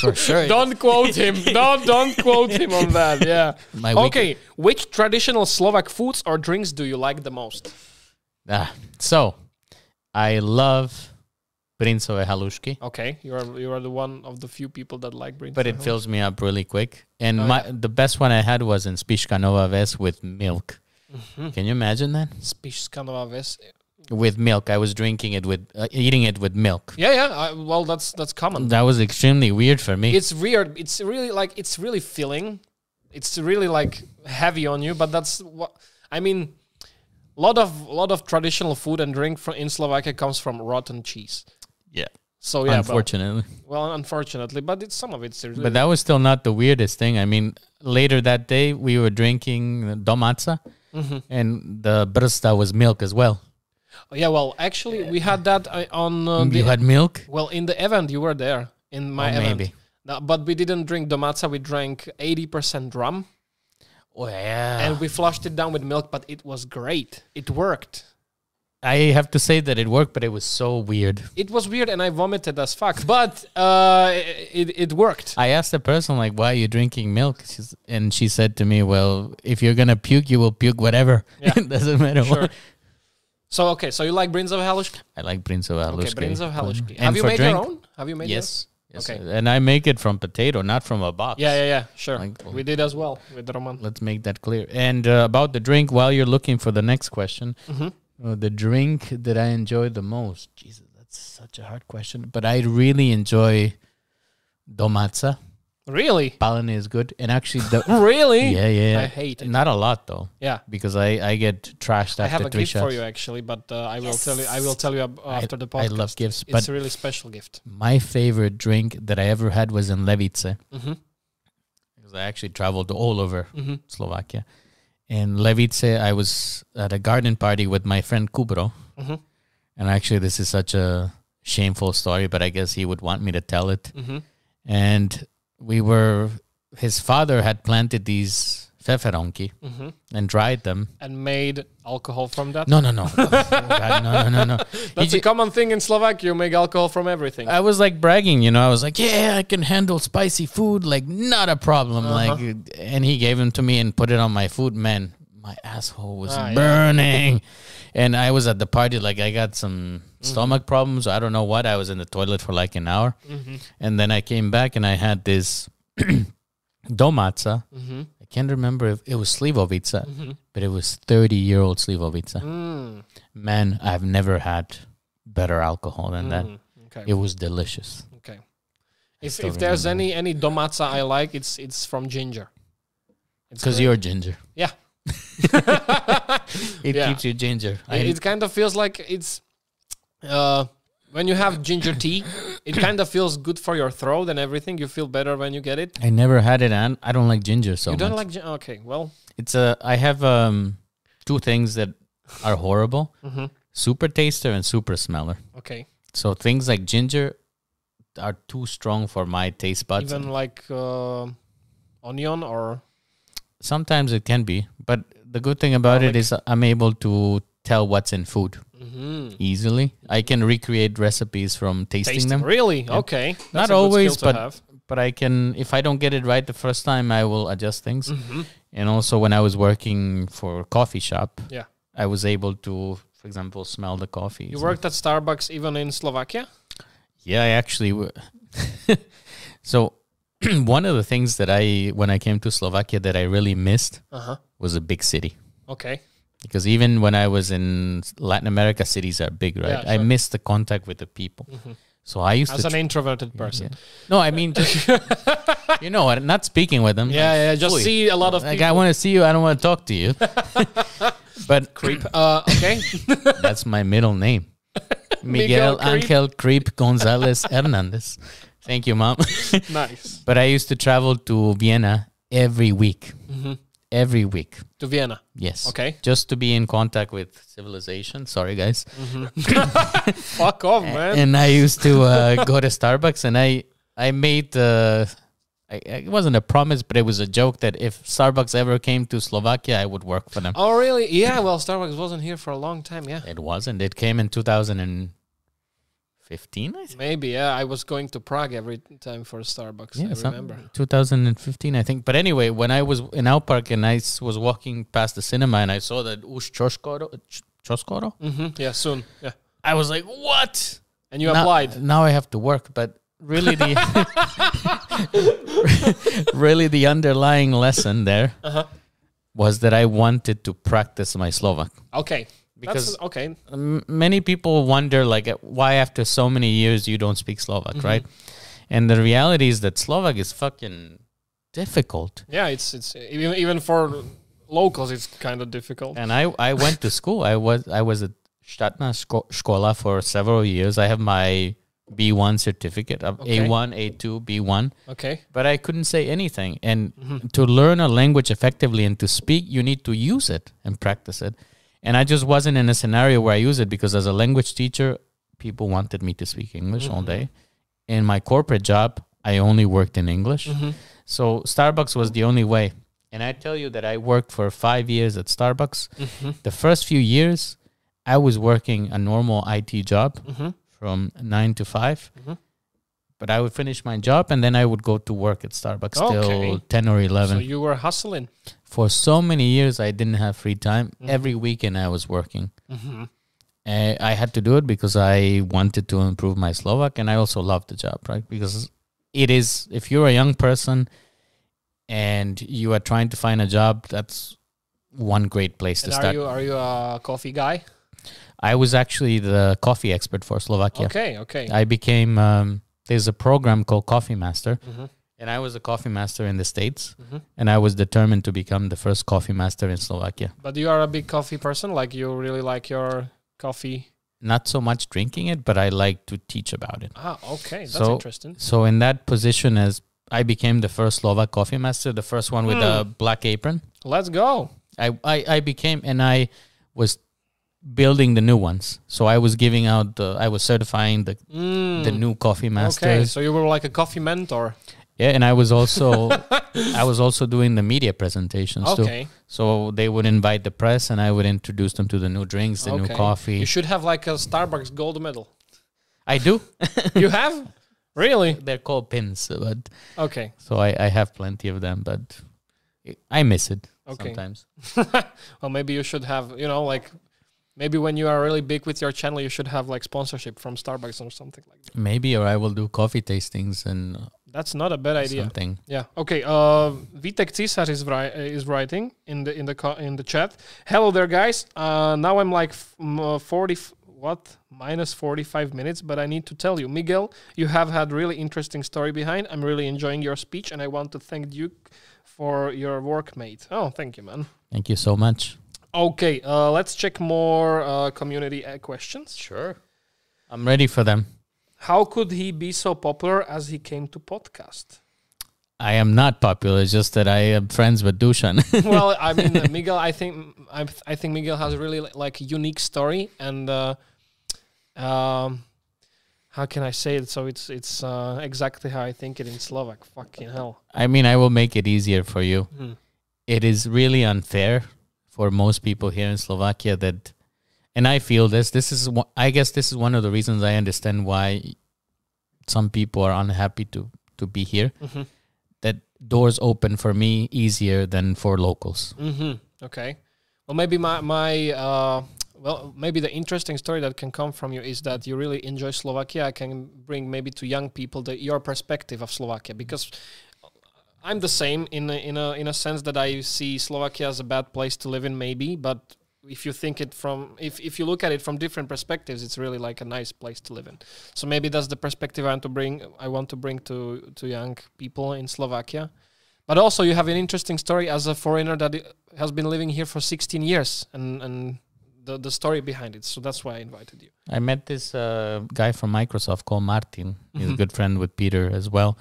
[SPEAKER 2] for sure.
[SPEAKER 1] Don't quote him. don't don't quote him on that. Yeah.
[SPEAKER 2] My
[SPEAKER 1] okay. Which traditional Slovak foods or drinks do you like the most?
[SPEAKER 2] Ah, so I love Princove halushki,
[SPEAKER 1] Okay, you are you are the one of the few people that like brinjal.
[SPEAKER 2] but it fills me up really quick.
[SPEAKER 1] Oh,
[SPEAKER 2] And my
[SPEAKER 1] yeah.
[SPEAKER 2] the best one I had was in Spiška Nova Ves with milk.
[SPEAKER 1] Mm-hmm.
[SPEAKER 2] Can you imagine that?
[SPEAKER 1] Spiška Nová Ves.
[SPEAKER 2] With milk, I was drinking it with uh, eating it with milk.
[SPEAKER 1] Yeah, yeah. I, well, that's that's common.
[SPEAKER 2] That was extremely weird for me.
[SPEAKER 1] it's weird. It's really like it's really filling. It's really like heavy on you. But that's what I mean. Lot of lot of traditional food and drink from in Slovakia comes from rotten cheese.
[SPEAKER 2] yeah,
[SPEAKER 1] So yeah, but,
[SPEAKER 2] unfortunately.
[SPEAKER 1] well, unfortunately, but it's some of it's really
[SPEAKER 2] But that was still not the weirdest thing. I mean, later that day we were drinking domatza,
[SPEAKER 1] Mm-hmm.
[SPEAKER 2] and the brsta was milk as well.
[SPEAKER 1] yeah. Well, actually, we had that uh, on uh, the
[SPEAKER 2] Mm, you had milk.
[SPEAKER 1] well in the event you were there in my
[SPEAKER 2] Oh,
[SPEAKER 1] event.
[SPEAKER 2] maybe.
[SPEAKER 1] No, but we didn't drink domatza. We drank eighty percent rum.
[SPEAKER 2] Oh, yeah.
[SPEAKER 1] and we flushed it down with milk, but it was great. It worked.
[SPEAKER 2] I have to say that it worked, but it was so weird.
[SPEAKER 1] It was weird, and I vomited as fuck. But uh, it it worked.
[SPEAKER 2] I asked the person like, "Why are you drinking milk?" She's, and she said to me, "Well, if you're gonna puke, you will puke whatever.
[SPEAKER 1] Yeah.
[SPEAKER 2] it doesn't matter
[SPEAKER 1] Sure.
[SPEAKER 2] what."
[SPEAKER 1] So okay, so you like Brinzo Halushki?
[SPEAKER 2] I like Prince of
[SPEAKER 1] Okay,
[SPEAKER 2] Alushki.
[SPEAKER 1] Brinzo Halushki.
[SPEAKER 2] And
[SPEAKER 1] Have you
[SPEAKER 2] for
[SPEAKER 1] made your
[SPEAKER 2] drink-
[SPEAKER 1] own? Have you made
[SPEAKER 2] Yes. yes.
[SPEAKER 1] Okay.
[SPEAKER 2] And I make it from potato, not from a box.
[SPEAKER 1] Your own? Yeah, yeah, yeah. Sure.
[SPEAKER 2] Like-
[SPEAKER 1] we did as well with Roman.
[SPEAKER 2] Let's make that clear. And uh, about the drink, while you're looking for the next question,
[SPEAKER 1] Mhm.
[SPEAKER 2] uh, the drink that I enjoy the most. Jesus, that's such a hard question. But I really enjoy domatza.
[SPEAKER 1] Really?
[SPEAKER 2] Palani is good, and actually the
[SPEAKER 1] Really?
[SPEAKER 2] yeah, yeah,
[SPEAKER 1] I hate it.
[SPEAKER 2] Not a lot though,
[SPEAKER 1] Yeah.
[SPEAKER 2] because I I get trashed after
[SPEAKER 1] I have a
[SPEAKER 2] three
[SPEAKER 1] gift
[SPEAKER 2] shots.
[SPEAKER 1] for you actually, but uh, I will tell you. I will tell you ab- after the
[SPEAKER 2] I
[SPEAKER 1] podcast.
[SPEAKER 2] love gifts,
[SPEAKER 1] it's
[SPEAKER 2] but
[SPEAKER 1] a really special gift.
[SPEAKER 2] my favorite drink that I ever had was in Levice
[SPEAKER 1] Mhm.
[SPEAKER 2] because I actually traveled all over
[SPEAKER 1] Mhm.
[SPEAKER 2] Slovakia. In Levice, I was at a garden party with my friend Kubro,
[SPEAKER 1] Mhm.
[SPEAKER 2] and actually, this is such a shameful story, but I guess he would want me to tell it.
[SPEAKER 1] Mhm.
[SPEAKER 2] And we were, his father had planted these feferonki
[SPEAKER 1] Mhm.
[SPEAKER 2] and dried them.
[SPEAKER 1] And made alcohol from that.
[SPEAKER 2] No, no, no. Oh, God, no, no, no, no. He
[SPEAKER 1] That's a
[SPEAKER 2] ju-
[SPEAKER 1] common thing in Slovakia. You make alcohol from everything.
[SPEAKER 2] I was like bragging, you know. I was like, "Yeah, I can handle spicy food, like not a problem."
[SPEAKER 1] Uh-huh.
[SPEAKER 2] Like, and he gave them to me and put it on my food. Man, my asshole was
[SPEAKER 1] Ah, yeah.
[SPEAKER 2] burning, and I was at the party. Like, I got some
[SPEAKER 1] Mm-hmm.
[SPEAKER 2] stomach problems. I don't know what. I was in the toilet for like an hour,
[SPEAKER 1] Mm-hmm,
[SPEAKER 2] and then I came back and I had this domatza. I can't remember if it was slivovica,
[SPEAKER 1] Mm-hmm.
[SPEAKER 2] but it was thirty-year-old slivovica.
[SPEAKER 1] Mm.
[SPEAKER 2] Man, I've never had better alcohol than that.
[SPEAKER 1] Okay.
[SPEAKER 2] It was delicious.
[SPEAKER 1] Okay. If,
[SPEAKER 2] still
[SPEAKER 1] if there's any any domatza I like, it's it's from ginger. It's
[SPEAKER 2] Because
[SPEAKER 1] great.
[SPEAKER 2] you're ginger.
[SPEAKER 1] yeah.
[SPEAKER 2] It
[SPEAKER 1] Yeah.
[SPEAKER 2] keeps you ginger. I,
[SPEAKER 1] It, it kind of feels like it's uh when you have ginger tea, it kind of feels good for your throat and everything. You feel better when you get it.
[SPEAKER 2] I never had it, and I don't like ginger so
[SPEAKER 1] you don't
[SPEAKER 2] much.
[SPEAKER 1] like gin- okay, well,
[SPEAKER 2] it's a. I have um two things that are horrible: super taster and super smeller.
[SPEAKER 1] okay.
[SPEAKER 2] So things like ginger are too strong for my taste buds.
[SPEAKER 1] Even like uh, onion or
[SPEAKER 2] Sometimes it can be, but the good thing about it
[SPEAKER 1] Garlic.
[SPEAKER 2] is I'm able to tell what's in food
[SPEAKER 1] Mhm.
[SPEAKER 2] easily. I can recreate recipes from tasting,
[SPEAKER 1] tasting.
[SPEAKER 2] them.
[SPEAKER 1] Really? Okay. That's a good
[SPEAKER 2] Not
[SPEAKER 1] skill
[SPEAKER 2] always,
[SPEAKER 1] to
[SPEAKER 2] but
[SPEAKER 1] have.
[SPEAKER 2] but I can if I don't get it right the first time, I will adjust things.
[SPEAKER 1] Mm-hmm.
[SPEAKER 2] And also, when I was working for a coffee shop,
[SPEAKER 1] Yeah.
[SPEAKER 2] I was able to, for example, smell the coffee.
[SPEAKER 1] You worked at Starbucks even in Slovakia?
[SPEAKER 2] Yeah, I actually. w- so, one of the things that I when I came to Slovakia that I really missed
[SPEAKER 1] Uh-huh.
[SPEAKER 2] was a big city.
[SPEAKER 1] Okay.
[SPEAKER 2] Because even when I was in Latin America, cities are big,
[SPEAKER 1] Yeah,
[SPEAKER 2] right?
[SPEAKER 1] sure.
[SPEAKER 2] I
[SPEAKER 1] Mm-hmm.
[SPEAKER 2] missed the contact with the people. So I used
[SPEAKER 1] As
[SPEAKER 2] to.
[SPEAKER 1] an introverted person.
[SPEAKER 2] yeah. No, I mean, just, you know, what, not speaking with them.
[SPEAKER 1] Yeah,
[SPEAKER 2] like,
[SPEAKER 1] yeah. Just
[SPEAKER 2] fully.
[SPEAKER 1] see a lot of
[SPEAKER 2] Like
[SPEAKER 1] people.
[SPEAKER 2] I want to see you. I don't want to talk to you. but
[SPEAKER 1] Uh, okay.
[SPEAKER 2] that's my middle name.
[SPEAKER 1] Miguel
[SPEAKER 2] Miguel,
[SPEAKER 1] Creep.
[SPEAKER 2] Angel Creep Gonzalez Hernandez. Thank you, mom.
[SPEAKER 1] nice.
[SPEAKER 2] but I used to travel to Vienna every week.
[SPEAKER 1] Mhm.
[SPEAKER 2] Every week.
[SPEAKER 1] To Vienna.
[SPEAKER 2] Yes.
[SPEAKER 1] Okay.
[SPEAKER 2] Just to be in contact with civilization. Sorry, guys.
[SPEAKER 1] Fuck off, man.
[SPEAKER 2] And I used to uh, go to Starbucks, and I I made uh, I, I- it wasn't a promise, but it was a joke that if Starbucks ever came to Slovakia, I would work for them.
[SPEAKER 1] oh, really? Yeah. Well, Starbucks wasn't here for a long time. Yeah.
[SPEAKER 2] It wasn't. It came in 2015, I think.
[SPEAKER 1] Maybe. Yeah. I was going to Prague every time for Starbucks. I
[SPEAKER 2] some-
[SPEAKER 1] remember.
[SPEAKER 2] 2015, I think. But anyway, when I was in Outpark and I s- was walking past the cinema and I saw that Ush Choskoro, Ch- Choskoro,
[SPEAKER 1] hmm Yeah. Soon. Yeah.
[SPEAKER 2] I was like, what?
[SPEAKER 1] And you
[SPEAKER 2] now,
[SPEAKER 1] applied.
[SPEAKER 2] Now I have to work, but really the really the underlying lesson there
[SPEAKER 1] Uh-huh.
[SPEAKER 2] was that I wanted to practice my Slovak.
[SPEAKER 1] Okay.
[SPEAKER 2] Because-
[SPEAKER 1] That's, okay.
[SPEAKER 2] M- many people wonder like uh, why after so many years you don't speak Slovak, right? And the reality is that Slovak is fucking difficult.
[SPEAKER 1] Yeah. It's it's even even for locals, it's kind of difficult.
[SPEAKER 2] And I I went to school. I was I was at Statna Sko- Škola for several years. I have my B1 certificate uh, of
[SPEAKER 1] Okay.
[SPEAKER 2] A1, A2, B1.
[SPEAKER 1] Okay.
[SPEAKER 2] but I couldn't say anything. And to learn a language effectively and to speak, you need to use it and practice it. And I just wasn't in a scenario where I use it because as a language teacher, people wanted me to speak English all day.
[SPEAKER 1] Mm-hmm.
[SPEAKER 2] In my corporate job, I only worked in English.
[SPEAKER 1] Mm-hmm.
[SPEAKER 2] So Starbucks was the only way. And I tell you that I worked for five years at Starbucks.
[SPEAKER 1] Mm-hmm.
[SPEAKER 2] The first few years, I was working a normal IT job
[SPEAKER 1] Mm-hmm.
[SPEAKER 2] from nine to 5 But I would finish my job and then I would go to work at Starbucks till
[SPEAKER 1] Okay.
[SPEAKER 2] 10 or
[SPEAKER 1] So
[SPEAKER 2] 11.
[SPEAKER 1] you were hustling.
[SPEAKER 2] For so many years, I didn't have free time.
[SPEAKER 1] Mm-hmm.
[SPEAKER 2] Every weekend, I was working. Uh, I had to do it because I wanted to improve my Slovak and I also loved the job, right? Because it is, if you're a young person and you are trying to find a job, that's one great place
[SPEAKER 1] And
[SPEAKER 2] to
[SPEAKER 1] are
[SPEAKER 2] start.
[SPEAKER 1] you are you a coffee guy?
[SPEAKER 2] I was actually the coffee expert for Slovakia.
[SPEAKER 1] Okay. Okay.
[SPEAKER 2] I became um, there's a program called Coffee Master,
[SPEAKER 1] Mhm.
[SPEAKER 2] and I was a coffee master in the states,
[SPEAKER 1] Mhm.
[SPEAKER 2] and I was determined to become the first coffee master in Slovakia.
[SPEAKER 1] But you are a big coffee person. Like you really like your coffee.
[SPEAKER 2] Not so much drinking it, but I like to teach about it.
[SPEAKER 1] Ah, okay. That's
[SPEAKER 2] So-
[SPEAKER 1] interesting.
[SPEAKER 2] So in that position, as I became the first Slovak coffee master, the first one with a
[SPEAKER 1] Hmm.
[SPEAKER 2] black apron.
[SPEAKER 1] Let's go.
[SPEAKER 2] I, I I became and I was building the new ones. So I was giving out the I was certifying the
[SPEAKER 1] Mm,
[SPEAKER 2] the new coffee
[SPEAKER 1] okay,
[SPEAKER 2] masters.
[SPEAKER 1] so you were like a coffee mentor.
[SPEAKER 2] Yeah, and I was also I was also doing the media presentations too.
[SPEAKER 1] Okay,
[SPEAKER 2] So they would invite the press, and I would introduce them to the new drinks, the
[SPEAKER 1] okay.
[SPEAKER 2] new coffee.
[SPEAKER 1] You should have like a Starbucks gold medal.
[SPEAKER 2] I do.
[SPEAKER 1] you have, really?
[SPEAKER 2] They're called pins, but
[SPEAKER 1] Okay,
[SPEAKER 2] so I, I have plenty of them, but I miss it
[SPEAKER 1] Okay.
[SPEAKER 2] sometimes.
[SPEAKER 1] well maybe you should have. You know, like maybe when you are really big with your channel, you should have like sponsorship from Starbucks or something like that.
[SPEAKER 2] Maybe, or I will do coffee tastings and
[SPEAKER 1] That's not a bad idea.
[SPEAKER 2] something.
[SPEAKER 1] Yeah. Okay. Uh, Vitek Cisar is wri- uh, is writing in the in the co- in the chat. Hello there, guys. Uh, now I'm like f- m- uh, forty. F- what minus 45 minutes but i need to tell you miguel you have had really interesting story behind i'm really enjoying your speech and i want to thank duke for your work mate oh thank you man
[SPEAKER 2] Thank you so much.
[SPEAKER 1] okay uh, let's check more uh, community uh, questions
[SPEAKER 2] Sure. I'm ready for them.
[SPEAKER 1] how could he be so popular as he came to podcast
[SPEAKER 2] I am not popular. It's just that I am friends with Dushan.
[SPEAKER 1] well, I mean, uh, Miguel, I think I, I think Miguel has a really li- like unique story, and uh, um, how can I say it? So it's it's uh, exactly how I think it in Slovak. Fucking hell.
[SPEAKER 2] I mean, I will make it easier for you.
[SPEAKER 1] Hmm.
[SPEAKER 2] It is really unfair for most people here in Slovakia that, and I feel this. This is, one- I guess, this is one of the reasons I understand why some people are unhappy to to be here.
[SPEAKER 1] Mhm.
[SPEAKER 2] That doors open for me easier than for locals.
[SPEAKER 1] Mm-hmm. Okay. Well, maybe my my uh, well, maybe the interesting story that can come from you is that you really enjoy Slovakia. I can bring maybe to young people the, your perspective of Slovakia because I'm the same in a, in a in a sense that I see Slovakia as a bad place to live in, maybe, but. If you think it from if, if you look at it from different perspectives, it's really like a nice place to live in. So maybe that's the perspective I want to bring. I want to bring to to young people in Slovakia. But also, you have an interesting story as a foreigner that i- has been living here for 16 years and and the, the story behind it. So that's why I invited you.
[SPEAKER 2] I met this uh, guy from Microsoft called Martin. He's a good friend with Peter as well.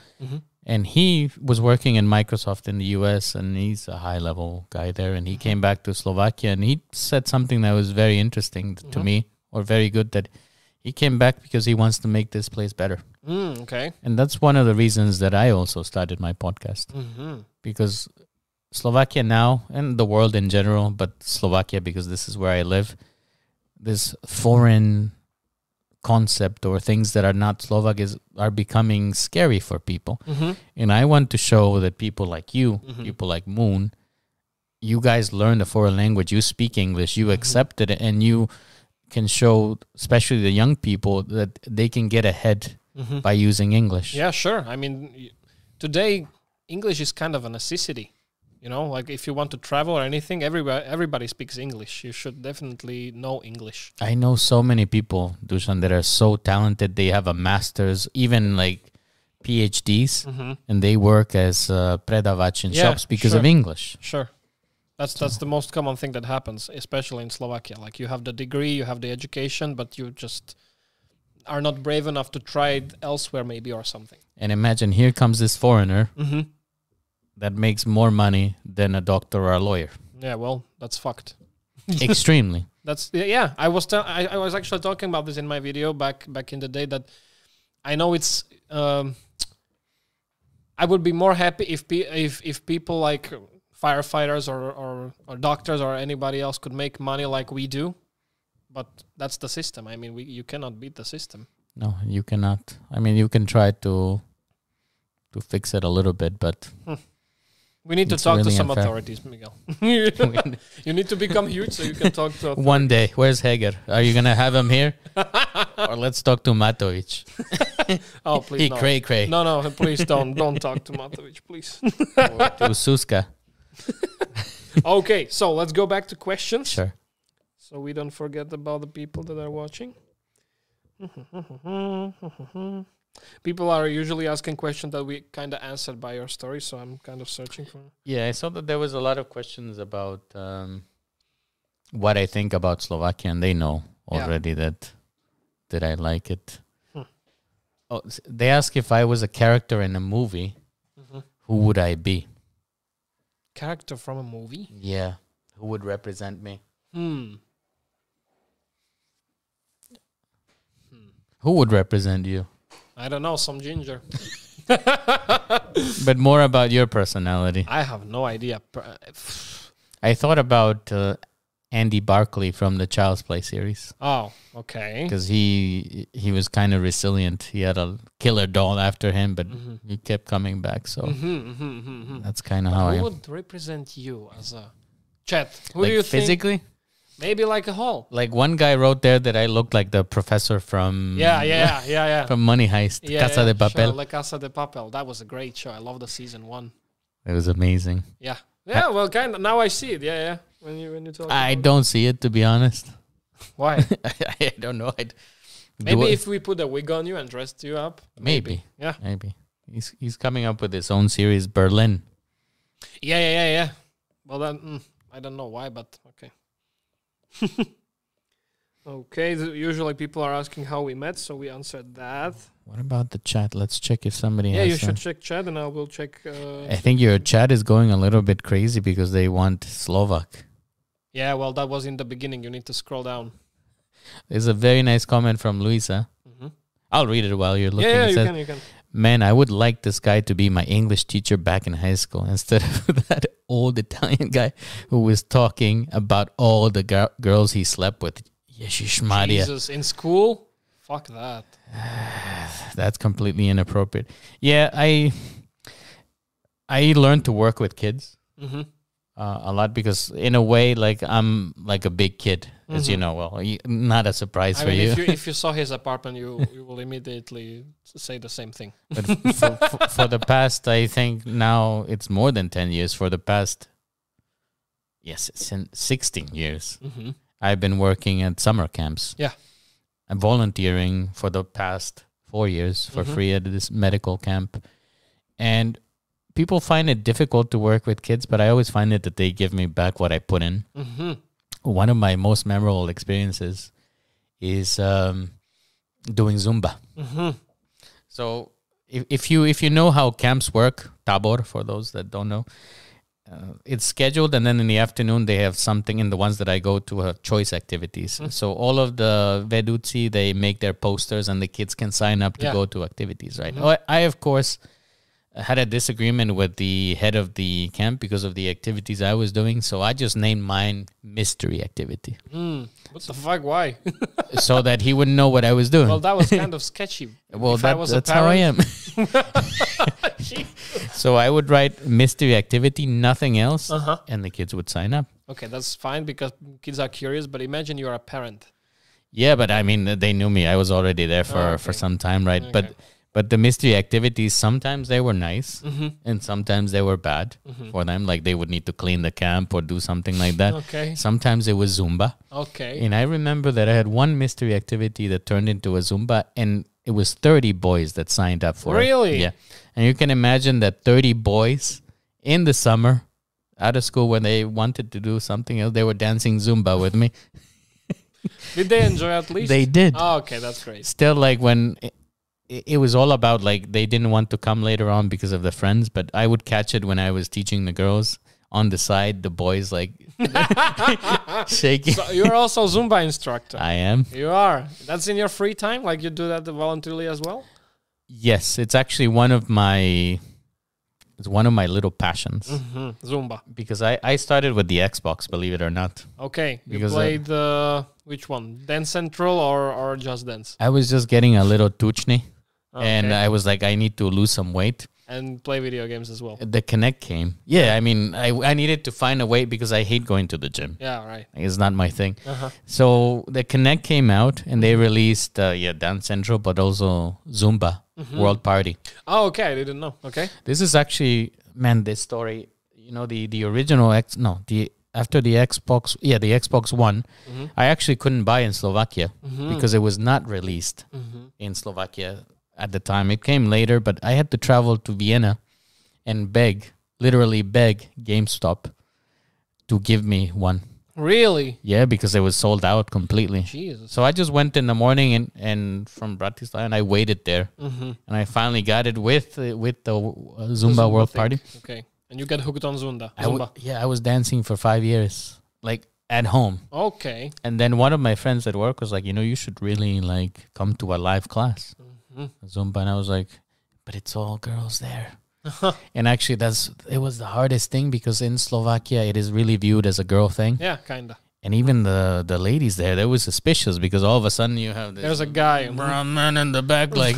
[SPEAKER 2] And he was working in Microsoft in the US and he's a high level guy there. And he came back to Slovakia and he said something that was very interesting t- to me or very good that he came back because he wants to make this place better.
[SPEAKER 1] Mm, okay.
[SPEAKER 2] And that's one of the reasons that I also started my podcast
[SPEAKER 1] Mm-hmm.
[SPEAKER 2] because Slovakia now and the world in general, but Slovakia because this is where I live, this foreign concept or things that are not Slovak is are becoming scary for people.
[SPEAKER 1] Mm-hmm.
[SPEAKER 2] And I want to show that people like you,
[SPEAKER 1] Mhm.
[SPEAKER 2] people like Moon, you guys learn the foreign language, you speak English, you accept it and you can show especially the young people that they can get ahead
[SPEAKER 1] Mm-hmm.
[SPEAKER 2] by using English.
[SPEAKER 1] Yeah, sure. I mean, y- today English is kind of a necessity. You know, like if you want to travel or anything, everybody everybody speaks English. You should definitely know English.
[SPEAKER 2] I know so many people, Dushan, that are so talented. They have a master's, even like PhDs,
[SPEAKER 1] Mm-hmm.
[SPEAKER 2] and they work as uh, predavac in
[SPEAKER 1] Yeah,
[SPEAKER 2] shops because of
[SPEAKER 1] sure.
[SPEAKER 2] English.
[SPEAKER 1] Sure. That's that's the most common thing that happens, especially in Slovakia. Like you have the degree, you have the education, but you just are not brave enough to try it elsewhere, maybe or something.
[SPEAKER 2] And imagine here comes this foreigner
[SPEAKER 1] Mm-hmm.
[SPEAKER 2] that makes more money than a doctor or a lawyer.
[SPEAKER 1] Yeah, well, that's fucked.
[SPEAKER 2] Extremely.
[SPEAKER 1] That's yeah, yeah. I was tell I, I was actually talking about this in my video back back in the day that I know it's um I would be more happy if pe- if if people like firefighters or, or or doctors or anybody else could make money like we do. But that's the system. I mean, we you cannot beat the system.
[SPEAKER 2] No, you cannot. I mean, you can try to to fix it a little bit, but
[SPEAKER 1] We need to
[SPEAKER 2] It's
[SPEAKER 1] talk to
[SPEAKER 2] really
[SPEAKER 1] some
[SPEAKER 2] unfair.
[SPEAKER 1] authorities, Miguel. you need to become huge so you can talk to
[SPEAKER 2] one day, where's Heger? Are you gonna have him here, or let's talk to Matovic?
[SPEAKER 1] Oh, please
[SPEAKER 2] He
[SPEAKER 1] no.
[SPEAKER 2] cray cray
[SPEAKER 1] No, no, please don't don't talk to Matovic, please.
[SPEAKER 2] to Suska.
[SPEAKER 1] okay, so let's go back to questions.
[SPEAKER 2] Sure.
[SPEAKER 1] so we don't forget about the people that are watching. people are usually asking questions that we kind of answered by your story, so I'm kind of searching for.
[SPEAKER 2] Yeah, I saw that there was a lot of questions about um, what I think about Slovakia, and they know
[SPEAKER 1] Yeah.
[SPEAKER 2] already that that I like it.
[SPEAKER 1] Hmm.
[SPEAKER 2] Oh, s- they ask if I was a character in a movie,
[SPEAKER 1] Mm-hmm.
[SPEAKER 2] who would I be?
[SPEAKER 1] Character from a movie?
[SPEAKER 2] Yeah, who would represent me?
[SPEAKER 1] Hmm.
[SPEAKER 2] Who would represent you?
[SPEAKER 1] I don't know, some ginger.
[SPEAKER 2] But more about your personality.
[SPEAKER 1] I have no idea. uh, Pr-
[SPEAKER 2] I thought about uh, Andy Barclay from the Child's Play series
[SPEAKER 1] Oh, okay.
[SPEAKER 2] because he he was kind of resilient. He had a killer doll after him, but he kept coming back. So.
[SPEAKER 1] Mhm, mhm, mhm, mhm.
[SPEAKER 2] That's kind of
[SPEAKER 1] Mm-hmm. But who
[SPEAKER 2] how Oh, I am.
[SPEAKER 1] would represent you as a chat? Who
[SPEAKER 2] like
[SPEAKER 1] do you think?
[SPEAKER 2] physically,
[SPEAKER 1] Maybe like a hall.
[SPEAKER 2] like one guy wrote there that I looked like the professor from
[SPEAKER 1] Yeah, yeah, yeah, yeah.
[SPEAKER 2] from Money Heist, Casa de
[SPEAKER 1] sure,
[SPEAKER 2] Papel.
[SPEAKER 1] La Casa de Papel. That was a great show. I love the season one.
[SPEAKER 2] It was amazing.
[SPEAKER 1] Yeah. Yeah, well, kind of. Now I see it. Yeah, yeah. When you when you talk. about
[SPEAKER 2] I don't see it to be honest.
[SPEAKER 1] it. Why?
[SPEAKER 2] I don't know. I'd do
[SPEAKER 1] Maybe
[SPEAKER 2] it-
[SPEAKER 1] if we put a wig on you and dressed you up.
[SPEAKER 2] maybe
[SPEAKER 1] Yeah.
[SPEAKER 2] maybe he's he's coming up with his own series Berlin.
[SPEAKER 1] Yeah, yeah, yeah, yeah. Well, then mm, I don't know why, but okay. okay. th- Usually people are asking how we met, so we answered that.
[SPEAKER 2] What about the chat? Let's check if somebody.
[SPEAKER 1] Yeah,
[SPEAKER 2] has
[SPEAKER 1] you
[SPEAKER 2] some-
[SPEAKER 1] should check chat, and I will check. Uh,
[SPEAKER 2] I think your chat is going a little bit crazy because they want Slovak.
[SPEAKER 1] yeah, well, that was in the beginning. You need to scroll down.
[SPEAKER 2] There's a very nice comment from Luisa.
[SPEAKER 1] Mhm.
[SPEAKER 2] I'll read it while you're
[SPEAKER 1] Yeah,
[SPEAKER 2] looking.
[SPEAKER 1] yeah,
[SPEAKER 2] It
[SPEAKER 1] you
[SPEAKER 2] says,
[SPEAKER 1] can, you can.
[SPEAKER 2] Man, I would like this guy to be my English teacher back in high school instead of that old Italian guy who was talking about all the gir- girls he slept with. Yeshish Maria.
[SPEAKER 1] Jesus, in school. Fuck that.
[SPEAKER 2] That's completely inappropriate. Yeah, I I learned to work with kids
[SPEAKER 1] Mm-hmm.
[SPEAKER 2] uh, a lot because in a way like I'm like a big kid, as you know. Well, y- not a surprise
[SPEAKER 1] Mm-hmm. I
[SPEAKER 2] for
[SPEAKER 1] mean,
[SPEAKER 2] you.
[SPEAKER 1] if you if you saw his apartment, you you will immediately s- say the same thing.
[SPEAKER 2] but for, for, for the past, I think now it's more than 10 years. For the past, yes, sin- 16 years,
[SPEAKER 1] Mm-hmm.
[SPEAKER 2] I've been working at summer camps.
[SPEAKER 1] Yeah.
[SPEAKER 2] I'm volunteering for the past four years for free at this medical camp. And people find it difficult to work with kids, but I always find it that they give me back what I put in.
[SPEAKER 1] Mm-hmm.
[SPEAKER 2] one of my most memorable experiences is um, doing Zumba.
[SPEAKER 1] Mm-hmm.
[SPEAKER 2] So if, if you if you know how camps work, Tabor for those that don't know, uh, it's scheduled, and then in the afternoon they have something. In the ones that I go to, have choice activities.
[SPEAKER 1] Mm-hmm.
[SPEAKER 2] So all of the veduti they make their posters, and the kids can sign up to
[SPEAKER 1] Yeah. Mm-hmm.
[SPEAKER 2] go to activities. Right? Oh, I- I of course had a disagreement with the head of the camp because of the activities I was doing. So I just named mine mystery activity
[SPEAKER 1] What the fuck? Why?
[SPEAKER 2] so that he wouldn't know what I was doing.
[SPEAKER 1] well, that was kind of sketchy.
[SPEAKER 2] Well,
[SPEAKER 1] If I
[SPEAKER 2] that,
[SPEAKER 1] was a
[SPEAKER 2] that's how I am. so I would write mystery activity, nothing else,
[SPEAKER 1] Uh-huh.
[SPEAKER 2] and the kids would sign up.
[SPEAKER 1] Okay, that's fine because kids are curious. But imagine you're a parent.
[SPEAKER 2] Yeah, but I mean, they knew me. I was already there for,
[SPEAKER 1] Oh,
[SPEAKER 2] for
[SPEAKER 1] okay.
[SPEAKER 2] some time, right?
[SPEAKER 1] Okay. Mm-hmm.
[SPEAKER 2] But but the mystery activities sometimes they were nice, and sometimes they were bad for them. Like they would need to clean the camp or do something like that.
[SPEAKER 1] Okay.
[SPEAKER 2] Sometimes it was Zumba,
[SPEAKER 1] Okay.
[SPEAKER 2] and I remember that I had one mystery activity that turned into a Zumba, and it was thirty boys that signed up for it.
[SPEAKER 1] Really?
[SPEAKER 2] Yeah. And you can imagine that 30 boys in the summer out of school when they wanted to do something else, they were dancing Zumba with me.
[SPEAKER 1] Did they enjoy at least?
[SPEAKER 2] They did.
[SPEAKER 1] Oh, okay, that's great.
[SPEAKER 2] Still, like when it, it was all about, like, they didn't want to come later on because of the friends, but I would catch it when I was teaching the girls on the side, the boys, like, shaking.
[SPEAKER 1] So you're also Zumba instructor.
[SPEAKER 2] I am.
[SPEAKER 1] You are. That's in your free time. Like you do that voluntarily as well.
[SPEAKER 2] Yes, it's actually one of my. It's one of my little passions
[SPEAKER 1] hmm Zumba.
[SPEAKER 2] because I, I started with the Xbox, believe it or not.
[SPEAKER 1] Okay. You
[SPEAKER 2] Because, uh,
[SPEAKER 1] played uh, which one? Dance Central or or Just Dance?
[SPEAKER 2] I was just getting a little tuchni. and
[SPEAKER 1] Okay.
[SPEAKER 2] I was like, I need to lose some weight.
[SPEAKER 1] and play video games as well.
[SPEAKER 2] The Connect came. Yeah, I mean, I, I needed to find a way because I hate going to the gym.
[SPEAKER 1] Yeah. Right.
[SPEAKER 2] It's not my thing. So the Connect came out, and they released uh, yeah Dance Central, but also Zumba World Party.
[SPEAKER 1] Oh, okay. I didn't know. Okay.
[SPEAKER 2] This is actually man, this story. You know the the original X no the after the Xbox yeah the Xbox One, I actually couldn't buy in Slovakia because it was not released in Slovakia at the time. It came later, but I had to travel to Vienna and beg, literally beg GameStop to give me one.
[SPEAKER 1] Really?
[SPEAKER 2] Yeah, because it was sold out completely.
[SPEAKER 1] Jesus.
[SPEAKER 2] So I just went in the morning and, and from Bratislava and I waited there
[SPEAKER 1] Mm-hmm.
[SPEAKER 2] and I finally got it with uh, with the uh,
[SPEAKER 1] Zumba
[SPEAKER 2] Zumba, World
[SPEAKER 1] thing.
[SPEAKER 2] Party.
[SPEAKER 1] Okay. And you get hooked on Zunda.
[SPEAKER 2] I w-
[SPEAKER 1] Zumba.
[SPEAKER 2] yeah, I was dancing for five years, like at home.
[SPEAKER 1] Okay.
[SPEAKER 2] And then one of my friends at work was like, you know, you should really like come to a live class,
[SPEAKER 1] Mm-hmm.
[SPEAKER 2] Zumba. And I was like, but it's all girls there. and actually, that's it was the hardest thing because in Slovakia, it is really viewed as a girl thing.
[SPEAKER 1] Yeah, kinda.
[SPEAKER 2] And even the the ladies there, they were suspicious because all of a sudden you have this
[SPEAKER 1] There's a guy.
[SPEAKER 2] brown man in the back, like.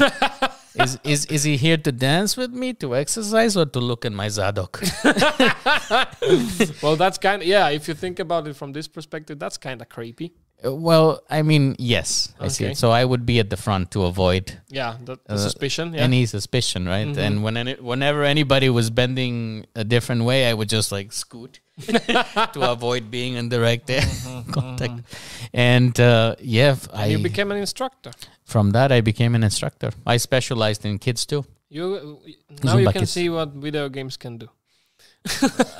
[SPEAKER 2] Is, is is he here to dance with me, to exercise, or to look at my zadok?
[SPEAKER 1] Well, that's kind. Yeah, if you think about it from this perspective, that's kind of creepy.
[SPEAKER 2] Uh, Well, I mean, yes, I see
[SPEAKER 1] Okay.
[SPEAKER 2] it. So I would be at the front to avoid
[SPEAKER 1] Yeah, the, the
[SPEAKER 2] Uh,
[SPEAKER 1] suspicion. Yeah. Mm-hmm.
[SPEAKER 2] any suspicion, right? And when any, whenever anybody was bending a different way, I would just like scoot to avoid being in direct contact. And uh, yeah, f-
[SPEAKER 1] Mm-hmm, and you
[SPEAKER 2] I-
[SPEAKER 1] became an instructor.
[SPEAKER 2] from that I became an instructor. I specialized in kids too.
[SPEAKER 1] You now you
[SPEAKER 2] Zumba
[SPEAKER 1] can
[SPEAKER 2] kids.
[SPEAKER 1] see what video games can do.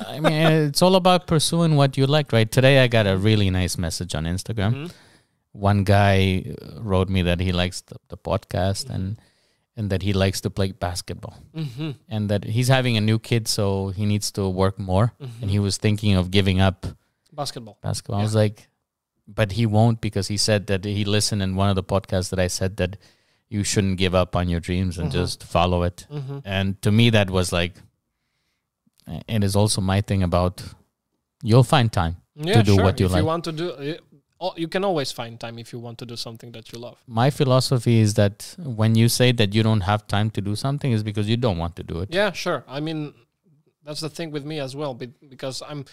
[SPEAKER 2] I mean, it's all about pursuing what you like, right? Today I got a really nice message on
[SPEAKER 1] Mm-hmm.
[SPEAKER 2] Instagram. One guy uh, wrote me that he likes the, the podcast
[SPEAKER 1] Mm-hmm.
[SPEAKER 2] and and that he likes to play basketball and that he's having a new kid, so he needs to work more.
[SPEAKER 1] Mm-hmm.
[SPEAKER 2] And he was thinking of giving up
[SPEAKER 1] Basketball.
[SPEAKER 2] basketball. I was like, but he won't because he said that he listened in one of the podcasts that I said that you shouldn't give up on your dreams and
[SPEAKER 1] Mm-hmm.
[SPEAKER 2] just follow it. And to me, that was like, uh, it is also my thing about you'll find time
[SPEAKER 1] Yeah,
[SPEAKER 2] to do
[SPEAKER 1] sure.
[SPEAKER 2] what you
[SPEAKER 1] if
[SPEAKER 2] like.
[SPEAKER 1] you want to do, uh, oh, you can always find time if you want to do something that you love.
[SPEAKER 2] my philosophy is that when you say that you don't have time to do something, is because you don't want to do it.
[SPEAKER 1] Yeah, sure. I mean, that's the thing with me as well, be- because I'm.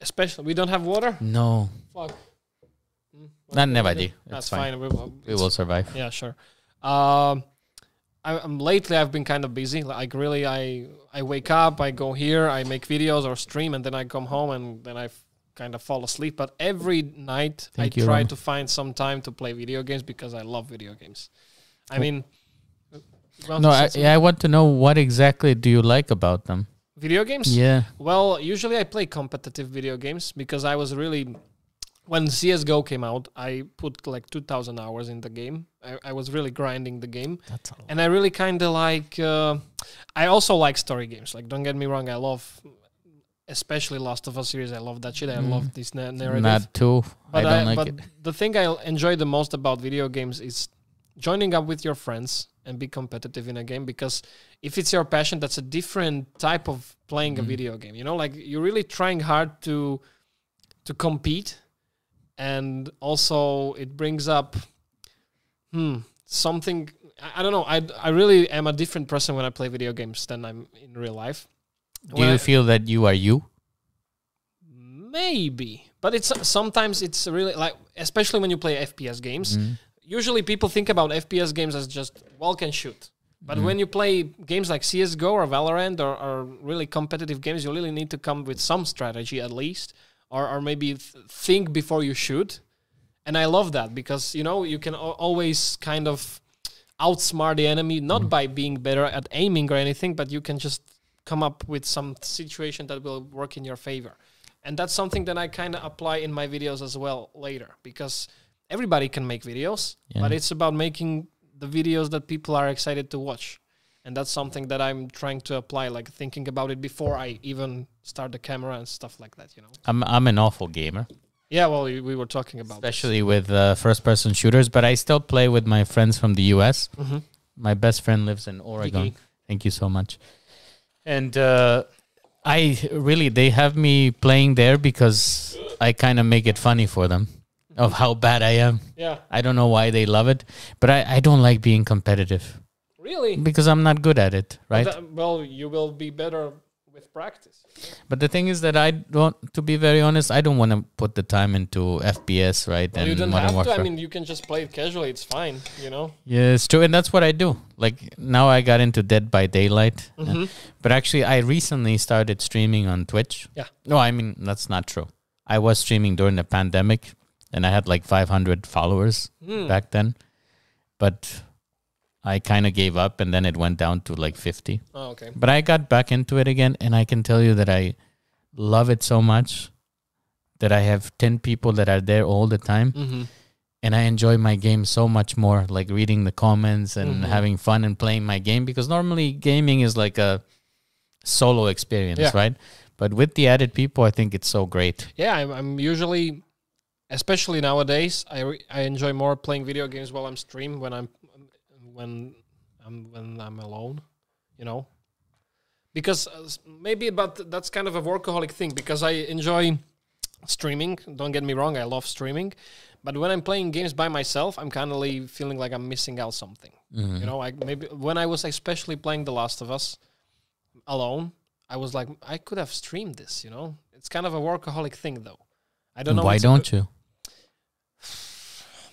[SPEAKER 1] Especially, we don't have water.
[SPEAKER 2] No,
[SPEAKER 1] Fuck. Mm, what
[SPEAKER 2] Not
[SPEAKER 1] can
[SPEAKER 2] never
[SPEAKER 1] we do?
[SPEAKER 2] do. It's
[SPEAKER 1] That's
[SPEAKER 2] fine.
[SPEAKER 1] fine. We will-
[SPEAKER 2] we will survive.
[SPEAKER 1] Yeah, sure. Um, I, I'm lately I've been kind of busy. Like really, I I wake up, I go here, I make videos or stream, and then I come home and then I f- kind of fall asleep. But every night
[SPEAKER 2] Thank
[SPEAKER 1] I
[SPEAKER 2] you,
[SPEAKER 1] try
[SPEAKER 2] Roman.
[SPEAKER 1] to find some time to play video games because I love video games. I mean, uh, you want
[SPEAKER 2] No,
[SPEAKER 1] to say
[SPEAKER 2] I,
[SPEAKER 1] something?
[SPEAKER 2] I want to know what exactly do you like about them?
[SPEAKER 1] video games.
[SPEAKER 2] Yeah.
[SPEAKER 1] Well, usually I play competitive video games because I was really when CS:GO came out, I put like 2,000 hours in the game. I, I was really grinding the game,
[SPEAKER 2] That's a
[SPEAKER 1] and I really kind of like. Uh, I also like story games. Like, don't get me wrong, I love, especially Last of Us series. I love that shit. I
[SPEAKER 2] Mm.
[SPEAKER 1] love this na- narrative.
[SPEAKER 2] Not too.
[SPEAKER 1] But
[SPEAKER 2] I don't like
[SPEAKER 1] but
[SPEAKER 2] it.
[SPEAKER 1] the thing I enjoy the most about video games is joining up with your friends and be competitive in a game because if it's your passion, that's a different type of playing a
[SPEAKER 2] Mhm.
[SPEAKER 1] video game. You know, like you're really trying hard to to compete, and also it brings up hmm something. I, I don't know. I I really am a different person when I play video games than I'm in real life.
[SPEAKER 2] Do
[SPEAKER 1] When I-
[SPEAKER 2] you feel that you are you?
[SPEAKER 1] Maybe, but it's sometimes it's really like, especially when you play FPS games.
[SPEAKER 2] Mm.
[SPEAKER 1] Usually, people think about FPS games as just walk and shoot. But when you play games like CS:GO or Valorant or, or really competitive games, you really need to come with some strategy at least, or or maybe th- think before you shoot. And I love that because you know you can al- always kind of outsmart the enemy not
[SPEAKER 2] Mm-hmm.
[SPEAKER 1] by being better at aiming or anything, but you can just come up with some situation that will work in your favor. And that's something that I kind of apply in my videos as well later because everybody can make videos, but
[SPEAKER 2] Yeah.
[SPEAKER 1] it's about making the videos that people are excited to watch. And that's something that I'm trying to apply, like thinking about it before I even start the camera and stuff like that, you know?
[SPEAKER 2] I'm I'm an awful gamer,
[SPEAKER 1] Yeah, well, we we were talking about this.
[SPEAKER 2] especially with uh, first-person shooters. But I still play with my friends from the U.S.
[SPEAKER 1] Mhm.
[SPEAKER 2] My best friend lives in Oregon.
[SPEAKER 1] Vicky.
[SPEAKER 2] Thank you so much. And uh, I really, they have me playing there because I kind of make it funny for them of how bad I am.
[SPEAKER 1] Yeah,
[SPEAKER 2] I don't know why they love it, but I, I don't like being competitive
[SPEAKER 1] really?
[SPEAKER 2] because I'm not good at it,
[SPEAKER 1] But
[SPEAKER 2] right?
[SPEAKER 1] that- well, you will be better with practice.
[SPEAKER 2] But the thing is that I don't, to be very honest, I don't want to put the time into FPS, right?
[SPEAKER 1] Well, Oh, you don't have
[SPEAKER 2] Modern
[SPEAKER 1] to.
[SPEAKER 2] Warfare.
[SPEAKER 1] I mean, you can just play it casually. It's fine, you know?
[SPEAKER 2] yeah, it's true. And that's what I do. Like now I got into Dead by Daylight. uh,
[SPEAKER 1] Mm-hmm.
[SPEAKER 2] But actually, I recently started streaming on Twitch.
[SPEAKER 1] Yeah.
[SPEAKER 2] No, I mean, that's not true. I was streaming during the pandemic and I had like 500 followers
[SPEAKER 1] Hmm.
[SPEAKER 2] back then. But I kind of gave up and then it went down to like 50.
[SPEAKER 1] Oh, okay.
[SPEAKER 2] But I got back into it again and I can tell you that I love it so much that I have 10 people that are there all the time
[SPEAKER 1] Mm-hmm.
[SPEAKER 2] and I enjoy my game so much more, like reading the comments and
[SPEAKER 1] Mhm.
[SPEAKER 2] having fun and playing my game because normally gaming is like a solo experience,
[SPEAKER 1] Yeah.
[SPEAKER 2] right? But with the added people, I think it's so great.
[SPEAKER 1] Yeah, I'm, I'm usually, especially nowadays, I re- I enjoy more playing video games while I'm stream when I'm when I'm when I'm alone, you know, because uh, s- maybe but that's kind of a workaholic thing because I enjoy streaming. Don't get me wrong, I love streaming, but when I'm playing games by myself, I'm kind of feeling like I'm missing out something.
[SPEAKER 2] Mm-hmm.
[SPEAKER 1] You know, I maybe when I was especially playing The Last of Us alone, I was like, I could have streamed this. You know, it's kind of a workaholic thing, though. I don't know.
[SPEAKER 2] Why
[SPEAKER 1] it's a
[SPEAKER 2] don't you?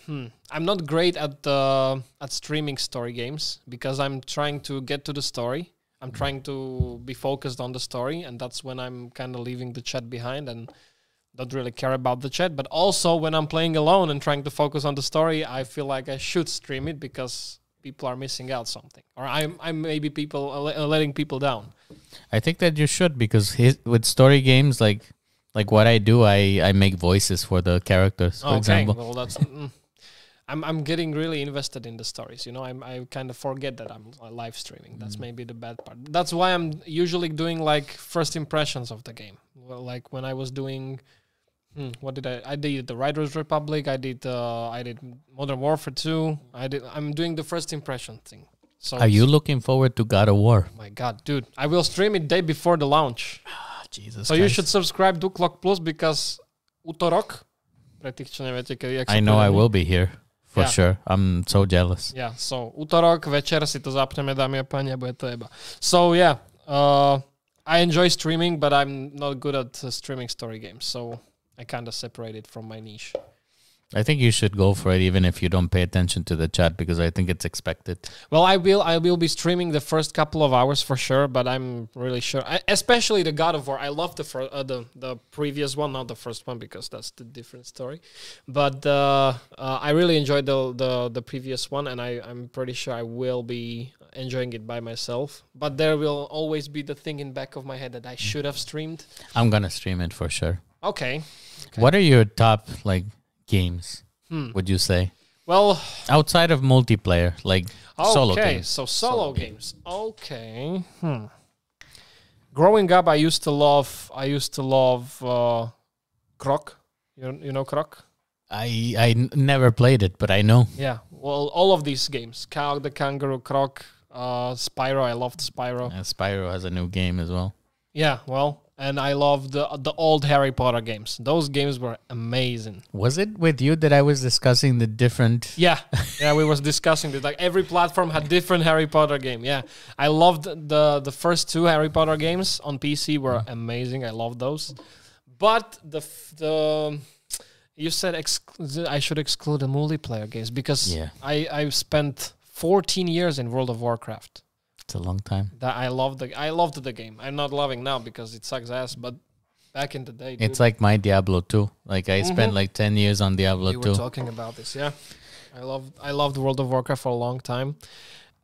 [SPEAKER 1] Hmm. I'm not great at uh, at streaming story games because I'm trying to get to the story. I'm trying to be focused on the story, and that's when I'm kind of leaving the chat behind and don't really care about the chat. But also, when I'm playing alone and trying to focus on the story, I feel like I should stream it because people are missing out something, or I'm I'm maybe people uh, le- uh, letting people down.
[SPEAKER 2] I think that you should because his, with story games, like like what I do, I I make voices for the characters, for
[SPEAKER 1] Oh, okay,
[SPEAKER 2] example.
[SPEAKER 1] well that's. mm. I'm I'm getting really invested in the stories. You know, I'm I kind of forget that I'm uh, live streaming.
[SPEAKER 2] Mm.
[SPEAKER 1] That's maybe the bad part. That's why I'm usually doing like first impressions of the game. Well, like when I was doing, hmm, what did I? I did the Riders Republic. I did uh, I did Modern Warfare Two. I did. I'm doing the first impression thing. So oh
[SPEAKER 2] Are you looking forward to God of War?
[SPEAKER 1] My God, dude! I will stream it day before the launch.
[SPEAKER 2] Jesus.
[SPEAKER 1] So you should subscribe to Clock Plus because útorok. Pre tých, čo neviete, kedy, jak sa
[SPEAKER 2] I
[SPEAKER 1] to
[SPEAKER 2] know I
[SPEAKER 1] volá.
[SPEAKER 2] will be here for
[SPEAKER 1] Yeah.
[SPEAKER 2] sure. I'm so jealous.
[SPEAKER 1] Yeah, so útorok večer si to zapneme, dámy a páni, a bude to jeba. So yeah, uh, I enjoy streaming, but I'm not good at uh, streaming story games, so I kind of separate it from my niche.
[SPEAKER 2] I think you should go for it even if you don't pay attention to the chat because I think it's expected.
[SPEAKER 1] Well, I will, I will be streaming the first couple of hours for sure, but I'm really sure, I, especially the God of War. I love the fir- uh, the the previous one, not the first one, because that's the different story. But uh, uh, I really enjoyed the, the the previous one, and I I'm pretty sure I will be enjoying it by myself. But there will always be the thing in back of my head that I should have streamed.
[SPEAKER 2] I'm gonna stream it for sure.
[SPEAKER 1] Okay.
[SPEAKER 2] What are your top like games?
[SPEAKER 1] Hmm.
[SPEAKER 2] Would you say
[SPEAKER 1] Well,
[SPEAKER 2] outside of multiplayer, like
[SPEAKER 1] okay.
[SPEAKER 2] solo games?
[SPEAKER 1] So solo, games. Okay. Hmm. Growing up, I used to love. I used to love uh, Croc. You, you know Croc?
[SPEAKER 2] I I n- never played it, but I know.
[SPEAKER 1] Yeah. Well, all of these games: Cow, the Kangaroo, Croc, uh, Spyro. I loved Spyro.
[SPEAKER 2] Uh, Spyro has a new game as well.
[SPEAKER 1] Yeah. Well, and I loved the the old Harry Potter games. Those games were amazing.
[SPEAKER 2] Was it with you that I was discussing the different?
[SPEAKER 1] Yeah, yeah, we was discussing this. Like every platform had different Harry Potter game. Yeah, I loved the the first two Harry Potter games on PC were
[SPEAKER 2] Mm-hmm.
[SPEAKER 1] amazing. I loved those, but the f- the you said exclu- I should exclude the multiplayer games because
[SPEAKER 2] Yeah.
[SPEAKER 1] I I spent 14 years in World of Warcraft.
[SPEAKER 2] It's a long time.
[SPEAKER 1] That I loved the I loved the game. I'm not loving now because it sucks ass, but back in the day, dude,
[SPEAKER 2] It's like my Diablo 2. Like I spent like 10 years on Diablo
[SPEAKER 1] we Mm-hmm. were
[SPEAKER 2] 2.
[SPEAKER 1] talking about this yeah i love i loved world of warcraft for a long time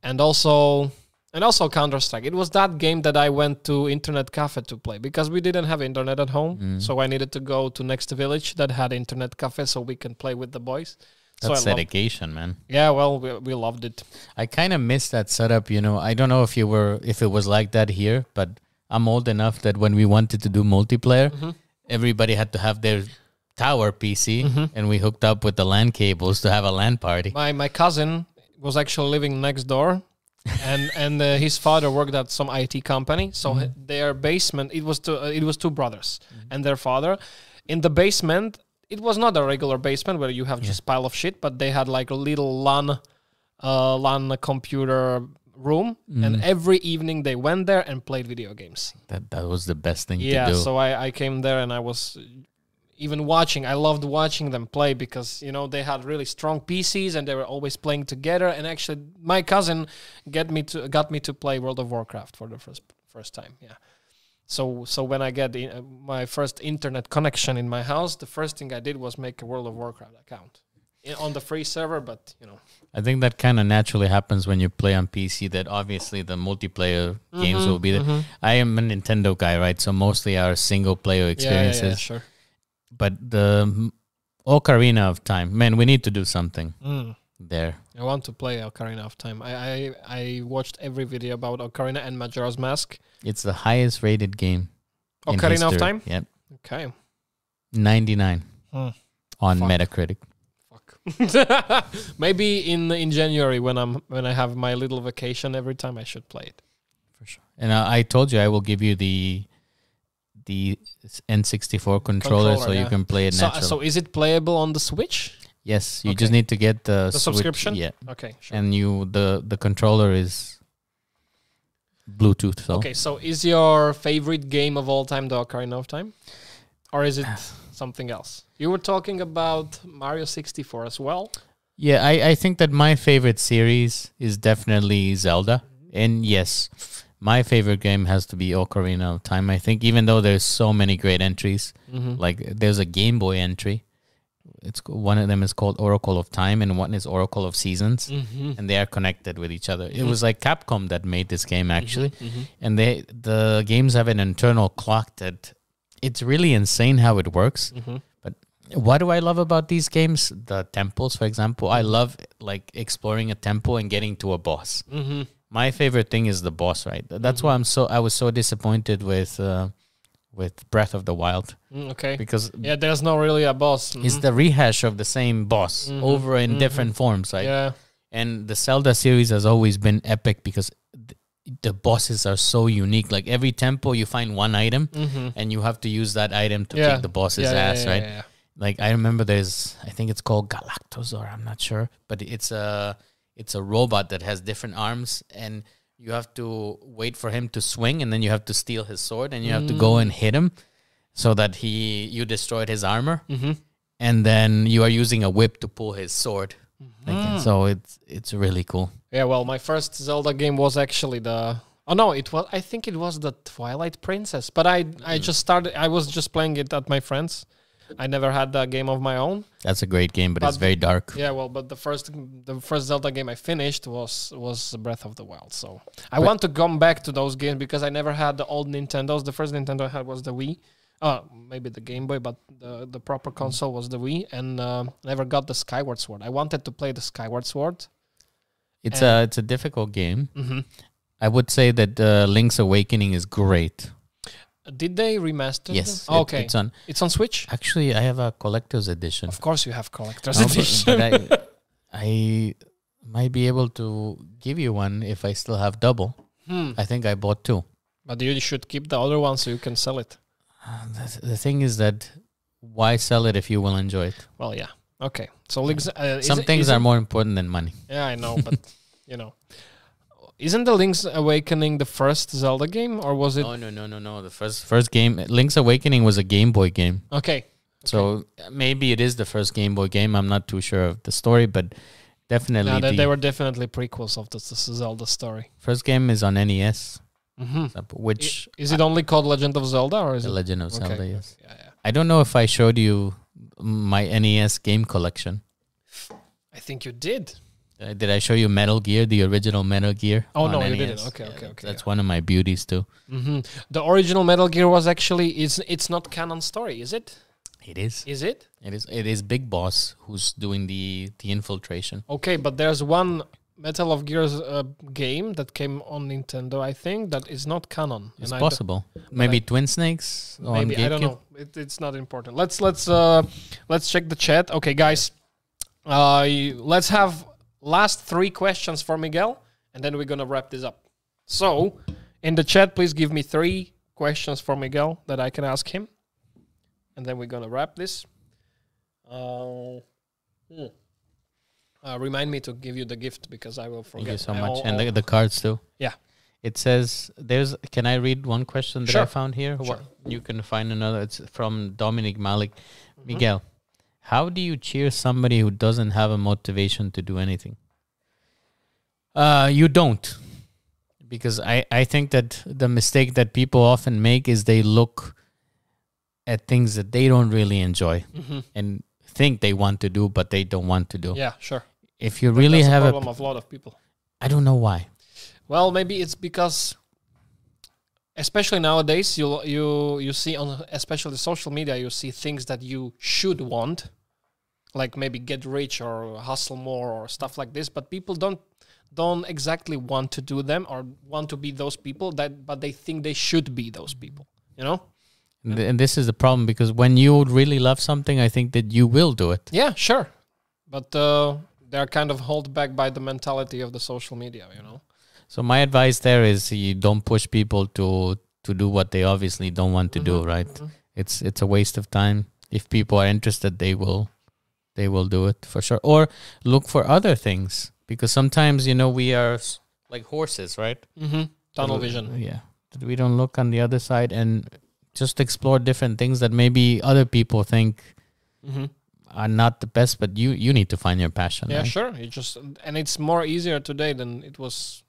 [SPEAKER 1] and also and also counter-strike it was that game that i went to internet cafe to play because we didn't have internet at home so i needed to go to next village that had internet cafe so we can play with the boys so I
[SPEAKER 2] That's
[SPEAKER 1] loved-
[SPEAKER 2] dedication, man.
[SPEAKER 1] yeah well we, we loved it
[SPEAKER 2] I kind of miss that setup, you know. I don't know if you were if it was like that here, but I'm old enough that when we wanted to do multiplayer,
[SPEAKER 1] Mm-hmm.
[SPEAKER 2] everybody had to have their tower PC
[SPEAKER 1] Mm-hmm.
[SPEAKER 2] and we hooked up with the LAN cables to have a LAN party.
[SPEAKER 1] my my cousin was actually living next door and and uh, his father worked at some IT company so h- their basement it was two, uh, it was two brothers and their father in the basement it was not a regular basement where you have just pile of shit but they had like a little LAN uh, LAN computer room and every evening they went there and played video games
[SPEAKER 2] That that was the best thing
[SPEAKER 1] yeah
[SPEAKER 2] to do.
[SPEAKER 1] so I, I came there and i was uh, even watching i loved watching them play because you know they had really strong pcs and they were always playing together and actually my cousin get me to got me to play world of warcraft for the first first time yeah so so when i get in, uh, my first internet connection in my house the first thing i did was make a world of warcraft account I- on the free server but you know
[SPEAKER 2] I think that kind of naturally happens when you play on PC. That obviously the multiplayer
[SPEAKER 1] Mm-hmm,
[SPEAKER 2] games will be there. I am a Nintendo guy, right? So mostly our single player
[SPEAKER 1] yeah, yeah, yeah,
[SPEAKER 2] experiences.
[SPEAKER 1] sure
[SPEAKER 2] But the m- Ocarina of Time, man, we need to do something
[SPEAKER 1] Mm.
[SPEAKER 2] there.
[SPEAKER 1] I want to play Ocarina of Time. I, I I watched every video about Ocarina and Majora's Mask.
[SPEAKER 2] It's the highest rated game. in
[SPEAKER 1] Ocarina of
[SPEAKER 2] history.
[SPEAKER 1] Oh, Time?
[SPEAKER 2] Yep,
[SPEAKER 1] Okay.
[SPEAKER 2] ninety nine
[SPEAKER 1] Hmm.
[SPEAKER 2] on
[SPEAKER 1] Fuck.
[SPEAKER 2] Metacritic.
[SPEAKER 1] Fuck. Maybe in in January when I'm when I have my little vacation every time I should play it.
[SPEAKER 2] For sure. And I, I told you I will give you the the N sixty four controller so
[SPEAKER 1] Controller,
[SPEAKER 2] you
[SPEAKER 1] yeah.
[SPEAKER 2] can play it
[SPEAKER 1] So, uh,
[SPEAKER 2] naturally.
[SPEAKER 1] so is it playable on the Switch?
[SPEAKER 2] yes, you
[SPEAKER 1] okay.
[SPEAKER 2] just need to get the,
[SPEAKER 1] The
[SPEAKER 2] Switch-
[SPEAKER 1] subscription?
[SPEAKER 2] Yeah.
[SPEAKER 1] Okay, sure.
[SPEAKER 2] and you the the controller is Bluetooth. So
[SPEAKER 1] Okay, so is your favorite game of all time the Ocarina of Time? Or is it something else? You were talking about Mario 64 as well.
[SPEAKER 2] yeah, I I think that my favorite series is definitely Zelda,
[SPEAKER 1] Mm-hmm.
[SPEAKER 2] and yes, my favorite game has to be Ocarina of Time. I think even though there's so many great entries, like there's a Game Boy entry. It's co- one of them is called Oracle of Time, and one is Oracle of
[SPEAKER 1] Mm.
[SPEAKER 2] Seasons,
[SPEAKER 1] Mm-hmm.
[SPEAKER 2] and they are connected with each other. It was like Capcom that made this game actually,
[SPEAKER 1] Mm-hmm.
[SPEAKER 2] and they the games have an internal clock that it's really insane how it works. But what do I love about these games? The temples, for example, I love like exploring a temple and getting to a boss. My favorite thing is the boss, right? Th- That's why I'm so I was so disappointed with uh, with Breath of the Wild
[SPEAKER 1] Mm, okay.
[SPEAKER 2] because
[SPEAKER 1] yeah, there's not really a boss. Mhm.
[SPEAKER 2] it's the rehash of the same boss over in different forms, right?
[SPEAKER 1] Mm-hmm. yeah.
[SPEAKER 2] And the Zelda series has always been epic because th- the bosses are so unique. Like every temple, you find one item, and you have to use that item to
[SPEAKER 1] Mm-hmm. Yeah.
[SPEAKER 2] kick the boss's
[SPEAKER 1] Yeah, yeah,
[SPEAKER 2] ass,
[SPEAKER 1] yeah,
[SPEAKER 2] right?
[SPEAKER 1] yeah, yeah.
[SPEAKER 2] Like I remember, there's I think it's called Galactozor. I'm not sure, but it's a it's a robot that has different arms, and you have to wait for him to swing, and then you have to steal his sword, and you have to go
[SPEAKER 1] Mm.
[SPEAKER 2] and hit him, so that he you destroyed his armor,
[SPEAKER 1] Mm-hmm.
[SPEAKER 2] and then you are using a whip to pull his sword.
[SPEAKER 1] Mm-hmm.
[SPEAKER 2] Like, so it's it's really cool.
[SPEAKER 1] Yeah, well, my first Zelda game was actually the. Oh no, it was. I think it was the Twilight Princess. But I, I
[SPEAKER 2] Hmm.
[SPEAKER 1] just started. I was just playing it at my friends. I never had a game of my own.
[SPEAKER 2] That's a great game, but, it's
[SPEAKER 1] But-
[SPEAKER 2] very dark.
[SPEAKER 1] Yeah, well, but the first, the first Zelda game I finished was was Breath of the Wild. So I want to come back to those games because I never had the old Nintendos. The first Nintendo I had was the Wii. uh, maybe the Game Boy, but the, the proper console was the Wii, and uh, never got the Skyward Sword. I wanted to play the Skyward Sword.
[SPEAKER 2] It's
[SPEAKER 1] And-
[SPEAKER 2] a it's a difficult game.
[SPEAKER 1] Mm-hmm.
[SPEAKER 2] I would say that uh, Link's Awakening is great.
[SPEAKER 1] Did they remaster?
[SPEAKER 2] Yes,
[SPEAKER 1] Them?
[SPEAKER 2] it-
[SPEAKER 1] Oh, okay.
[SPEAKER 2] it's on.
[SPEAKER 1] It's on Switch.
[SPEAKER 2] Actually, I have a collector's edition.
[SPEAKER 1] Of course, you have collector's
[SPEAKER 2] No, but,
[SPEAKER 1] edition.
[SPEAKER 2] but I, I might be able to give you one if I still have double.
[SPEAKER 1] Hmm.
[SPEAKER 2] I think I bought two.
[SPEAKER 1] But you should keep the other one so you can sell it.
[SPEAKER 2] Uh, The, the thing is that why sell it if you will enjoy it?
[SPEAKER 1] Well, yeah. Okay. So links. Uh, is
[SPEAKER 2] Some
[SPEAKER 1] it-
[SPEAKER 2] things
[SPEAKER 1] is
[SPEAKER 2] are
[SPEAKER 1] it-
[SPEAKER 2] more important than money.
[SPEAKER 1] Yeah, I know, but you know, isn't the Link's Awakening the first Zelda game, or was it?
[SPEAKER 2] No, no, no, no, no. The first first game, Link's Awakening, was a Game Boy game.
[SPEAKER 1] Okay.
[SPEAKER 2] So uh, maybe it is the first Game Boy game. I'm not too sure of the story, but definitely
[SPEAKER 1] Yeah, they,
[SPEAKER 2] the
[SPEAKER 1] they were definitely prequels of the, the Zelda story.
[SPEAKER 2] first game is on NES,
[SPEAKER 1] Mm-hmm.
[SPEAKER 2] which
[SPEAKER 1] Is it only called Legend of Zelda, or is
[SPEAKER 2] The
[SPEAKER 1] it?
[SPEAKER 2] Legend of
[SPEAKER 1] Okay.
[SPEAKER 2] Zelda. Yes,
[SPEAKER 1] Yeah, yeah.
[SPEAKER 2] I don't know if I showed you my NES game collection.
[SPEAKER 1] I think you did.
[SPEAKER 2] Uh, did I show you Metal Gear, the original Metal Gear?
[SPEAKER 1] Oh,
[SPEAKER 2] on
[SPEAKER 1] no, you didn't.
[SPEAKER 2] NES?
[SPEAKER 1] Okay, okay, okay,
[SPEAKER 2] That's
[SPEAKER 1] yeah.
[SPEAKER 2] one of my beauties too.
[SPEAKER 1] hmm The original Metal Gear was actually it's it's not canon story, is it?
[SPEAKER 2] It is.
[SPEAKER 1] Is it?
[SPEAKER 2] It is. It is Big Boss who's doing the the infiltration.
[SPEAKER 1] Okay, but there's one Metal of Gears uh, game that came on Nintendo, I think, that is not canon.
[SPEAKER 2] It's
[SPEAKER 1] and I don't-
[SPEAKER 2] possible. Maybe Twin Snakes on
[SPEAKER 1] Maybe I don't
[SPEAKER 2] GameCube?
[SPEAKER 1] know. It, it's not important. Let's let's uh let's check the chat. Okay, guys, uh, y- let's have last three questions for Miguel, and then we're gonna wrap this up. So, in the chat, please give me three questions for Miguel that I can ask him, and then we're gonna wrap this. Uh, hmm. Uh, remind me to give you the gift because I will forget.
[SPEAKER 2] Thank you so
[SPEAKER 1] I
[SPEAKER 2] much,
[SPEAKER 1] al-
[SPEAKER 2] and the,
[SPEAKER 1] al-
[SPEAKER 2] the cards too.
[SPEAKER 1] Yeah.
[SPEAKER 2] It says there's. Can I read one question that I
[SPEAKER 1] Sure.
[SPEAKER 2] found here? Wha-
[SPEAKER 1] Sure.
[SPEAKER 2] you can find another. It's from Dominic Malik.
[SPEAKER 1] Mm-hmm.
[SPEAKER 2] Miguel, how do you cheer somebody who doesn't have a motivation to do anything? Uh, you don't, because I I think that the mistake that people often make is they look at things that they don't really enjoy
[SPEAKER 1] Mhm.
[SPEAKER 2] and think they want to do, but they don't want to do.
[SPEAKER 1] yeah, sure.
[SPEAKER 2] If you really
[SPEAKER 1] That's
[SPEAKER 2] have
[SPEAKER 1] a
[SPEAKER 2] a,
[SPEAKER 1] problem of a lot of people.
[SPEAKER 2] I don't know why.
[SPEAKER 1] Well, maybe it's because, especially nowadays, you you you see on especially social media, you see things that you should want, like maybe get rich or hustle more or stuff like this. But people don't don't exactly want to do them or want to be those people that, but they think they should be those people. You know?
[SPEAKER 2] And th- and this is the problem because when you really love something, I think that you will do it.
[SPEAKER 1] Yeah, sure. But uh, they're kind of held back by the mentality of the social media. You know?
[SPEAKER 2] So my advice there is you don't push people to to do what they obviously don't want to do. Right? It's it's a waste of time. If people are interested, they will they will do it for sure. Or look for other things because sometimes you know we are s- like horses, right?
[SPEAKER 1] Mm-hmm. Tunnel
[SPEAKER 2] That we-
[SPEAKER 1] vision.
[SPEAKER 2] Yeah, that we don't look on the other side and just explore different things that maybe other people think
[SPEAKER 1] Mm-hmm.
[SPEAKER 2] are not the best, but you you need to find your passion.
[SPEAKER 1] Yeah,
[SPEAKER 2] right?
[SPEAKER 1] sure. You just and it's more easier today than it was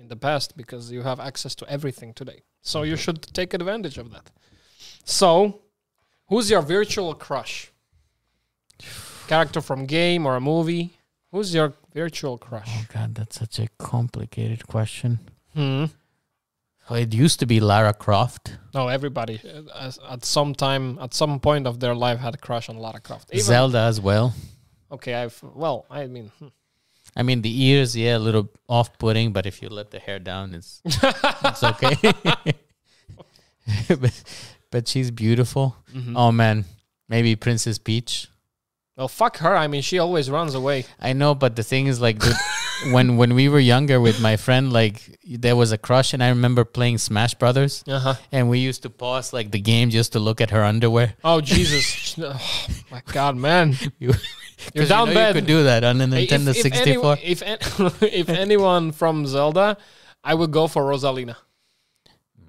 [SPEAKER 1] in the past because you have access to everything today. So you should take advantage of that. So, who's your virtual crush? Character from game or a movie? Who's your virtual crush?
[SPEAKER 2] Oh God, that's such a complicated question.
[SPEAKER 1] Hmm.
[SPEAKER 2] Oh, It used to be Lara Croft,
[SPEAKER 1] No, everybody uh, as- at some time, at some point of their life, had a crush on Lara Croft. Even,
[SPEAKER 2] Zelda as well.
[SPEAKER 1] okay, I've well, I mean, hmm.
[SPEAKER 2] I mean, the ears, yeah, a little off-putting, but if you let the hair down, it's it's okay. but, but she's beautiful.
[SPEAKER 1] Mm-hmm.
[SPEAKER 2] Oh man, maybe Princess Peach.
[SPEAKER 1] well, fuck her. I mean, she always runs away.
[SPEAKER 2] I know, but the thing is, like, dude, when when we were younger with my friend, like, there was a crush, and I remember playing Smash Brothers,
[SPEAKER 1] Uh huh.
[SPEAKER 2] and we used to pause like the game just to look at her underwear.
[SPEAKER 1] Oh Jesus! oh, my God, man.
[SPEAKER 2] You,
[SPEAKER 1] You're
[SPEAKER 2] 'cause
[SPEAKER 1] down
[SPEAKER 2] you know
[SPEAKER 1] bad.
[SPEAKER 2] You could do that on the
[SPEAKER 1] Hey,
[SPEAKER 2] Nintendo
[SPEAKER 1] if, if
[SPEAKER 2] 64.
[SPEAKER 1] anyone- If, an- if anyone from Zelda, I would go for Rosalina.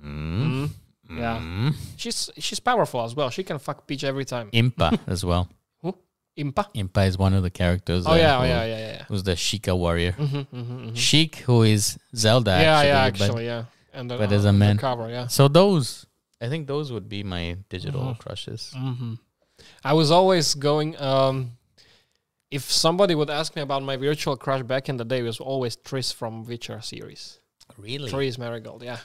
[SPEAKER 1] Mm. Yeah,
[SPEAKER 2] Mm.
[SPEAKER 1] she's she's powerful as well. She can fuck Peach every time.
[SPEAKER 2] Impa as well.
[SPEAKER 1] Who? Impa.
[SPEAKER 2] Impa is one of the characters.
[SPEAKER 1] Oh
[SPEAKER 2] uh,
[SPEAKER 1] yeah, oh
[SPEAKER 2] who
[SPEAKER 1] yeah, yeah, yeah.
[SPEAKER 2] Was the Sheikah warrior.
[SPEAKER 1] Mm-hmm, mm-hmm.
[SPEAKER 2] Sheik, who is Zelda.
[SPEAKER 1] yeah,
[SPEAKER 2] actually,
[SPEAKER 1] yeah,
[SPEAKER 2] but-
[SPEAKER 1] actually, yeah. And then
[SPEAKER 2] but
[SPEAKER 1] on-
[SPEAKER 2] as a
[SPEAKER 1] on the
[SPEAKER 2] man.
[SPEAKER 1] cover, yeah.
[SPEAKER 2] so those, I think those would be my digital crushes.
[SPEAKER 1] Mm-hmm. I was always going. Um, if somebody would ask me about my virtual crush back in the day, it was always Triss from Witcher series.
[SPEAKER 2] Really?
[SPEAKER 1] Triss Marigold, yeah.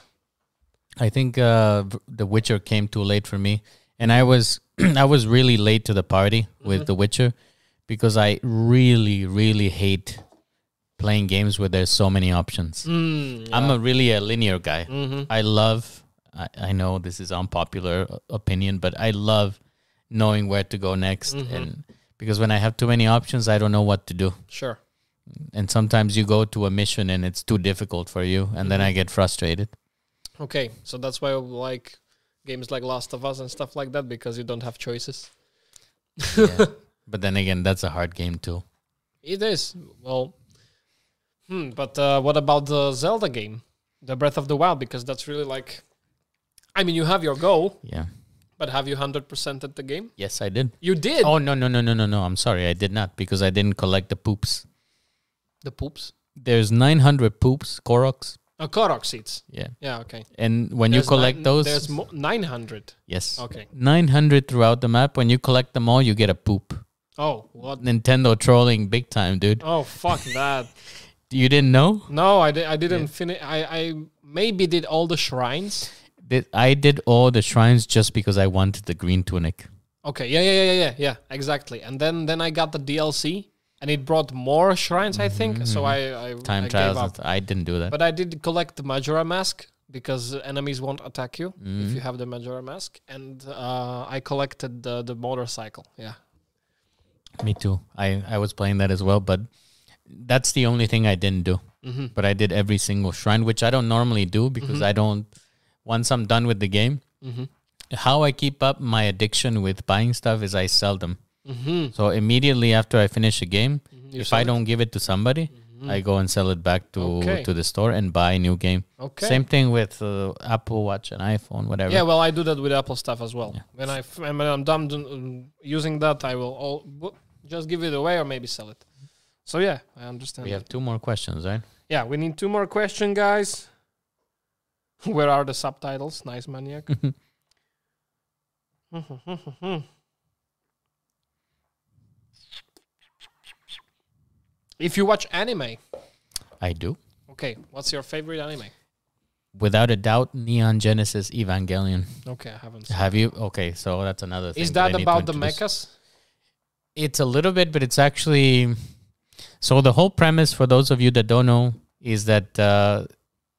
[SPEAKER 2] I think uh, v- The Witcher came too late for me, and I was I was really late to the party with The Witcher because I really really hate playing games where there's so many options.
[SPEAKER 1] Mm,
[SPEAKER 2] I'm a really a linear guy.
[SPEAKER 1] hmm
[SPEAKER 2] I love. I, I know this is unpopular o- opinion, but I love knowing where to go next,
[SPEAKER 1] Mhm.
[SPEAKER 2] and because when I have too many options, I don't know what to do.
[SPEAKER 1] Sure.
[SPEAKER 2] And sometimes you go to a mission and it's too difficult for you, and then I get frustrated.
[SPEAKER 1] Okay, so that's why I like games like Last of Us and stuff like that because you don't have choices.
[SPEAKER 2] Yeah. but then again, that's a hard game too.
[SPEAKER 1] It is well, hmm, but uh, what about the Zelda game, the Breath of the Wild? Because that's really like, I mean, you have your goal,
[SPEAKER 2] Yeah.
[SPEAKER 1] but have you hundred percent at the game?
[SPEAKER 2] Yes, I did.
[SPEAKER 1] You did
[SPEAKER 2] Oh no no no no no no! I'm sorry, I did not because I didn't collect the poops.
[SPEAKER 1] the poops,
[SPEAKER 2] There's 900 poops, Koroks.
[SPEAKER 1] oh, Korok seeds.
[SPEAKER 2] Yeah,
[SPEAKER 1] Yeah, okay.
[SPEAKER 2] and when
[SPEAKER 1] There's
[SPEAKER 2] you collect
[SPEAKER 1] nine-
[SPEAKER 2] those,
[SPEAKER 1] there's mo- nine hundred.
[SPEAKER 2] yes,
[SPEAKER 1] Okay.
[SPEAKER 2] 900 throughout the map. When you collect them all, you get a poop.
[SPEAKER 1] Oh, what?
[SPEAKER 2] Nintendo trolling big time, dude.
[SPEAKER 1] Oh, fuck that.
[SPEAKER 2] You didn't know?
[SPEAKER 1] No, I, di- I didn't finish. I, I maybe did all the shrines.
[SPEAKER 2] Did- I did all the shrines just because I wanted the green tunic.
[SPEAKER 1] Okay, yeah, yeah, yeah, yeah, yeah, exactly. And then then I got the DLC, and it brought more shrines, I think. So I, I
[SPEAKER 2] Mm-hmm. Time
[SPEAKER 1] I
[SPEAKER 2] trials.
[SPEAKER 1] gave up.
[SPEAKER 2] and- I didn't do that.
[SPEAKER 1] But I did collect the Majora mask because uh, enemies won't attack you
[SPEAKER 2] Mm.
[SPEAKER 1] if you have the Majora mask, and uh, I collected the the motorcycle. Yeah,
[SPEAKER 2] Me too. I, I was playing that as well, but that's the only thing I didn't do.
[SPEAKER 1] Mm-hmm.
[SPEAKER 2] But I did every single shrine, which I don't normally do because I don't. Once I'm done with the game,
[SPEAKER 1] Mm-hmm.
[SPEAKER 2] how I keep up my addiction with buying stuff is I sell them.
[SPEAKER 1] Mm-hmm.
[SPEAKER 2] So immediately after I finish a game,
[SPEAKER 1] you
[SPEAKER 2] if
[SPEAKER 1] sell it? Mm-hmm.
[SPEAKER 2] I don't give it to somebody, I go and sell it back to
[SPEAKER 1] Okay.
[SPEAKER 2] to the store and buy a new game.
[SPEAKER 1] Okay.
[SPEAKER 2] Same thing with uh, Apple Watch and iPhone, whatever.
[SPEAKER 1] yeah. Well, I do that with Apple stuff as well. When I f- when I'm done um, using that, I will all w- just give it away or maybe sell it. So yeah, I understand.
[SPEAKER 2] we have two more questions, right?
[SPEAKER 1] Yeah, we need two more question, guys. Where are the subtitles? Nice maniac. if you watch anime,
[SPEAKER 2] I do.
[SPEAKER 1] okay, what's your favorite anime?
[SPEAKER 2] Without a doubt, Neon Genesis Evangelion.
[SPEAKER 1] Okay, I haven't. Seen.
[SPEAKER 2] Have you? Okay, so that's another thing.
[SPEAKER 1] Is
[SPEAKER 2] I
[SPEAKER 1] that
[SPEAKER 2] need to
[SPEAKER 1] about the
[SPEAKER 2] introduce.
[SPEAKER 1] mechas?
[SPEAKER 2] It's a little bit, but it's actually. So the whole premise, for those of you that don't know, is that uh,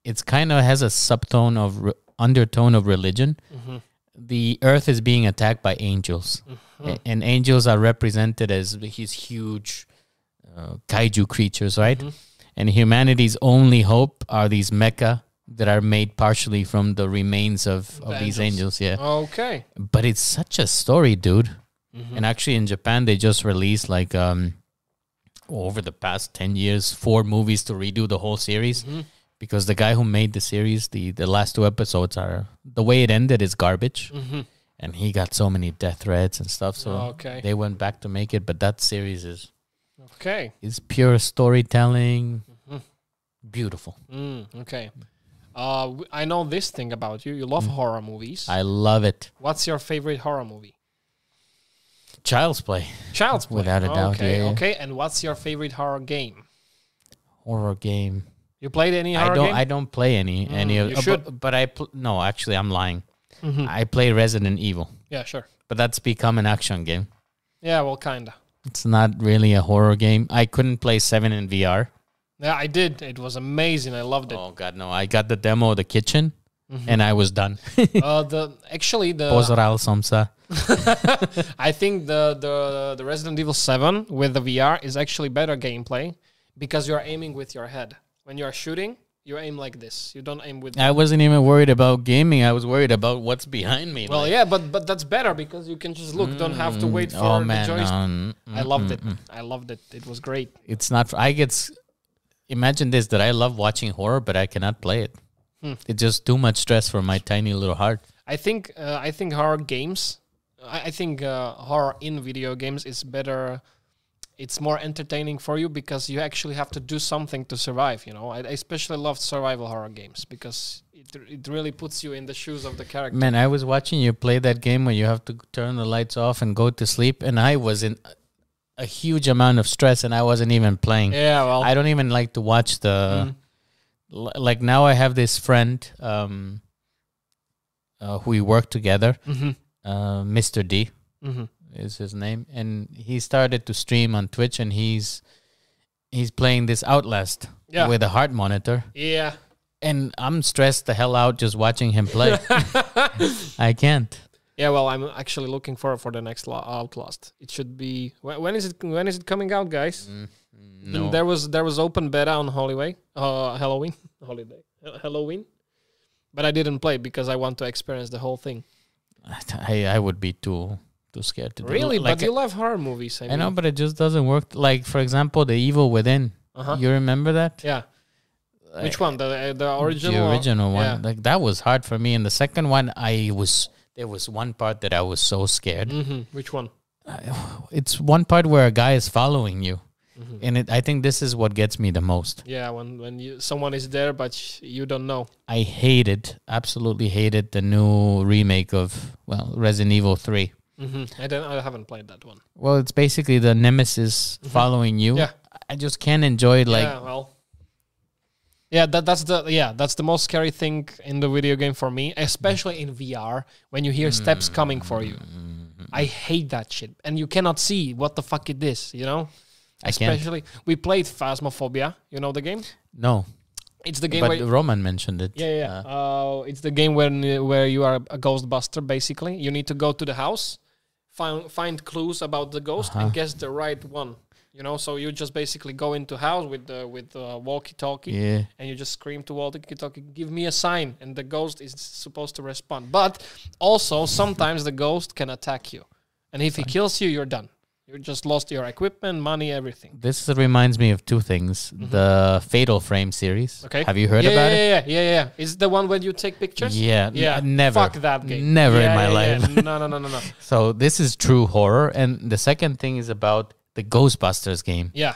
[SPEAKER 2] it's kind of has a subtone of re- undertone of religion.
[SPEAKER 1] Mm-hmm.
[SPEAKER 2] The Earth is being attacked by angels,
[SPEAKER 1] Mm-hmm.
[SPEAKER 2] A- and angels are represented as these huge uh, kaiju creatures, right?
[SPEAKER 1] Mm-hmm.
[SPEAKER 2] And humanity's only hope are these mecha that are made partially from the remains of, of these
[SPEAKER 1] angels.
[SPEAKER 2] angels. Yeah
[SPEAKER 1] Okay.
[SPEAKER 2] but it's such a story, dude. And actually, in Japan, they just released like um, over the past ten years four movies to redo the whole series because the guy who made the series, the the last two episodes are the way it ended is garbage,
[SPEAKER 1] Mm-hmm.
[SPEAKER 2] and he got so many death threats and stuff. So
[SPEAKER 1] Okay.
[SPEAKER 2] they went back to make it, but that series is
[SPEAKER 1] Okay.
[SPEAKER 2] is pure storytelling, beautiful.
[SPEAKER 1] Mm, okay. Uh, w- I know this thing about you. You love horror movies.
[SPEAKER 2] Mm. I love it.
[SPEAKER 1] what's your favorite horror movie?
[SPEAKER 2] Child's Play,
[SPEAKER 1] Child's Play.
[SPEAKER 2] Without a doubt,
[SPEAKER 1] Okay,
[SPEAKER 2] yeah, yeah.
[SPEAKER 1] okay. And what's your favorite horror game?
[SPEAKER 2] horror game.
[SPEAKER 1] You played any horror
[SPEAKER 2] I don't.
[SPEAKER 1] game? Mm,
[SPEAKER 2] I don't play any any of.
[SPEAKER 1] you
[SPEAKER 2] uh, bu-
[SPEAKER 1] should. Mm-hmm.
[SPEAKER 2] But, I pl- no. Actually, I'm lying. I play Resident Evil,
[SPEAKER 1] yeah, sure.
[SPEAKER 2] but that's become an action game.
[SPEAKER 1] Yeah, well, kinda.
[SPEAKER 2] It's not really a horror game. I couldn't play Seven in VR.
[SPEAKER 1] Yeah, I did. It was amazing. I loved it.
[SPEAKER 2] Oh God, no! I got the demo of the kitchen,
[SPEAKER 1] Mm-hmm.
[SPEAKER 2] and I was done.
[SPEAKER 1] Uh, the actually the
[SPEAKER 2] Pozral Somsa.
[SPEAKER 1] I think the, the the Resident Evil Seven with the VR is actually better gameplay because you're aiming with your head. When you're shooting, you aim like this. You don't aim with.
[SPEAKER 2] I wasn't even worried about gaming. I was worried about what's behind me.
[SPEAKER 1] well,
[SPEAKER 2] like,
[SPEAKER 1] yeah, but but that's better because you can just look. don't have to wait for
[SPEAKER 2] oh
[SPEAKER 1] the
[SPEAKER 2] man,
[SPEAKER 1] joystick.
[SPEAKER 2] no, mm,
[SPEAKER 1] I loved it. I loved it. It was great.
[SPEAKER 2] it's not. I get. s- Imagine this: that I love watching horror, but I cannot play it.
[SPEAKER 1] Hmm.
[SPEAKER 2] It's just too much stress for my tiny little heart.
[SPEAKER 1] I think uh, I think horror games. I, I think uh, horror in video games is better. It's more entertaining for you because you actually have to do something to survive. You know, I, I especially love survival horror games because it it really puts you in the shoes of the character.
[SPEAKER 2] Man, I was watching you play that game where you have to turn the lights off and go to sleep, and I was in a huge amount of stress, and I wasn't even playing.
[SPEAKER 1] Yeah, Mm-hmm. well,
[SPEAKER 2] I don't even like to watch the. L- like
[SPEAKER 1] Mm-hmm.
[SPEAKER 2] now, I have this friend um, uh, who we work together. uh, Mr. D
[SPEAKER 1] hmm
[SPEAKER 2] is his name, and he started to stream on Twitch, and he's he's playing this Outlast
[SPEAKER 1] Yeah.
[SPEAKER 2] with a heart monitor,
[SPEAKER 1] Yeah.
[SPEAKER 2] and I'm stressed the hell out just watching him play. I can't.
[SPEAKER 1] Yeah, well, I'm actually looking forward for the next la- Outlast. It should be wh- when is it when is it coming out, guys?
[SPEAKER 2] Mm, No.
[SPEAKER 1] There was there was open beta on Holiday, uh, Halloween, holiday, H- Halloween, but I didn't play because I want to experience the whole thing.
[SPEAKER 2] I I would be too too scared to do it.
[SPEAKER 1] Really,
[SPEAKER 2] Like,
[SPEAKER 1] but you love horror movies. I,
[SPEAKER 2] I know,
[SPEAKER 1] mean.
[SPEAKER 2] but it just doesn't work. Like for example, The Evil Within.
[SPEAKER 1] Uh-huh.
[SPEAKER 2] You remember that?
[SPEAKER 1] Yeah. Which one? The the original.
[SPEAKER 2] The original one.
[SPEAKER 1] Yeah.
[SPEAKER 2] Like that was hard for me. And the second one, I was there was one part that I was so scared.
[SPEAKER 1] hmm Which one?
[SPEAKER 2] It's one part where a guy is following you,
[SPEAKER 1] Mm-hmm.
[SPEAKER 2] and it, I think this is what gets me the most.
[SPEAKER 1] Yeah, when when you, someone is there but sh- you don't know.
[SPEAKER 2] I hated, absolutely hated the new remake of well Resident Evil Three.
[SPEAKER 1] hmm I don't. I haven't played that one.
[SPEAKER 2] Well, it's basically the nemesis following you.
[SPEAKER 1] Mm-hmm. Yeah.
[SPEAKER 2] I just can't enjoy it. Like
[SPEAKER 1] yeah, well. Yeah, that that's the yeah, that's the most scary thing in the video game for me, especially in VR when you hear steps coming for you.
[SPEAKER 2] Mm-hmm.
[SPEAKER 1] I hate that shit. And you cannot see what the fuck it is, you know?
[SPEAKER 2] I can't.
[SPEAKER 1] Especially we played Phasmophobia, you know the game?
[SPEAKER 2] No,
[SPEAKER 1] It's the game
[SPEAKER 2] but
[SPEAKER 1] where
[SPEAKER 2] Roman mentioned it.
[SPEAKER 1] yeah, yeah.
[SPEAKER 2] Uh,
[SPEAKER 1] Uh, it's the game when uh, where you are a ghostbuster. Basically, you need to go to the house, find find clues about the ghost,
[SPEAKER 2] Uh-huh.
[SPEAKER 1] and guess the right one. You know, so you just basically go into house with the with uh, walkie talkie,
[SPEAKER 2] Yeah.
[SPEAKER 1] and you just scream to walkie talkie, "Give me a sign," and the ghost is supposed to respond. But also, sometimes the ghost can attack you, and if he kills you, you're done. You just lost your equipment, money, everything.
[SPEAKER 2] This reminds me of two things: the Fatal Frame series.
[SPEAKER 1] Mm-hmm. Okay.
[SPEAKER 2] have you heard
[SPEAKER 1] yeah,
[SPEAKER 2] about
[SPEAKER 1] yeah,
[SPEAKER 2] it?
[SPEAKER 1] Yeah, yeah, yeah, yeah. Is the one when you take pictures?
[SPEAKER 2] Yeah, n-
[SPEAKER 1] Yeah.
[SPEAKER 2] never.
[SPEAKER 1] Fuck that game.
[SPEAKER 2] Never in
[SPEAKER 1] Yeah,
[SPEAKER 2] my
[SPEAKER 1] yeah, Mm.
[SPEAKER 2] life.
[SPEAKER 1] yeah. No, no, no, no, no.
[SPEAKER 2] So this is true horror, and the second thing is about the Ghostbusters game.
[SPEAKER 1] Yeah.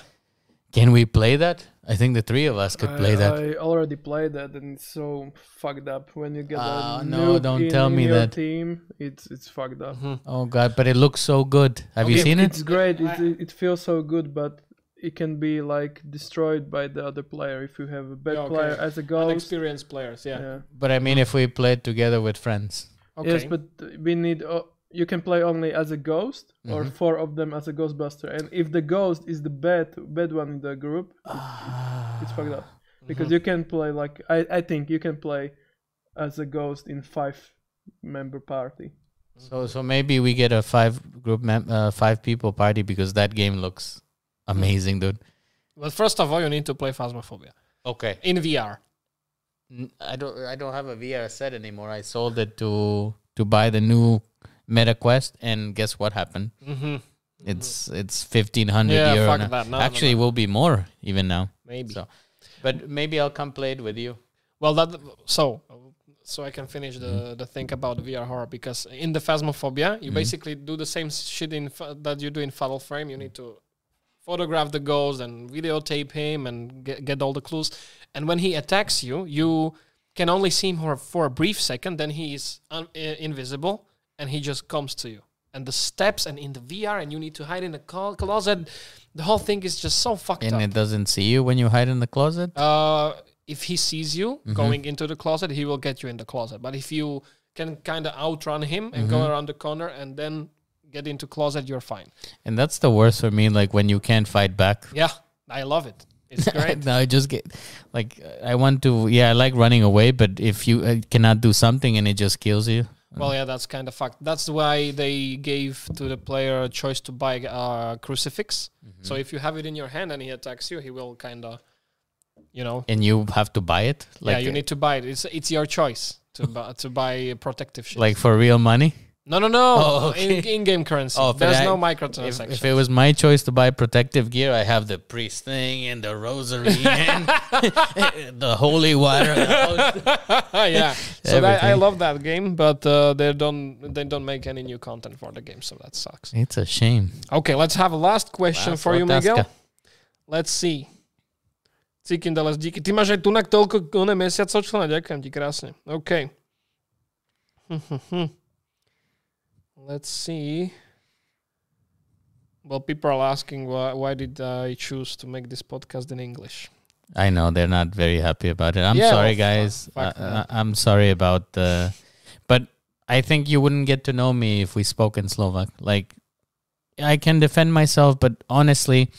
[SPEAKER 2] Can we play that? I think the three of us could play
[SPEAKER 3] I,
[SPEAKER 1] Uh,
[SPEAKER 2] that.
[SPEAKER 3] I already played that, and it's so fucked up when you get
[SPEAKER 2] Ah,
[SPEAKER 3] a
[SPEAKER 2] no,
[SPEAKER 3] noob
[SPEAKER 2] don't
[SPEAKER 3] in,
[SPEAKER 2] tell
[SPEAKER 3] in
[SPEAKER 2] me
[SPEAKER 3] your
[SPEAKER 2] that.
[SPEAKER 3] team. It's it's fucked up.
[SPEAKER 2] oh God, but it looks so good. Have you
[SPEAKER 1] Okay.
[SPEAKER 2] seen it?
[SPEAKER 3] It's great. It, it it feels so good, but it can be like destroyed by the other player if you have a bad
[SPEAKER 1] Yeah, okay.
[SPEAKER 3] player as a ghost.
[SPEAKER 1] Unexperienced players. Yeah.
[SPEAKER 3] Yeah.
[SPEAKER 2] But I mean, if we play it together with friends,
[SPEAKER 1] Okay.
[SPEAKER 3] Yes, but we need. Uh, you can play only as a ghost or four of them as a ghostbuster, and if the ghost is the bad bad one in the group, it's, it's fucked up because you can play like I I think you can play as a ghost in five member party.
[SPEAKER 2] so so maybe we get a five group mem- uh, five people party because that game looks amazing, dude.
[SPEAKER 1] Well, first of all, you need to play Phasmophobia
[SPEAKER 2] Okay,
[SPEAKER 1] in VR.
[SPEAKER 2] N- I don't I don't have a VR set anymore. I sold it to to buy the new Meta Quest, and guess what happened?
[SPEAKER 1] Mm-hmm.
[SPEAKER 2] It's it's fifteen hundred
[SPEAKER 1] Yeah,
[SPEAKER 2] euro.
[SPEAKER 1] fuck
[SPEAKER 2] now.
[SPEAKER 1] that. No, no,
[SPEAKER 2] Actually, it will be more even now.
[SPEAKER 1] Maybe.
[SPEAKER 2] So, but maybe I'll come play it with you.
[SPEAKER 1] Well, that so so I can finish the the thing about VR horror because in the Phasmophobia, you basically do the same shit in fa- that you do in Fatal Frame. You need to photograph the ghost and videotape him and get, get all the clues. And when he attacks you, you can only see him for, for a brief second. Then he is un- i- invisible and he just comes to you. And the steps and in the VR, and you need to hide in a clo- closet. The whole thing is just so fucked
[SPEAKER 2] And
[SPEAKER 1] up.
[SPEAKER 2] it doesn't see you when you hide in the closet.
[SPEAKER 1] Uh, if he sees you
[SPEAKER 2] Mm-hmm.
[SPEAKER 1] going into the closet, he will get you in the closet. But if you can kind of outrun him and
[SPEAKER 2] Mm-hmm.
[SPEAKER 1] go around the corner and then get into closet, you're fine.
[SPEAKER 2] And that's the worst for me. Like when you can't fight back.
[SPEAKER 1] Yeah, I love it. It's great.
[SPEAKER 2] No, I just get like I want to. Yeah, I like running away, but if you uh, cannot do something and it just kills you,
[SPEAKER 1] well, yeah, that's kind of fucked. That's why they gave to the player a choice to buy a crucifix.
[SPEAKER 2] Mm-hmm.
[SPEAKER 1] So if you have it in your hand and he attacks you, he will kind of, you know,
[SPEAKER 2] and you have to buy it. Like,
[SPEAKER 1] yeah, you need to buy it. It's it's your choice to buy, to buy protective shit.
[SPEAKER 2] like for real money.
[SPEAKER 1] no, no, no,
[SPEAKER 2] Oh, okay.
[SPEAKER 1] in, in-game currency.
[SPEAKER 2] Oh, but
[SPEAKER 1] There's
[SPEAKER 2] I-
[SPEAKER 1] no
[SPEAKER 2] if,
[SPEAKER 1] microtransaction.
[SPEAKER 2] if it was my choice to buy protective gear, I have the priest thing and the rosary and the holy water.
[SPEAKER 1] Ah, yeah. So that, I
[SPEAKER 2] Everything.
[SPEAKER 1] love that game, but uh, they don't they don't make any new content for the game, so that sucks.
[SPEAKER 2] It's a shame.
[SPEAKER 1] Okay, let's have a last question
[SPEAKER 2] Last
[SPEAKER 1] for you,
[SPEAKER 2] otázka.
[SPEAKER 1] Miguel. Let's see. Cikindeles, díky. Ty máš aj tunak toľko one mesiacov člena. Ďakujem ti krásne. OK. Let's see. Well, people are asking why, why did I choose to make this podcast in English?
[SPEAKER 2] I know they're not very happy about it. I'm
[SPEAKER 1] Yeah,
[SPEAKER 2] sorry,
[SPEAKER 1] well,
[SPEAKER 2] guys.
[SPEAKER 1] fuck- fuck
[SPEAKER 2] I, I, I'm sorry about the, but I think you wouldn't get to know me if we spoke in Slovak. Like, I can defend myself, but honestly,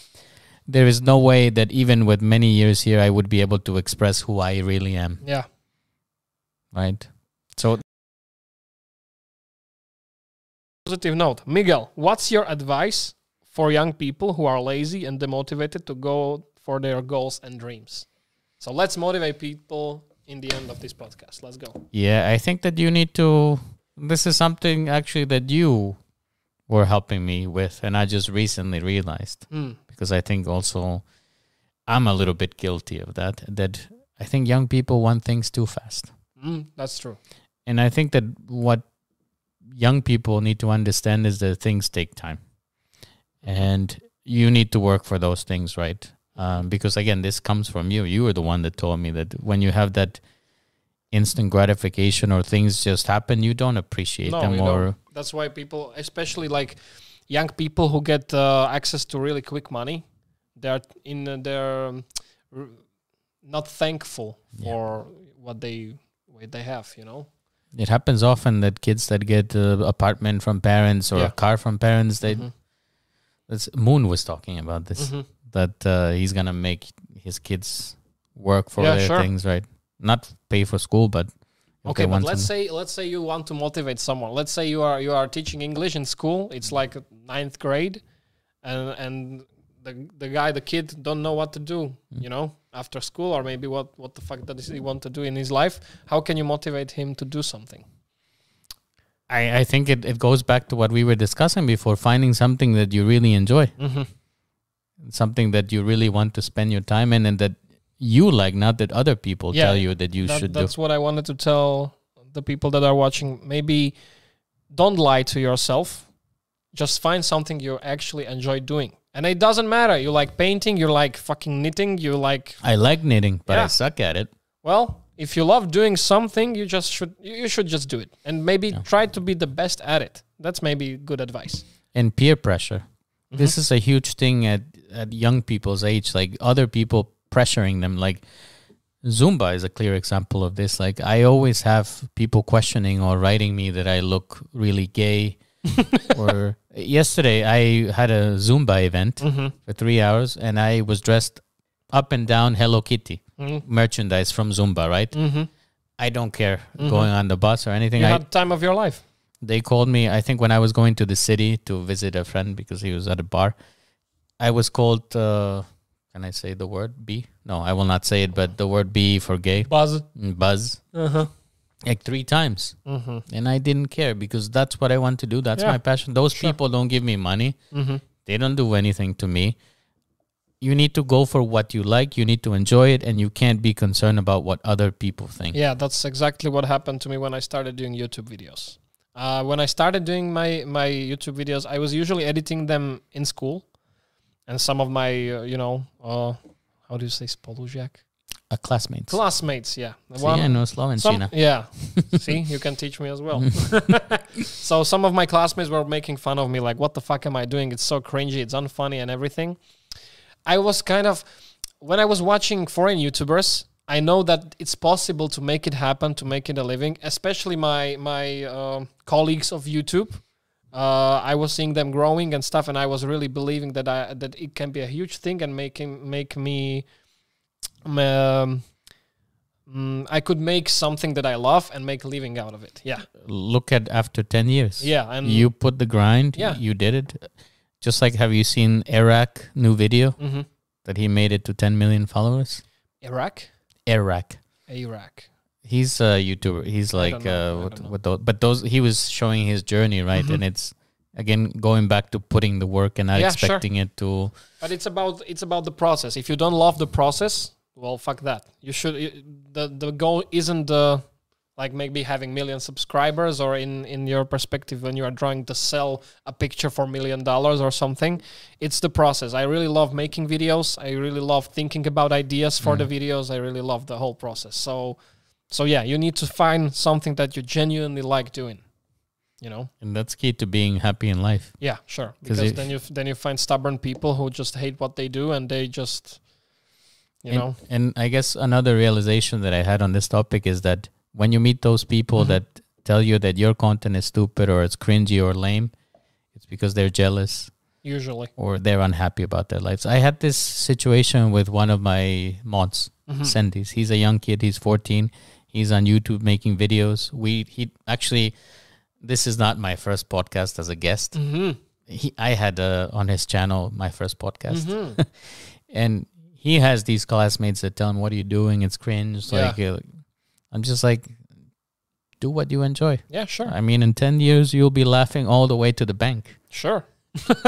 [SPEAKER 2] there is no way that even with many years here, I would be able to express who I really am,
[SPEAKER 1] Yeah.
[SPEAKER 2] right? So,
[SPEAKER 1] Positive note. Miguel, what's your advice for young people who are lazy and demotivated to go for their goals and dreams? So let's motivate people in the end of this podcast. Let's go.
[SPEAKER 2] yeah, I think that you need to. This is something actually that you were helping me with, and I just recently realized.
[SPEAKER 1] Mm.
[SPEAKER 2] because I think also I'm a little bit guilty of that. That I think young people want things too fast.
[SPEAKER 1] Mm, that's true.
[SPEAKER 2] And I think that what young people need to understand is that things take time. And you need to work for those things, right? Um, because again, this comes from you. You were the one that told me that when you have that instant gratification or things just happen, you don't appreciate
[SPEAKER 1] No,
[SPEAKER 2] them
[SPEAKER 1] you
[SPEAKER 2] or.
[SPEAKER 1] don't. That's why people, especially like young people who get uh, access to really quick money, they're in uh, they're um, r- not thankful
[SPEAKER 2] Yeah.
[SPEAKER 1] for what they what they have. You know.
[SPEAKER 2] It happens often that kids that get an apartment from parents or
[SPEAKER 1] Yeah.
[SPEAKER 2] a car from parents, they
[SPEAKER 1] Mhm.
[SPEAKER 2] That's Moon was talking about this
[SPEAKER 1] Mhm.
[SPEAKER 2] that uh, he's gonna make his kids work for
[SPEAKER 1] Yeah,
[SPEAKER 2] their
[SPEAKER 1] sure.
[SPEAKER 2] things, right? Not pay for school, but if
[SPEAKER 1] Okay,
[SPEAKER 2] they
[SPEAKER 1] but
[SPEAKER 2] want
[SPEAKER 1] let's
[SPEAKER 2] some-
[SPEAKER 1] say let's say you want to motivate someone. Let's say you are you are teaching English in school. It's like ninth grade, and and the the guy the kid don't know what to do.
[SPEAKER 2] Mm.
[SPEAKER 1] You know, after school or maybe what what the fuck does he want to do in his life? How can you motivate him to do something?
[SPEAKER 2] I, I think it, it goes back to what we were discussing before: finding something that you really enjoy,
[SPEAKER 1] Mm-hmm.
[SPEAKER 2] something that you really want to spend your time in, and that you like, not that other people
[SPEAKER 1] Yeah,
[SPEAKER 2] tell you that you
[SPEAKER 1] That-
[SPEAKER 2] should do.
[SPEAKER 1] that's what I wanted to tell the people that are watching. Maybe don't lie to yourself. Just find something you actually enjoy doing. And it doesn't matter. You like painting, you like fucking knitting, you like
[SPEAKER 2] I like knitting, but I
[SPEAKER 1] Yeah.
[SPEAKER 2] suck at it.
[SPEAKER 1] well, if you love doing something, you just should you you should just do it. And maybe try to be the best at it. That's maybe good advice.
[SPEAKER 2] and peer pressure. This is a huge thing at, at young people's age, like other people pressuring them. Like Zumba is a clear example of this. Like I always have people questioning or writing me that I look really gay. or yesterday I had a Zumba event for three hours and I was dressed up and down Hello Kitty merchandise from Zumba, right?
[SPEAKER 1] Mm-hmm.
[SPEAKER 2] I don't care going on the bus or anything.
[SPEAKER 1] You
[SPEAKER 2] I,
[SPEAKER 1] had time of your life.
[SPEAKER 2] they called me i think when i was going to the city to visit a friend because he was at a bar i was called uh, can i say the word b no i will not say it but the word b for gay
[SPEAKER 1] Buzz.
[SPEAKER 2] mm, buzz
[SPEAKER 1] Uh-huh.
[SPEAKER 2] like three times
[SPEAKER 1] Mm-hmm.
[SPEAKER 2] and i didn't care because that's what i want to do that's
[SPEAKER 1] Yeah,
[SPEAKER 2] my passion those
[SPEAKER 1] sure.
[SPEAKER 2] people don't give me money
[SPEAKER 1] Mm-hmm.
[SPEAKER 2] they don't do anything to me you need to go for what you like you need to enjoy it and you can't be concerned about what other people think
[SPEAKER 1] Yeah, that's exactly what happened to me when I started doing YouTube videos. Uh, when I started doing my my YouTube videos, I was usually editing them in school, and some of my uh, you know uh, how do you say spolužiak
[SPEAKER 2] a classmate See,
[SPEAKER 1] classmates, yeah,
[SPEAKER 2] i know slovenčina
[SPEAKER 1] some- yeah. See, you can teach me as well. so some of my classmates were making fun of me, like, "What the fuck am I doing? It's so cringy. It's unfunny and everything." I was kind of when I was watching foreign YouTubers. I know that it's possible to make it happen, to make it a living. Especially my my um colleagues of YouTube. Uh, I was seeing them growing and stuff, and I was really believing that I that it can be a huge thing and making make me. Um, mm, I could make something that I love and make a living out of it. Yeah,
[SPEAKER 2] look at after 10 years
[SPEAKER 1] yeah, and
[SPEAKER 2] you put the grind.
[SPEAKER 1] Yeah.
[SPEAKER 2] You did it. Just like have you seen Iraq new video
[SPEAKER 1] Mhm.
[SPEAKER 2] that he made it to 10 million followers?
[SPEAKER 1] Iraq,
[SPEAKER 2] Iraq.
[SPEAKER 1] Iraq.
[SPEAKER 2] He's a YouTuber. He's like
[SPEAKER 1] know. I
[SPEAKER 2] uh, what,
[SPEAKER 1] don't know. Mm-hmm.
[SPEAKER 2] what those, but those he was showing his journey, right? And it's again going back to putting the work and not
[SPEAKER 1] Yeah, sure.
[SPEAKER 2] expecting it to
[SPEAKER 1] But it's about it's about the process. If you don't love the process, well, fuck that. You should. i- the The goal isn't the like maybe having million subscribers or in in your perspective when you are trying to sell a picture for million dollars or something. It's the process. I really love making videos. I really love thinking about ideas for the videos. I really love the whole process. So, so yeah, you need to find something that you genuinely like doing. You know.
[SPEAKER 2] and that's key to being happy in life.
[SPEAKER 1] Yeah, sure. Because
[SPEAKER 2] 'Cause if-
[SPEAKER 1] then you f- then you find stubborn people who just hate what they do and they just, you
[SPEAKER 2] and,
[SPEAKER 1] know, Mm-hmm.
[SPEAKER 2] and I guess another realization that I had on this topic is that when you meet those people that tell you that your content is stupid or it's cringy or lame, it's because they're jealous
[SPEAKER 1] usually.
[SPEAKER 2] or they're unhappy about their lives. I had this situation with one of my mods, mm He's a young kid. He's 14. He's on YouTube making videos. We he actually, this is not my first podcast as a guest. He I had uh, on his channel my first podcast, and he has these classmates that tell him, "What are you doing? It's cringe."
[SPEAKER 1] Yeah.
[SPEAKER 2] Like, uh, I'm just like, do what you enjoy.
[SPEAKER 1] Yeah, sure.
[SPEAKER 2] I mean, in 10 years, you'll be laughing all the way to the bank.
[SPEAKER 1] Sure.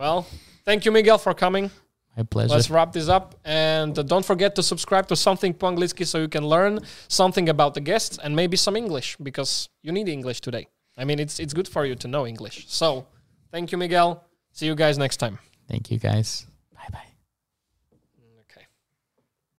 [SPEAKER 1] well, thank you, Miguel, for coming.
[SPEAKER 2] My pleasure.
[SPEAKER 1] Let's wrap this up. And uh, don't forget to subscribe to Something po angielski so you can learn something about the guests and maybe some English because you need English today. I mean, it's, it's good for you to know English. So, thank you, Miguel. See you guys next time.
[SPEAKER 2] Thank you, guys.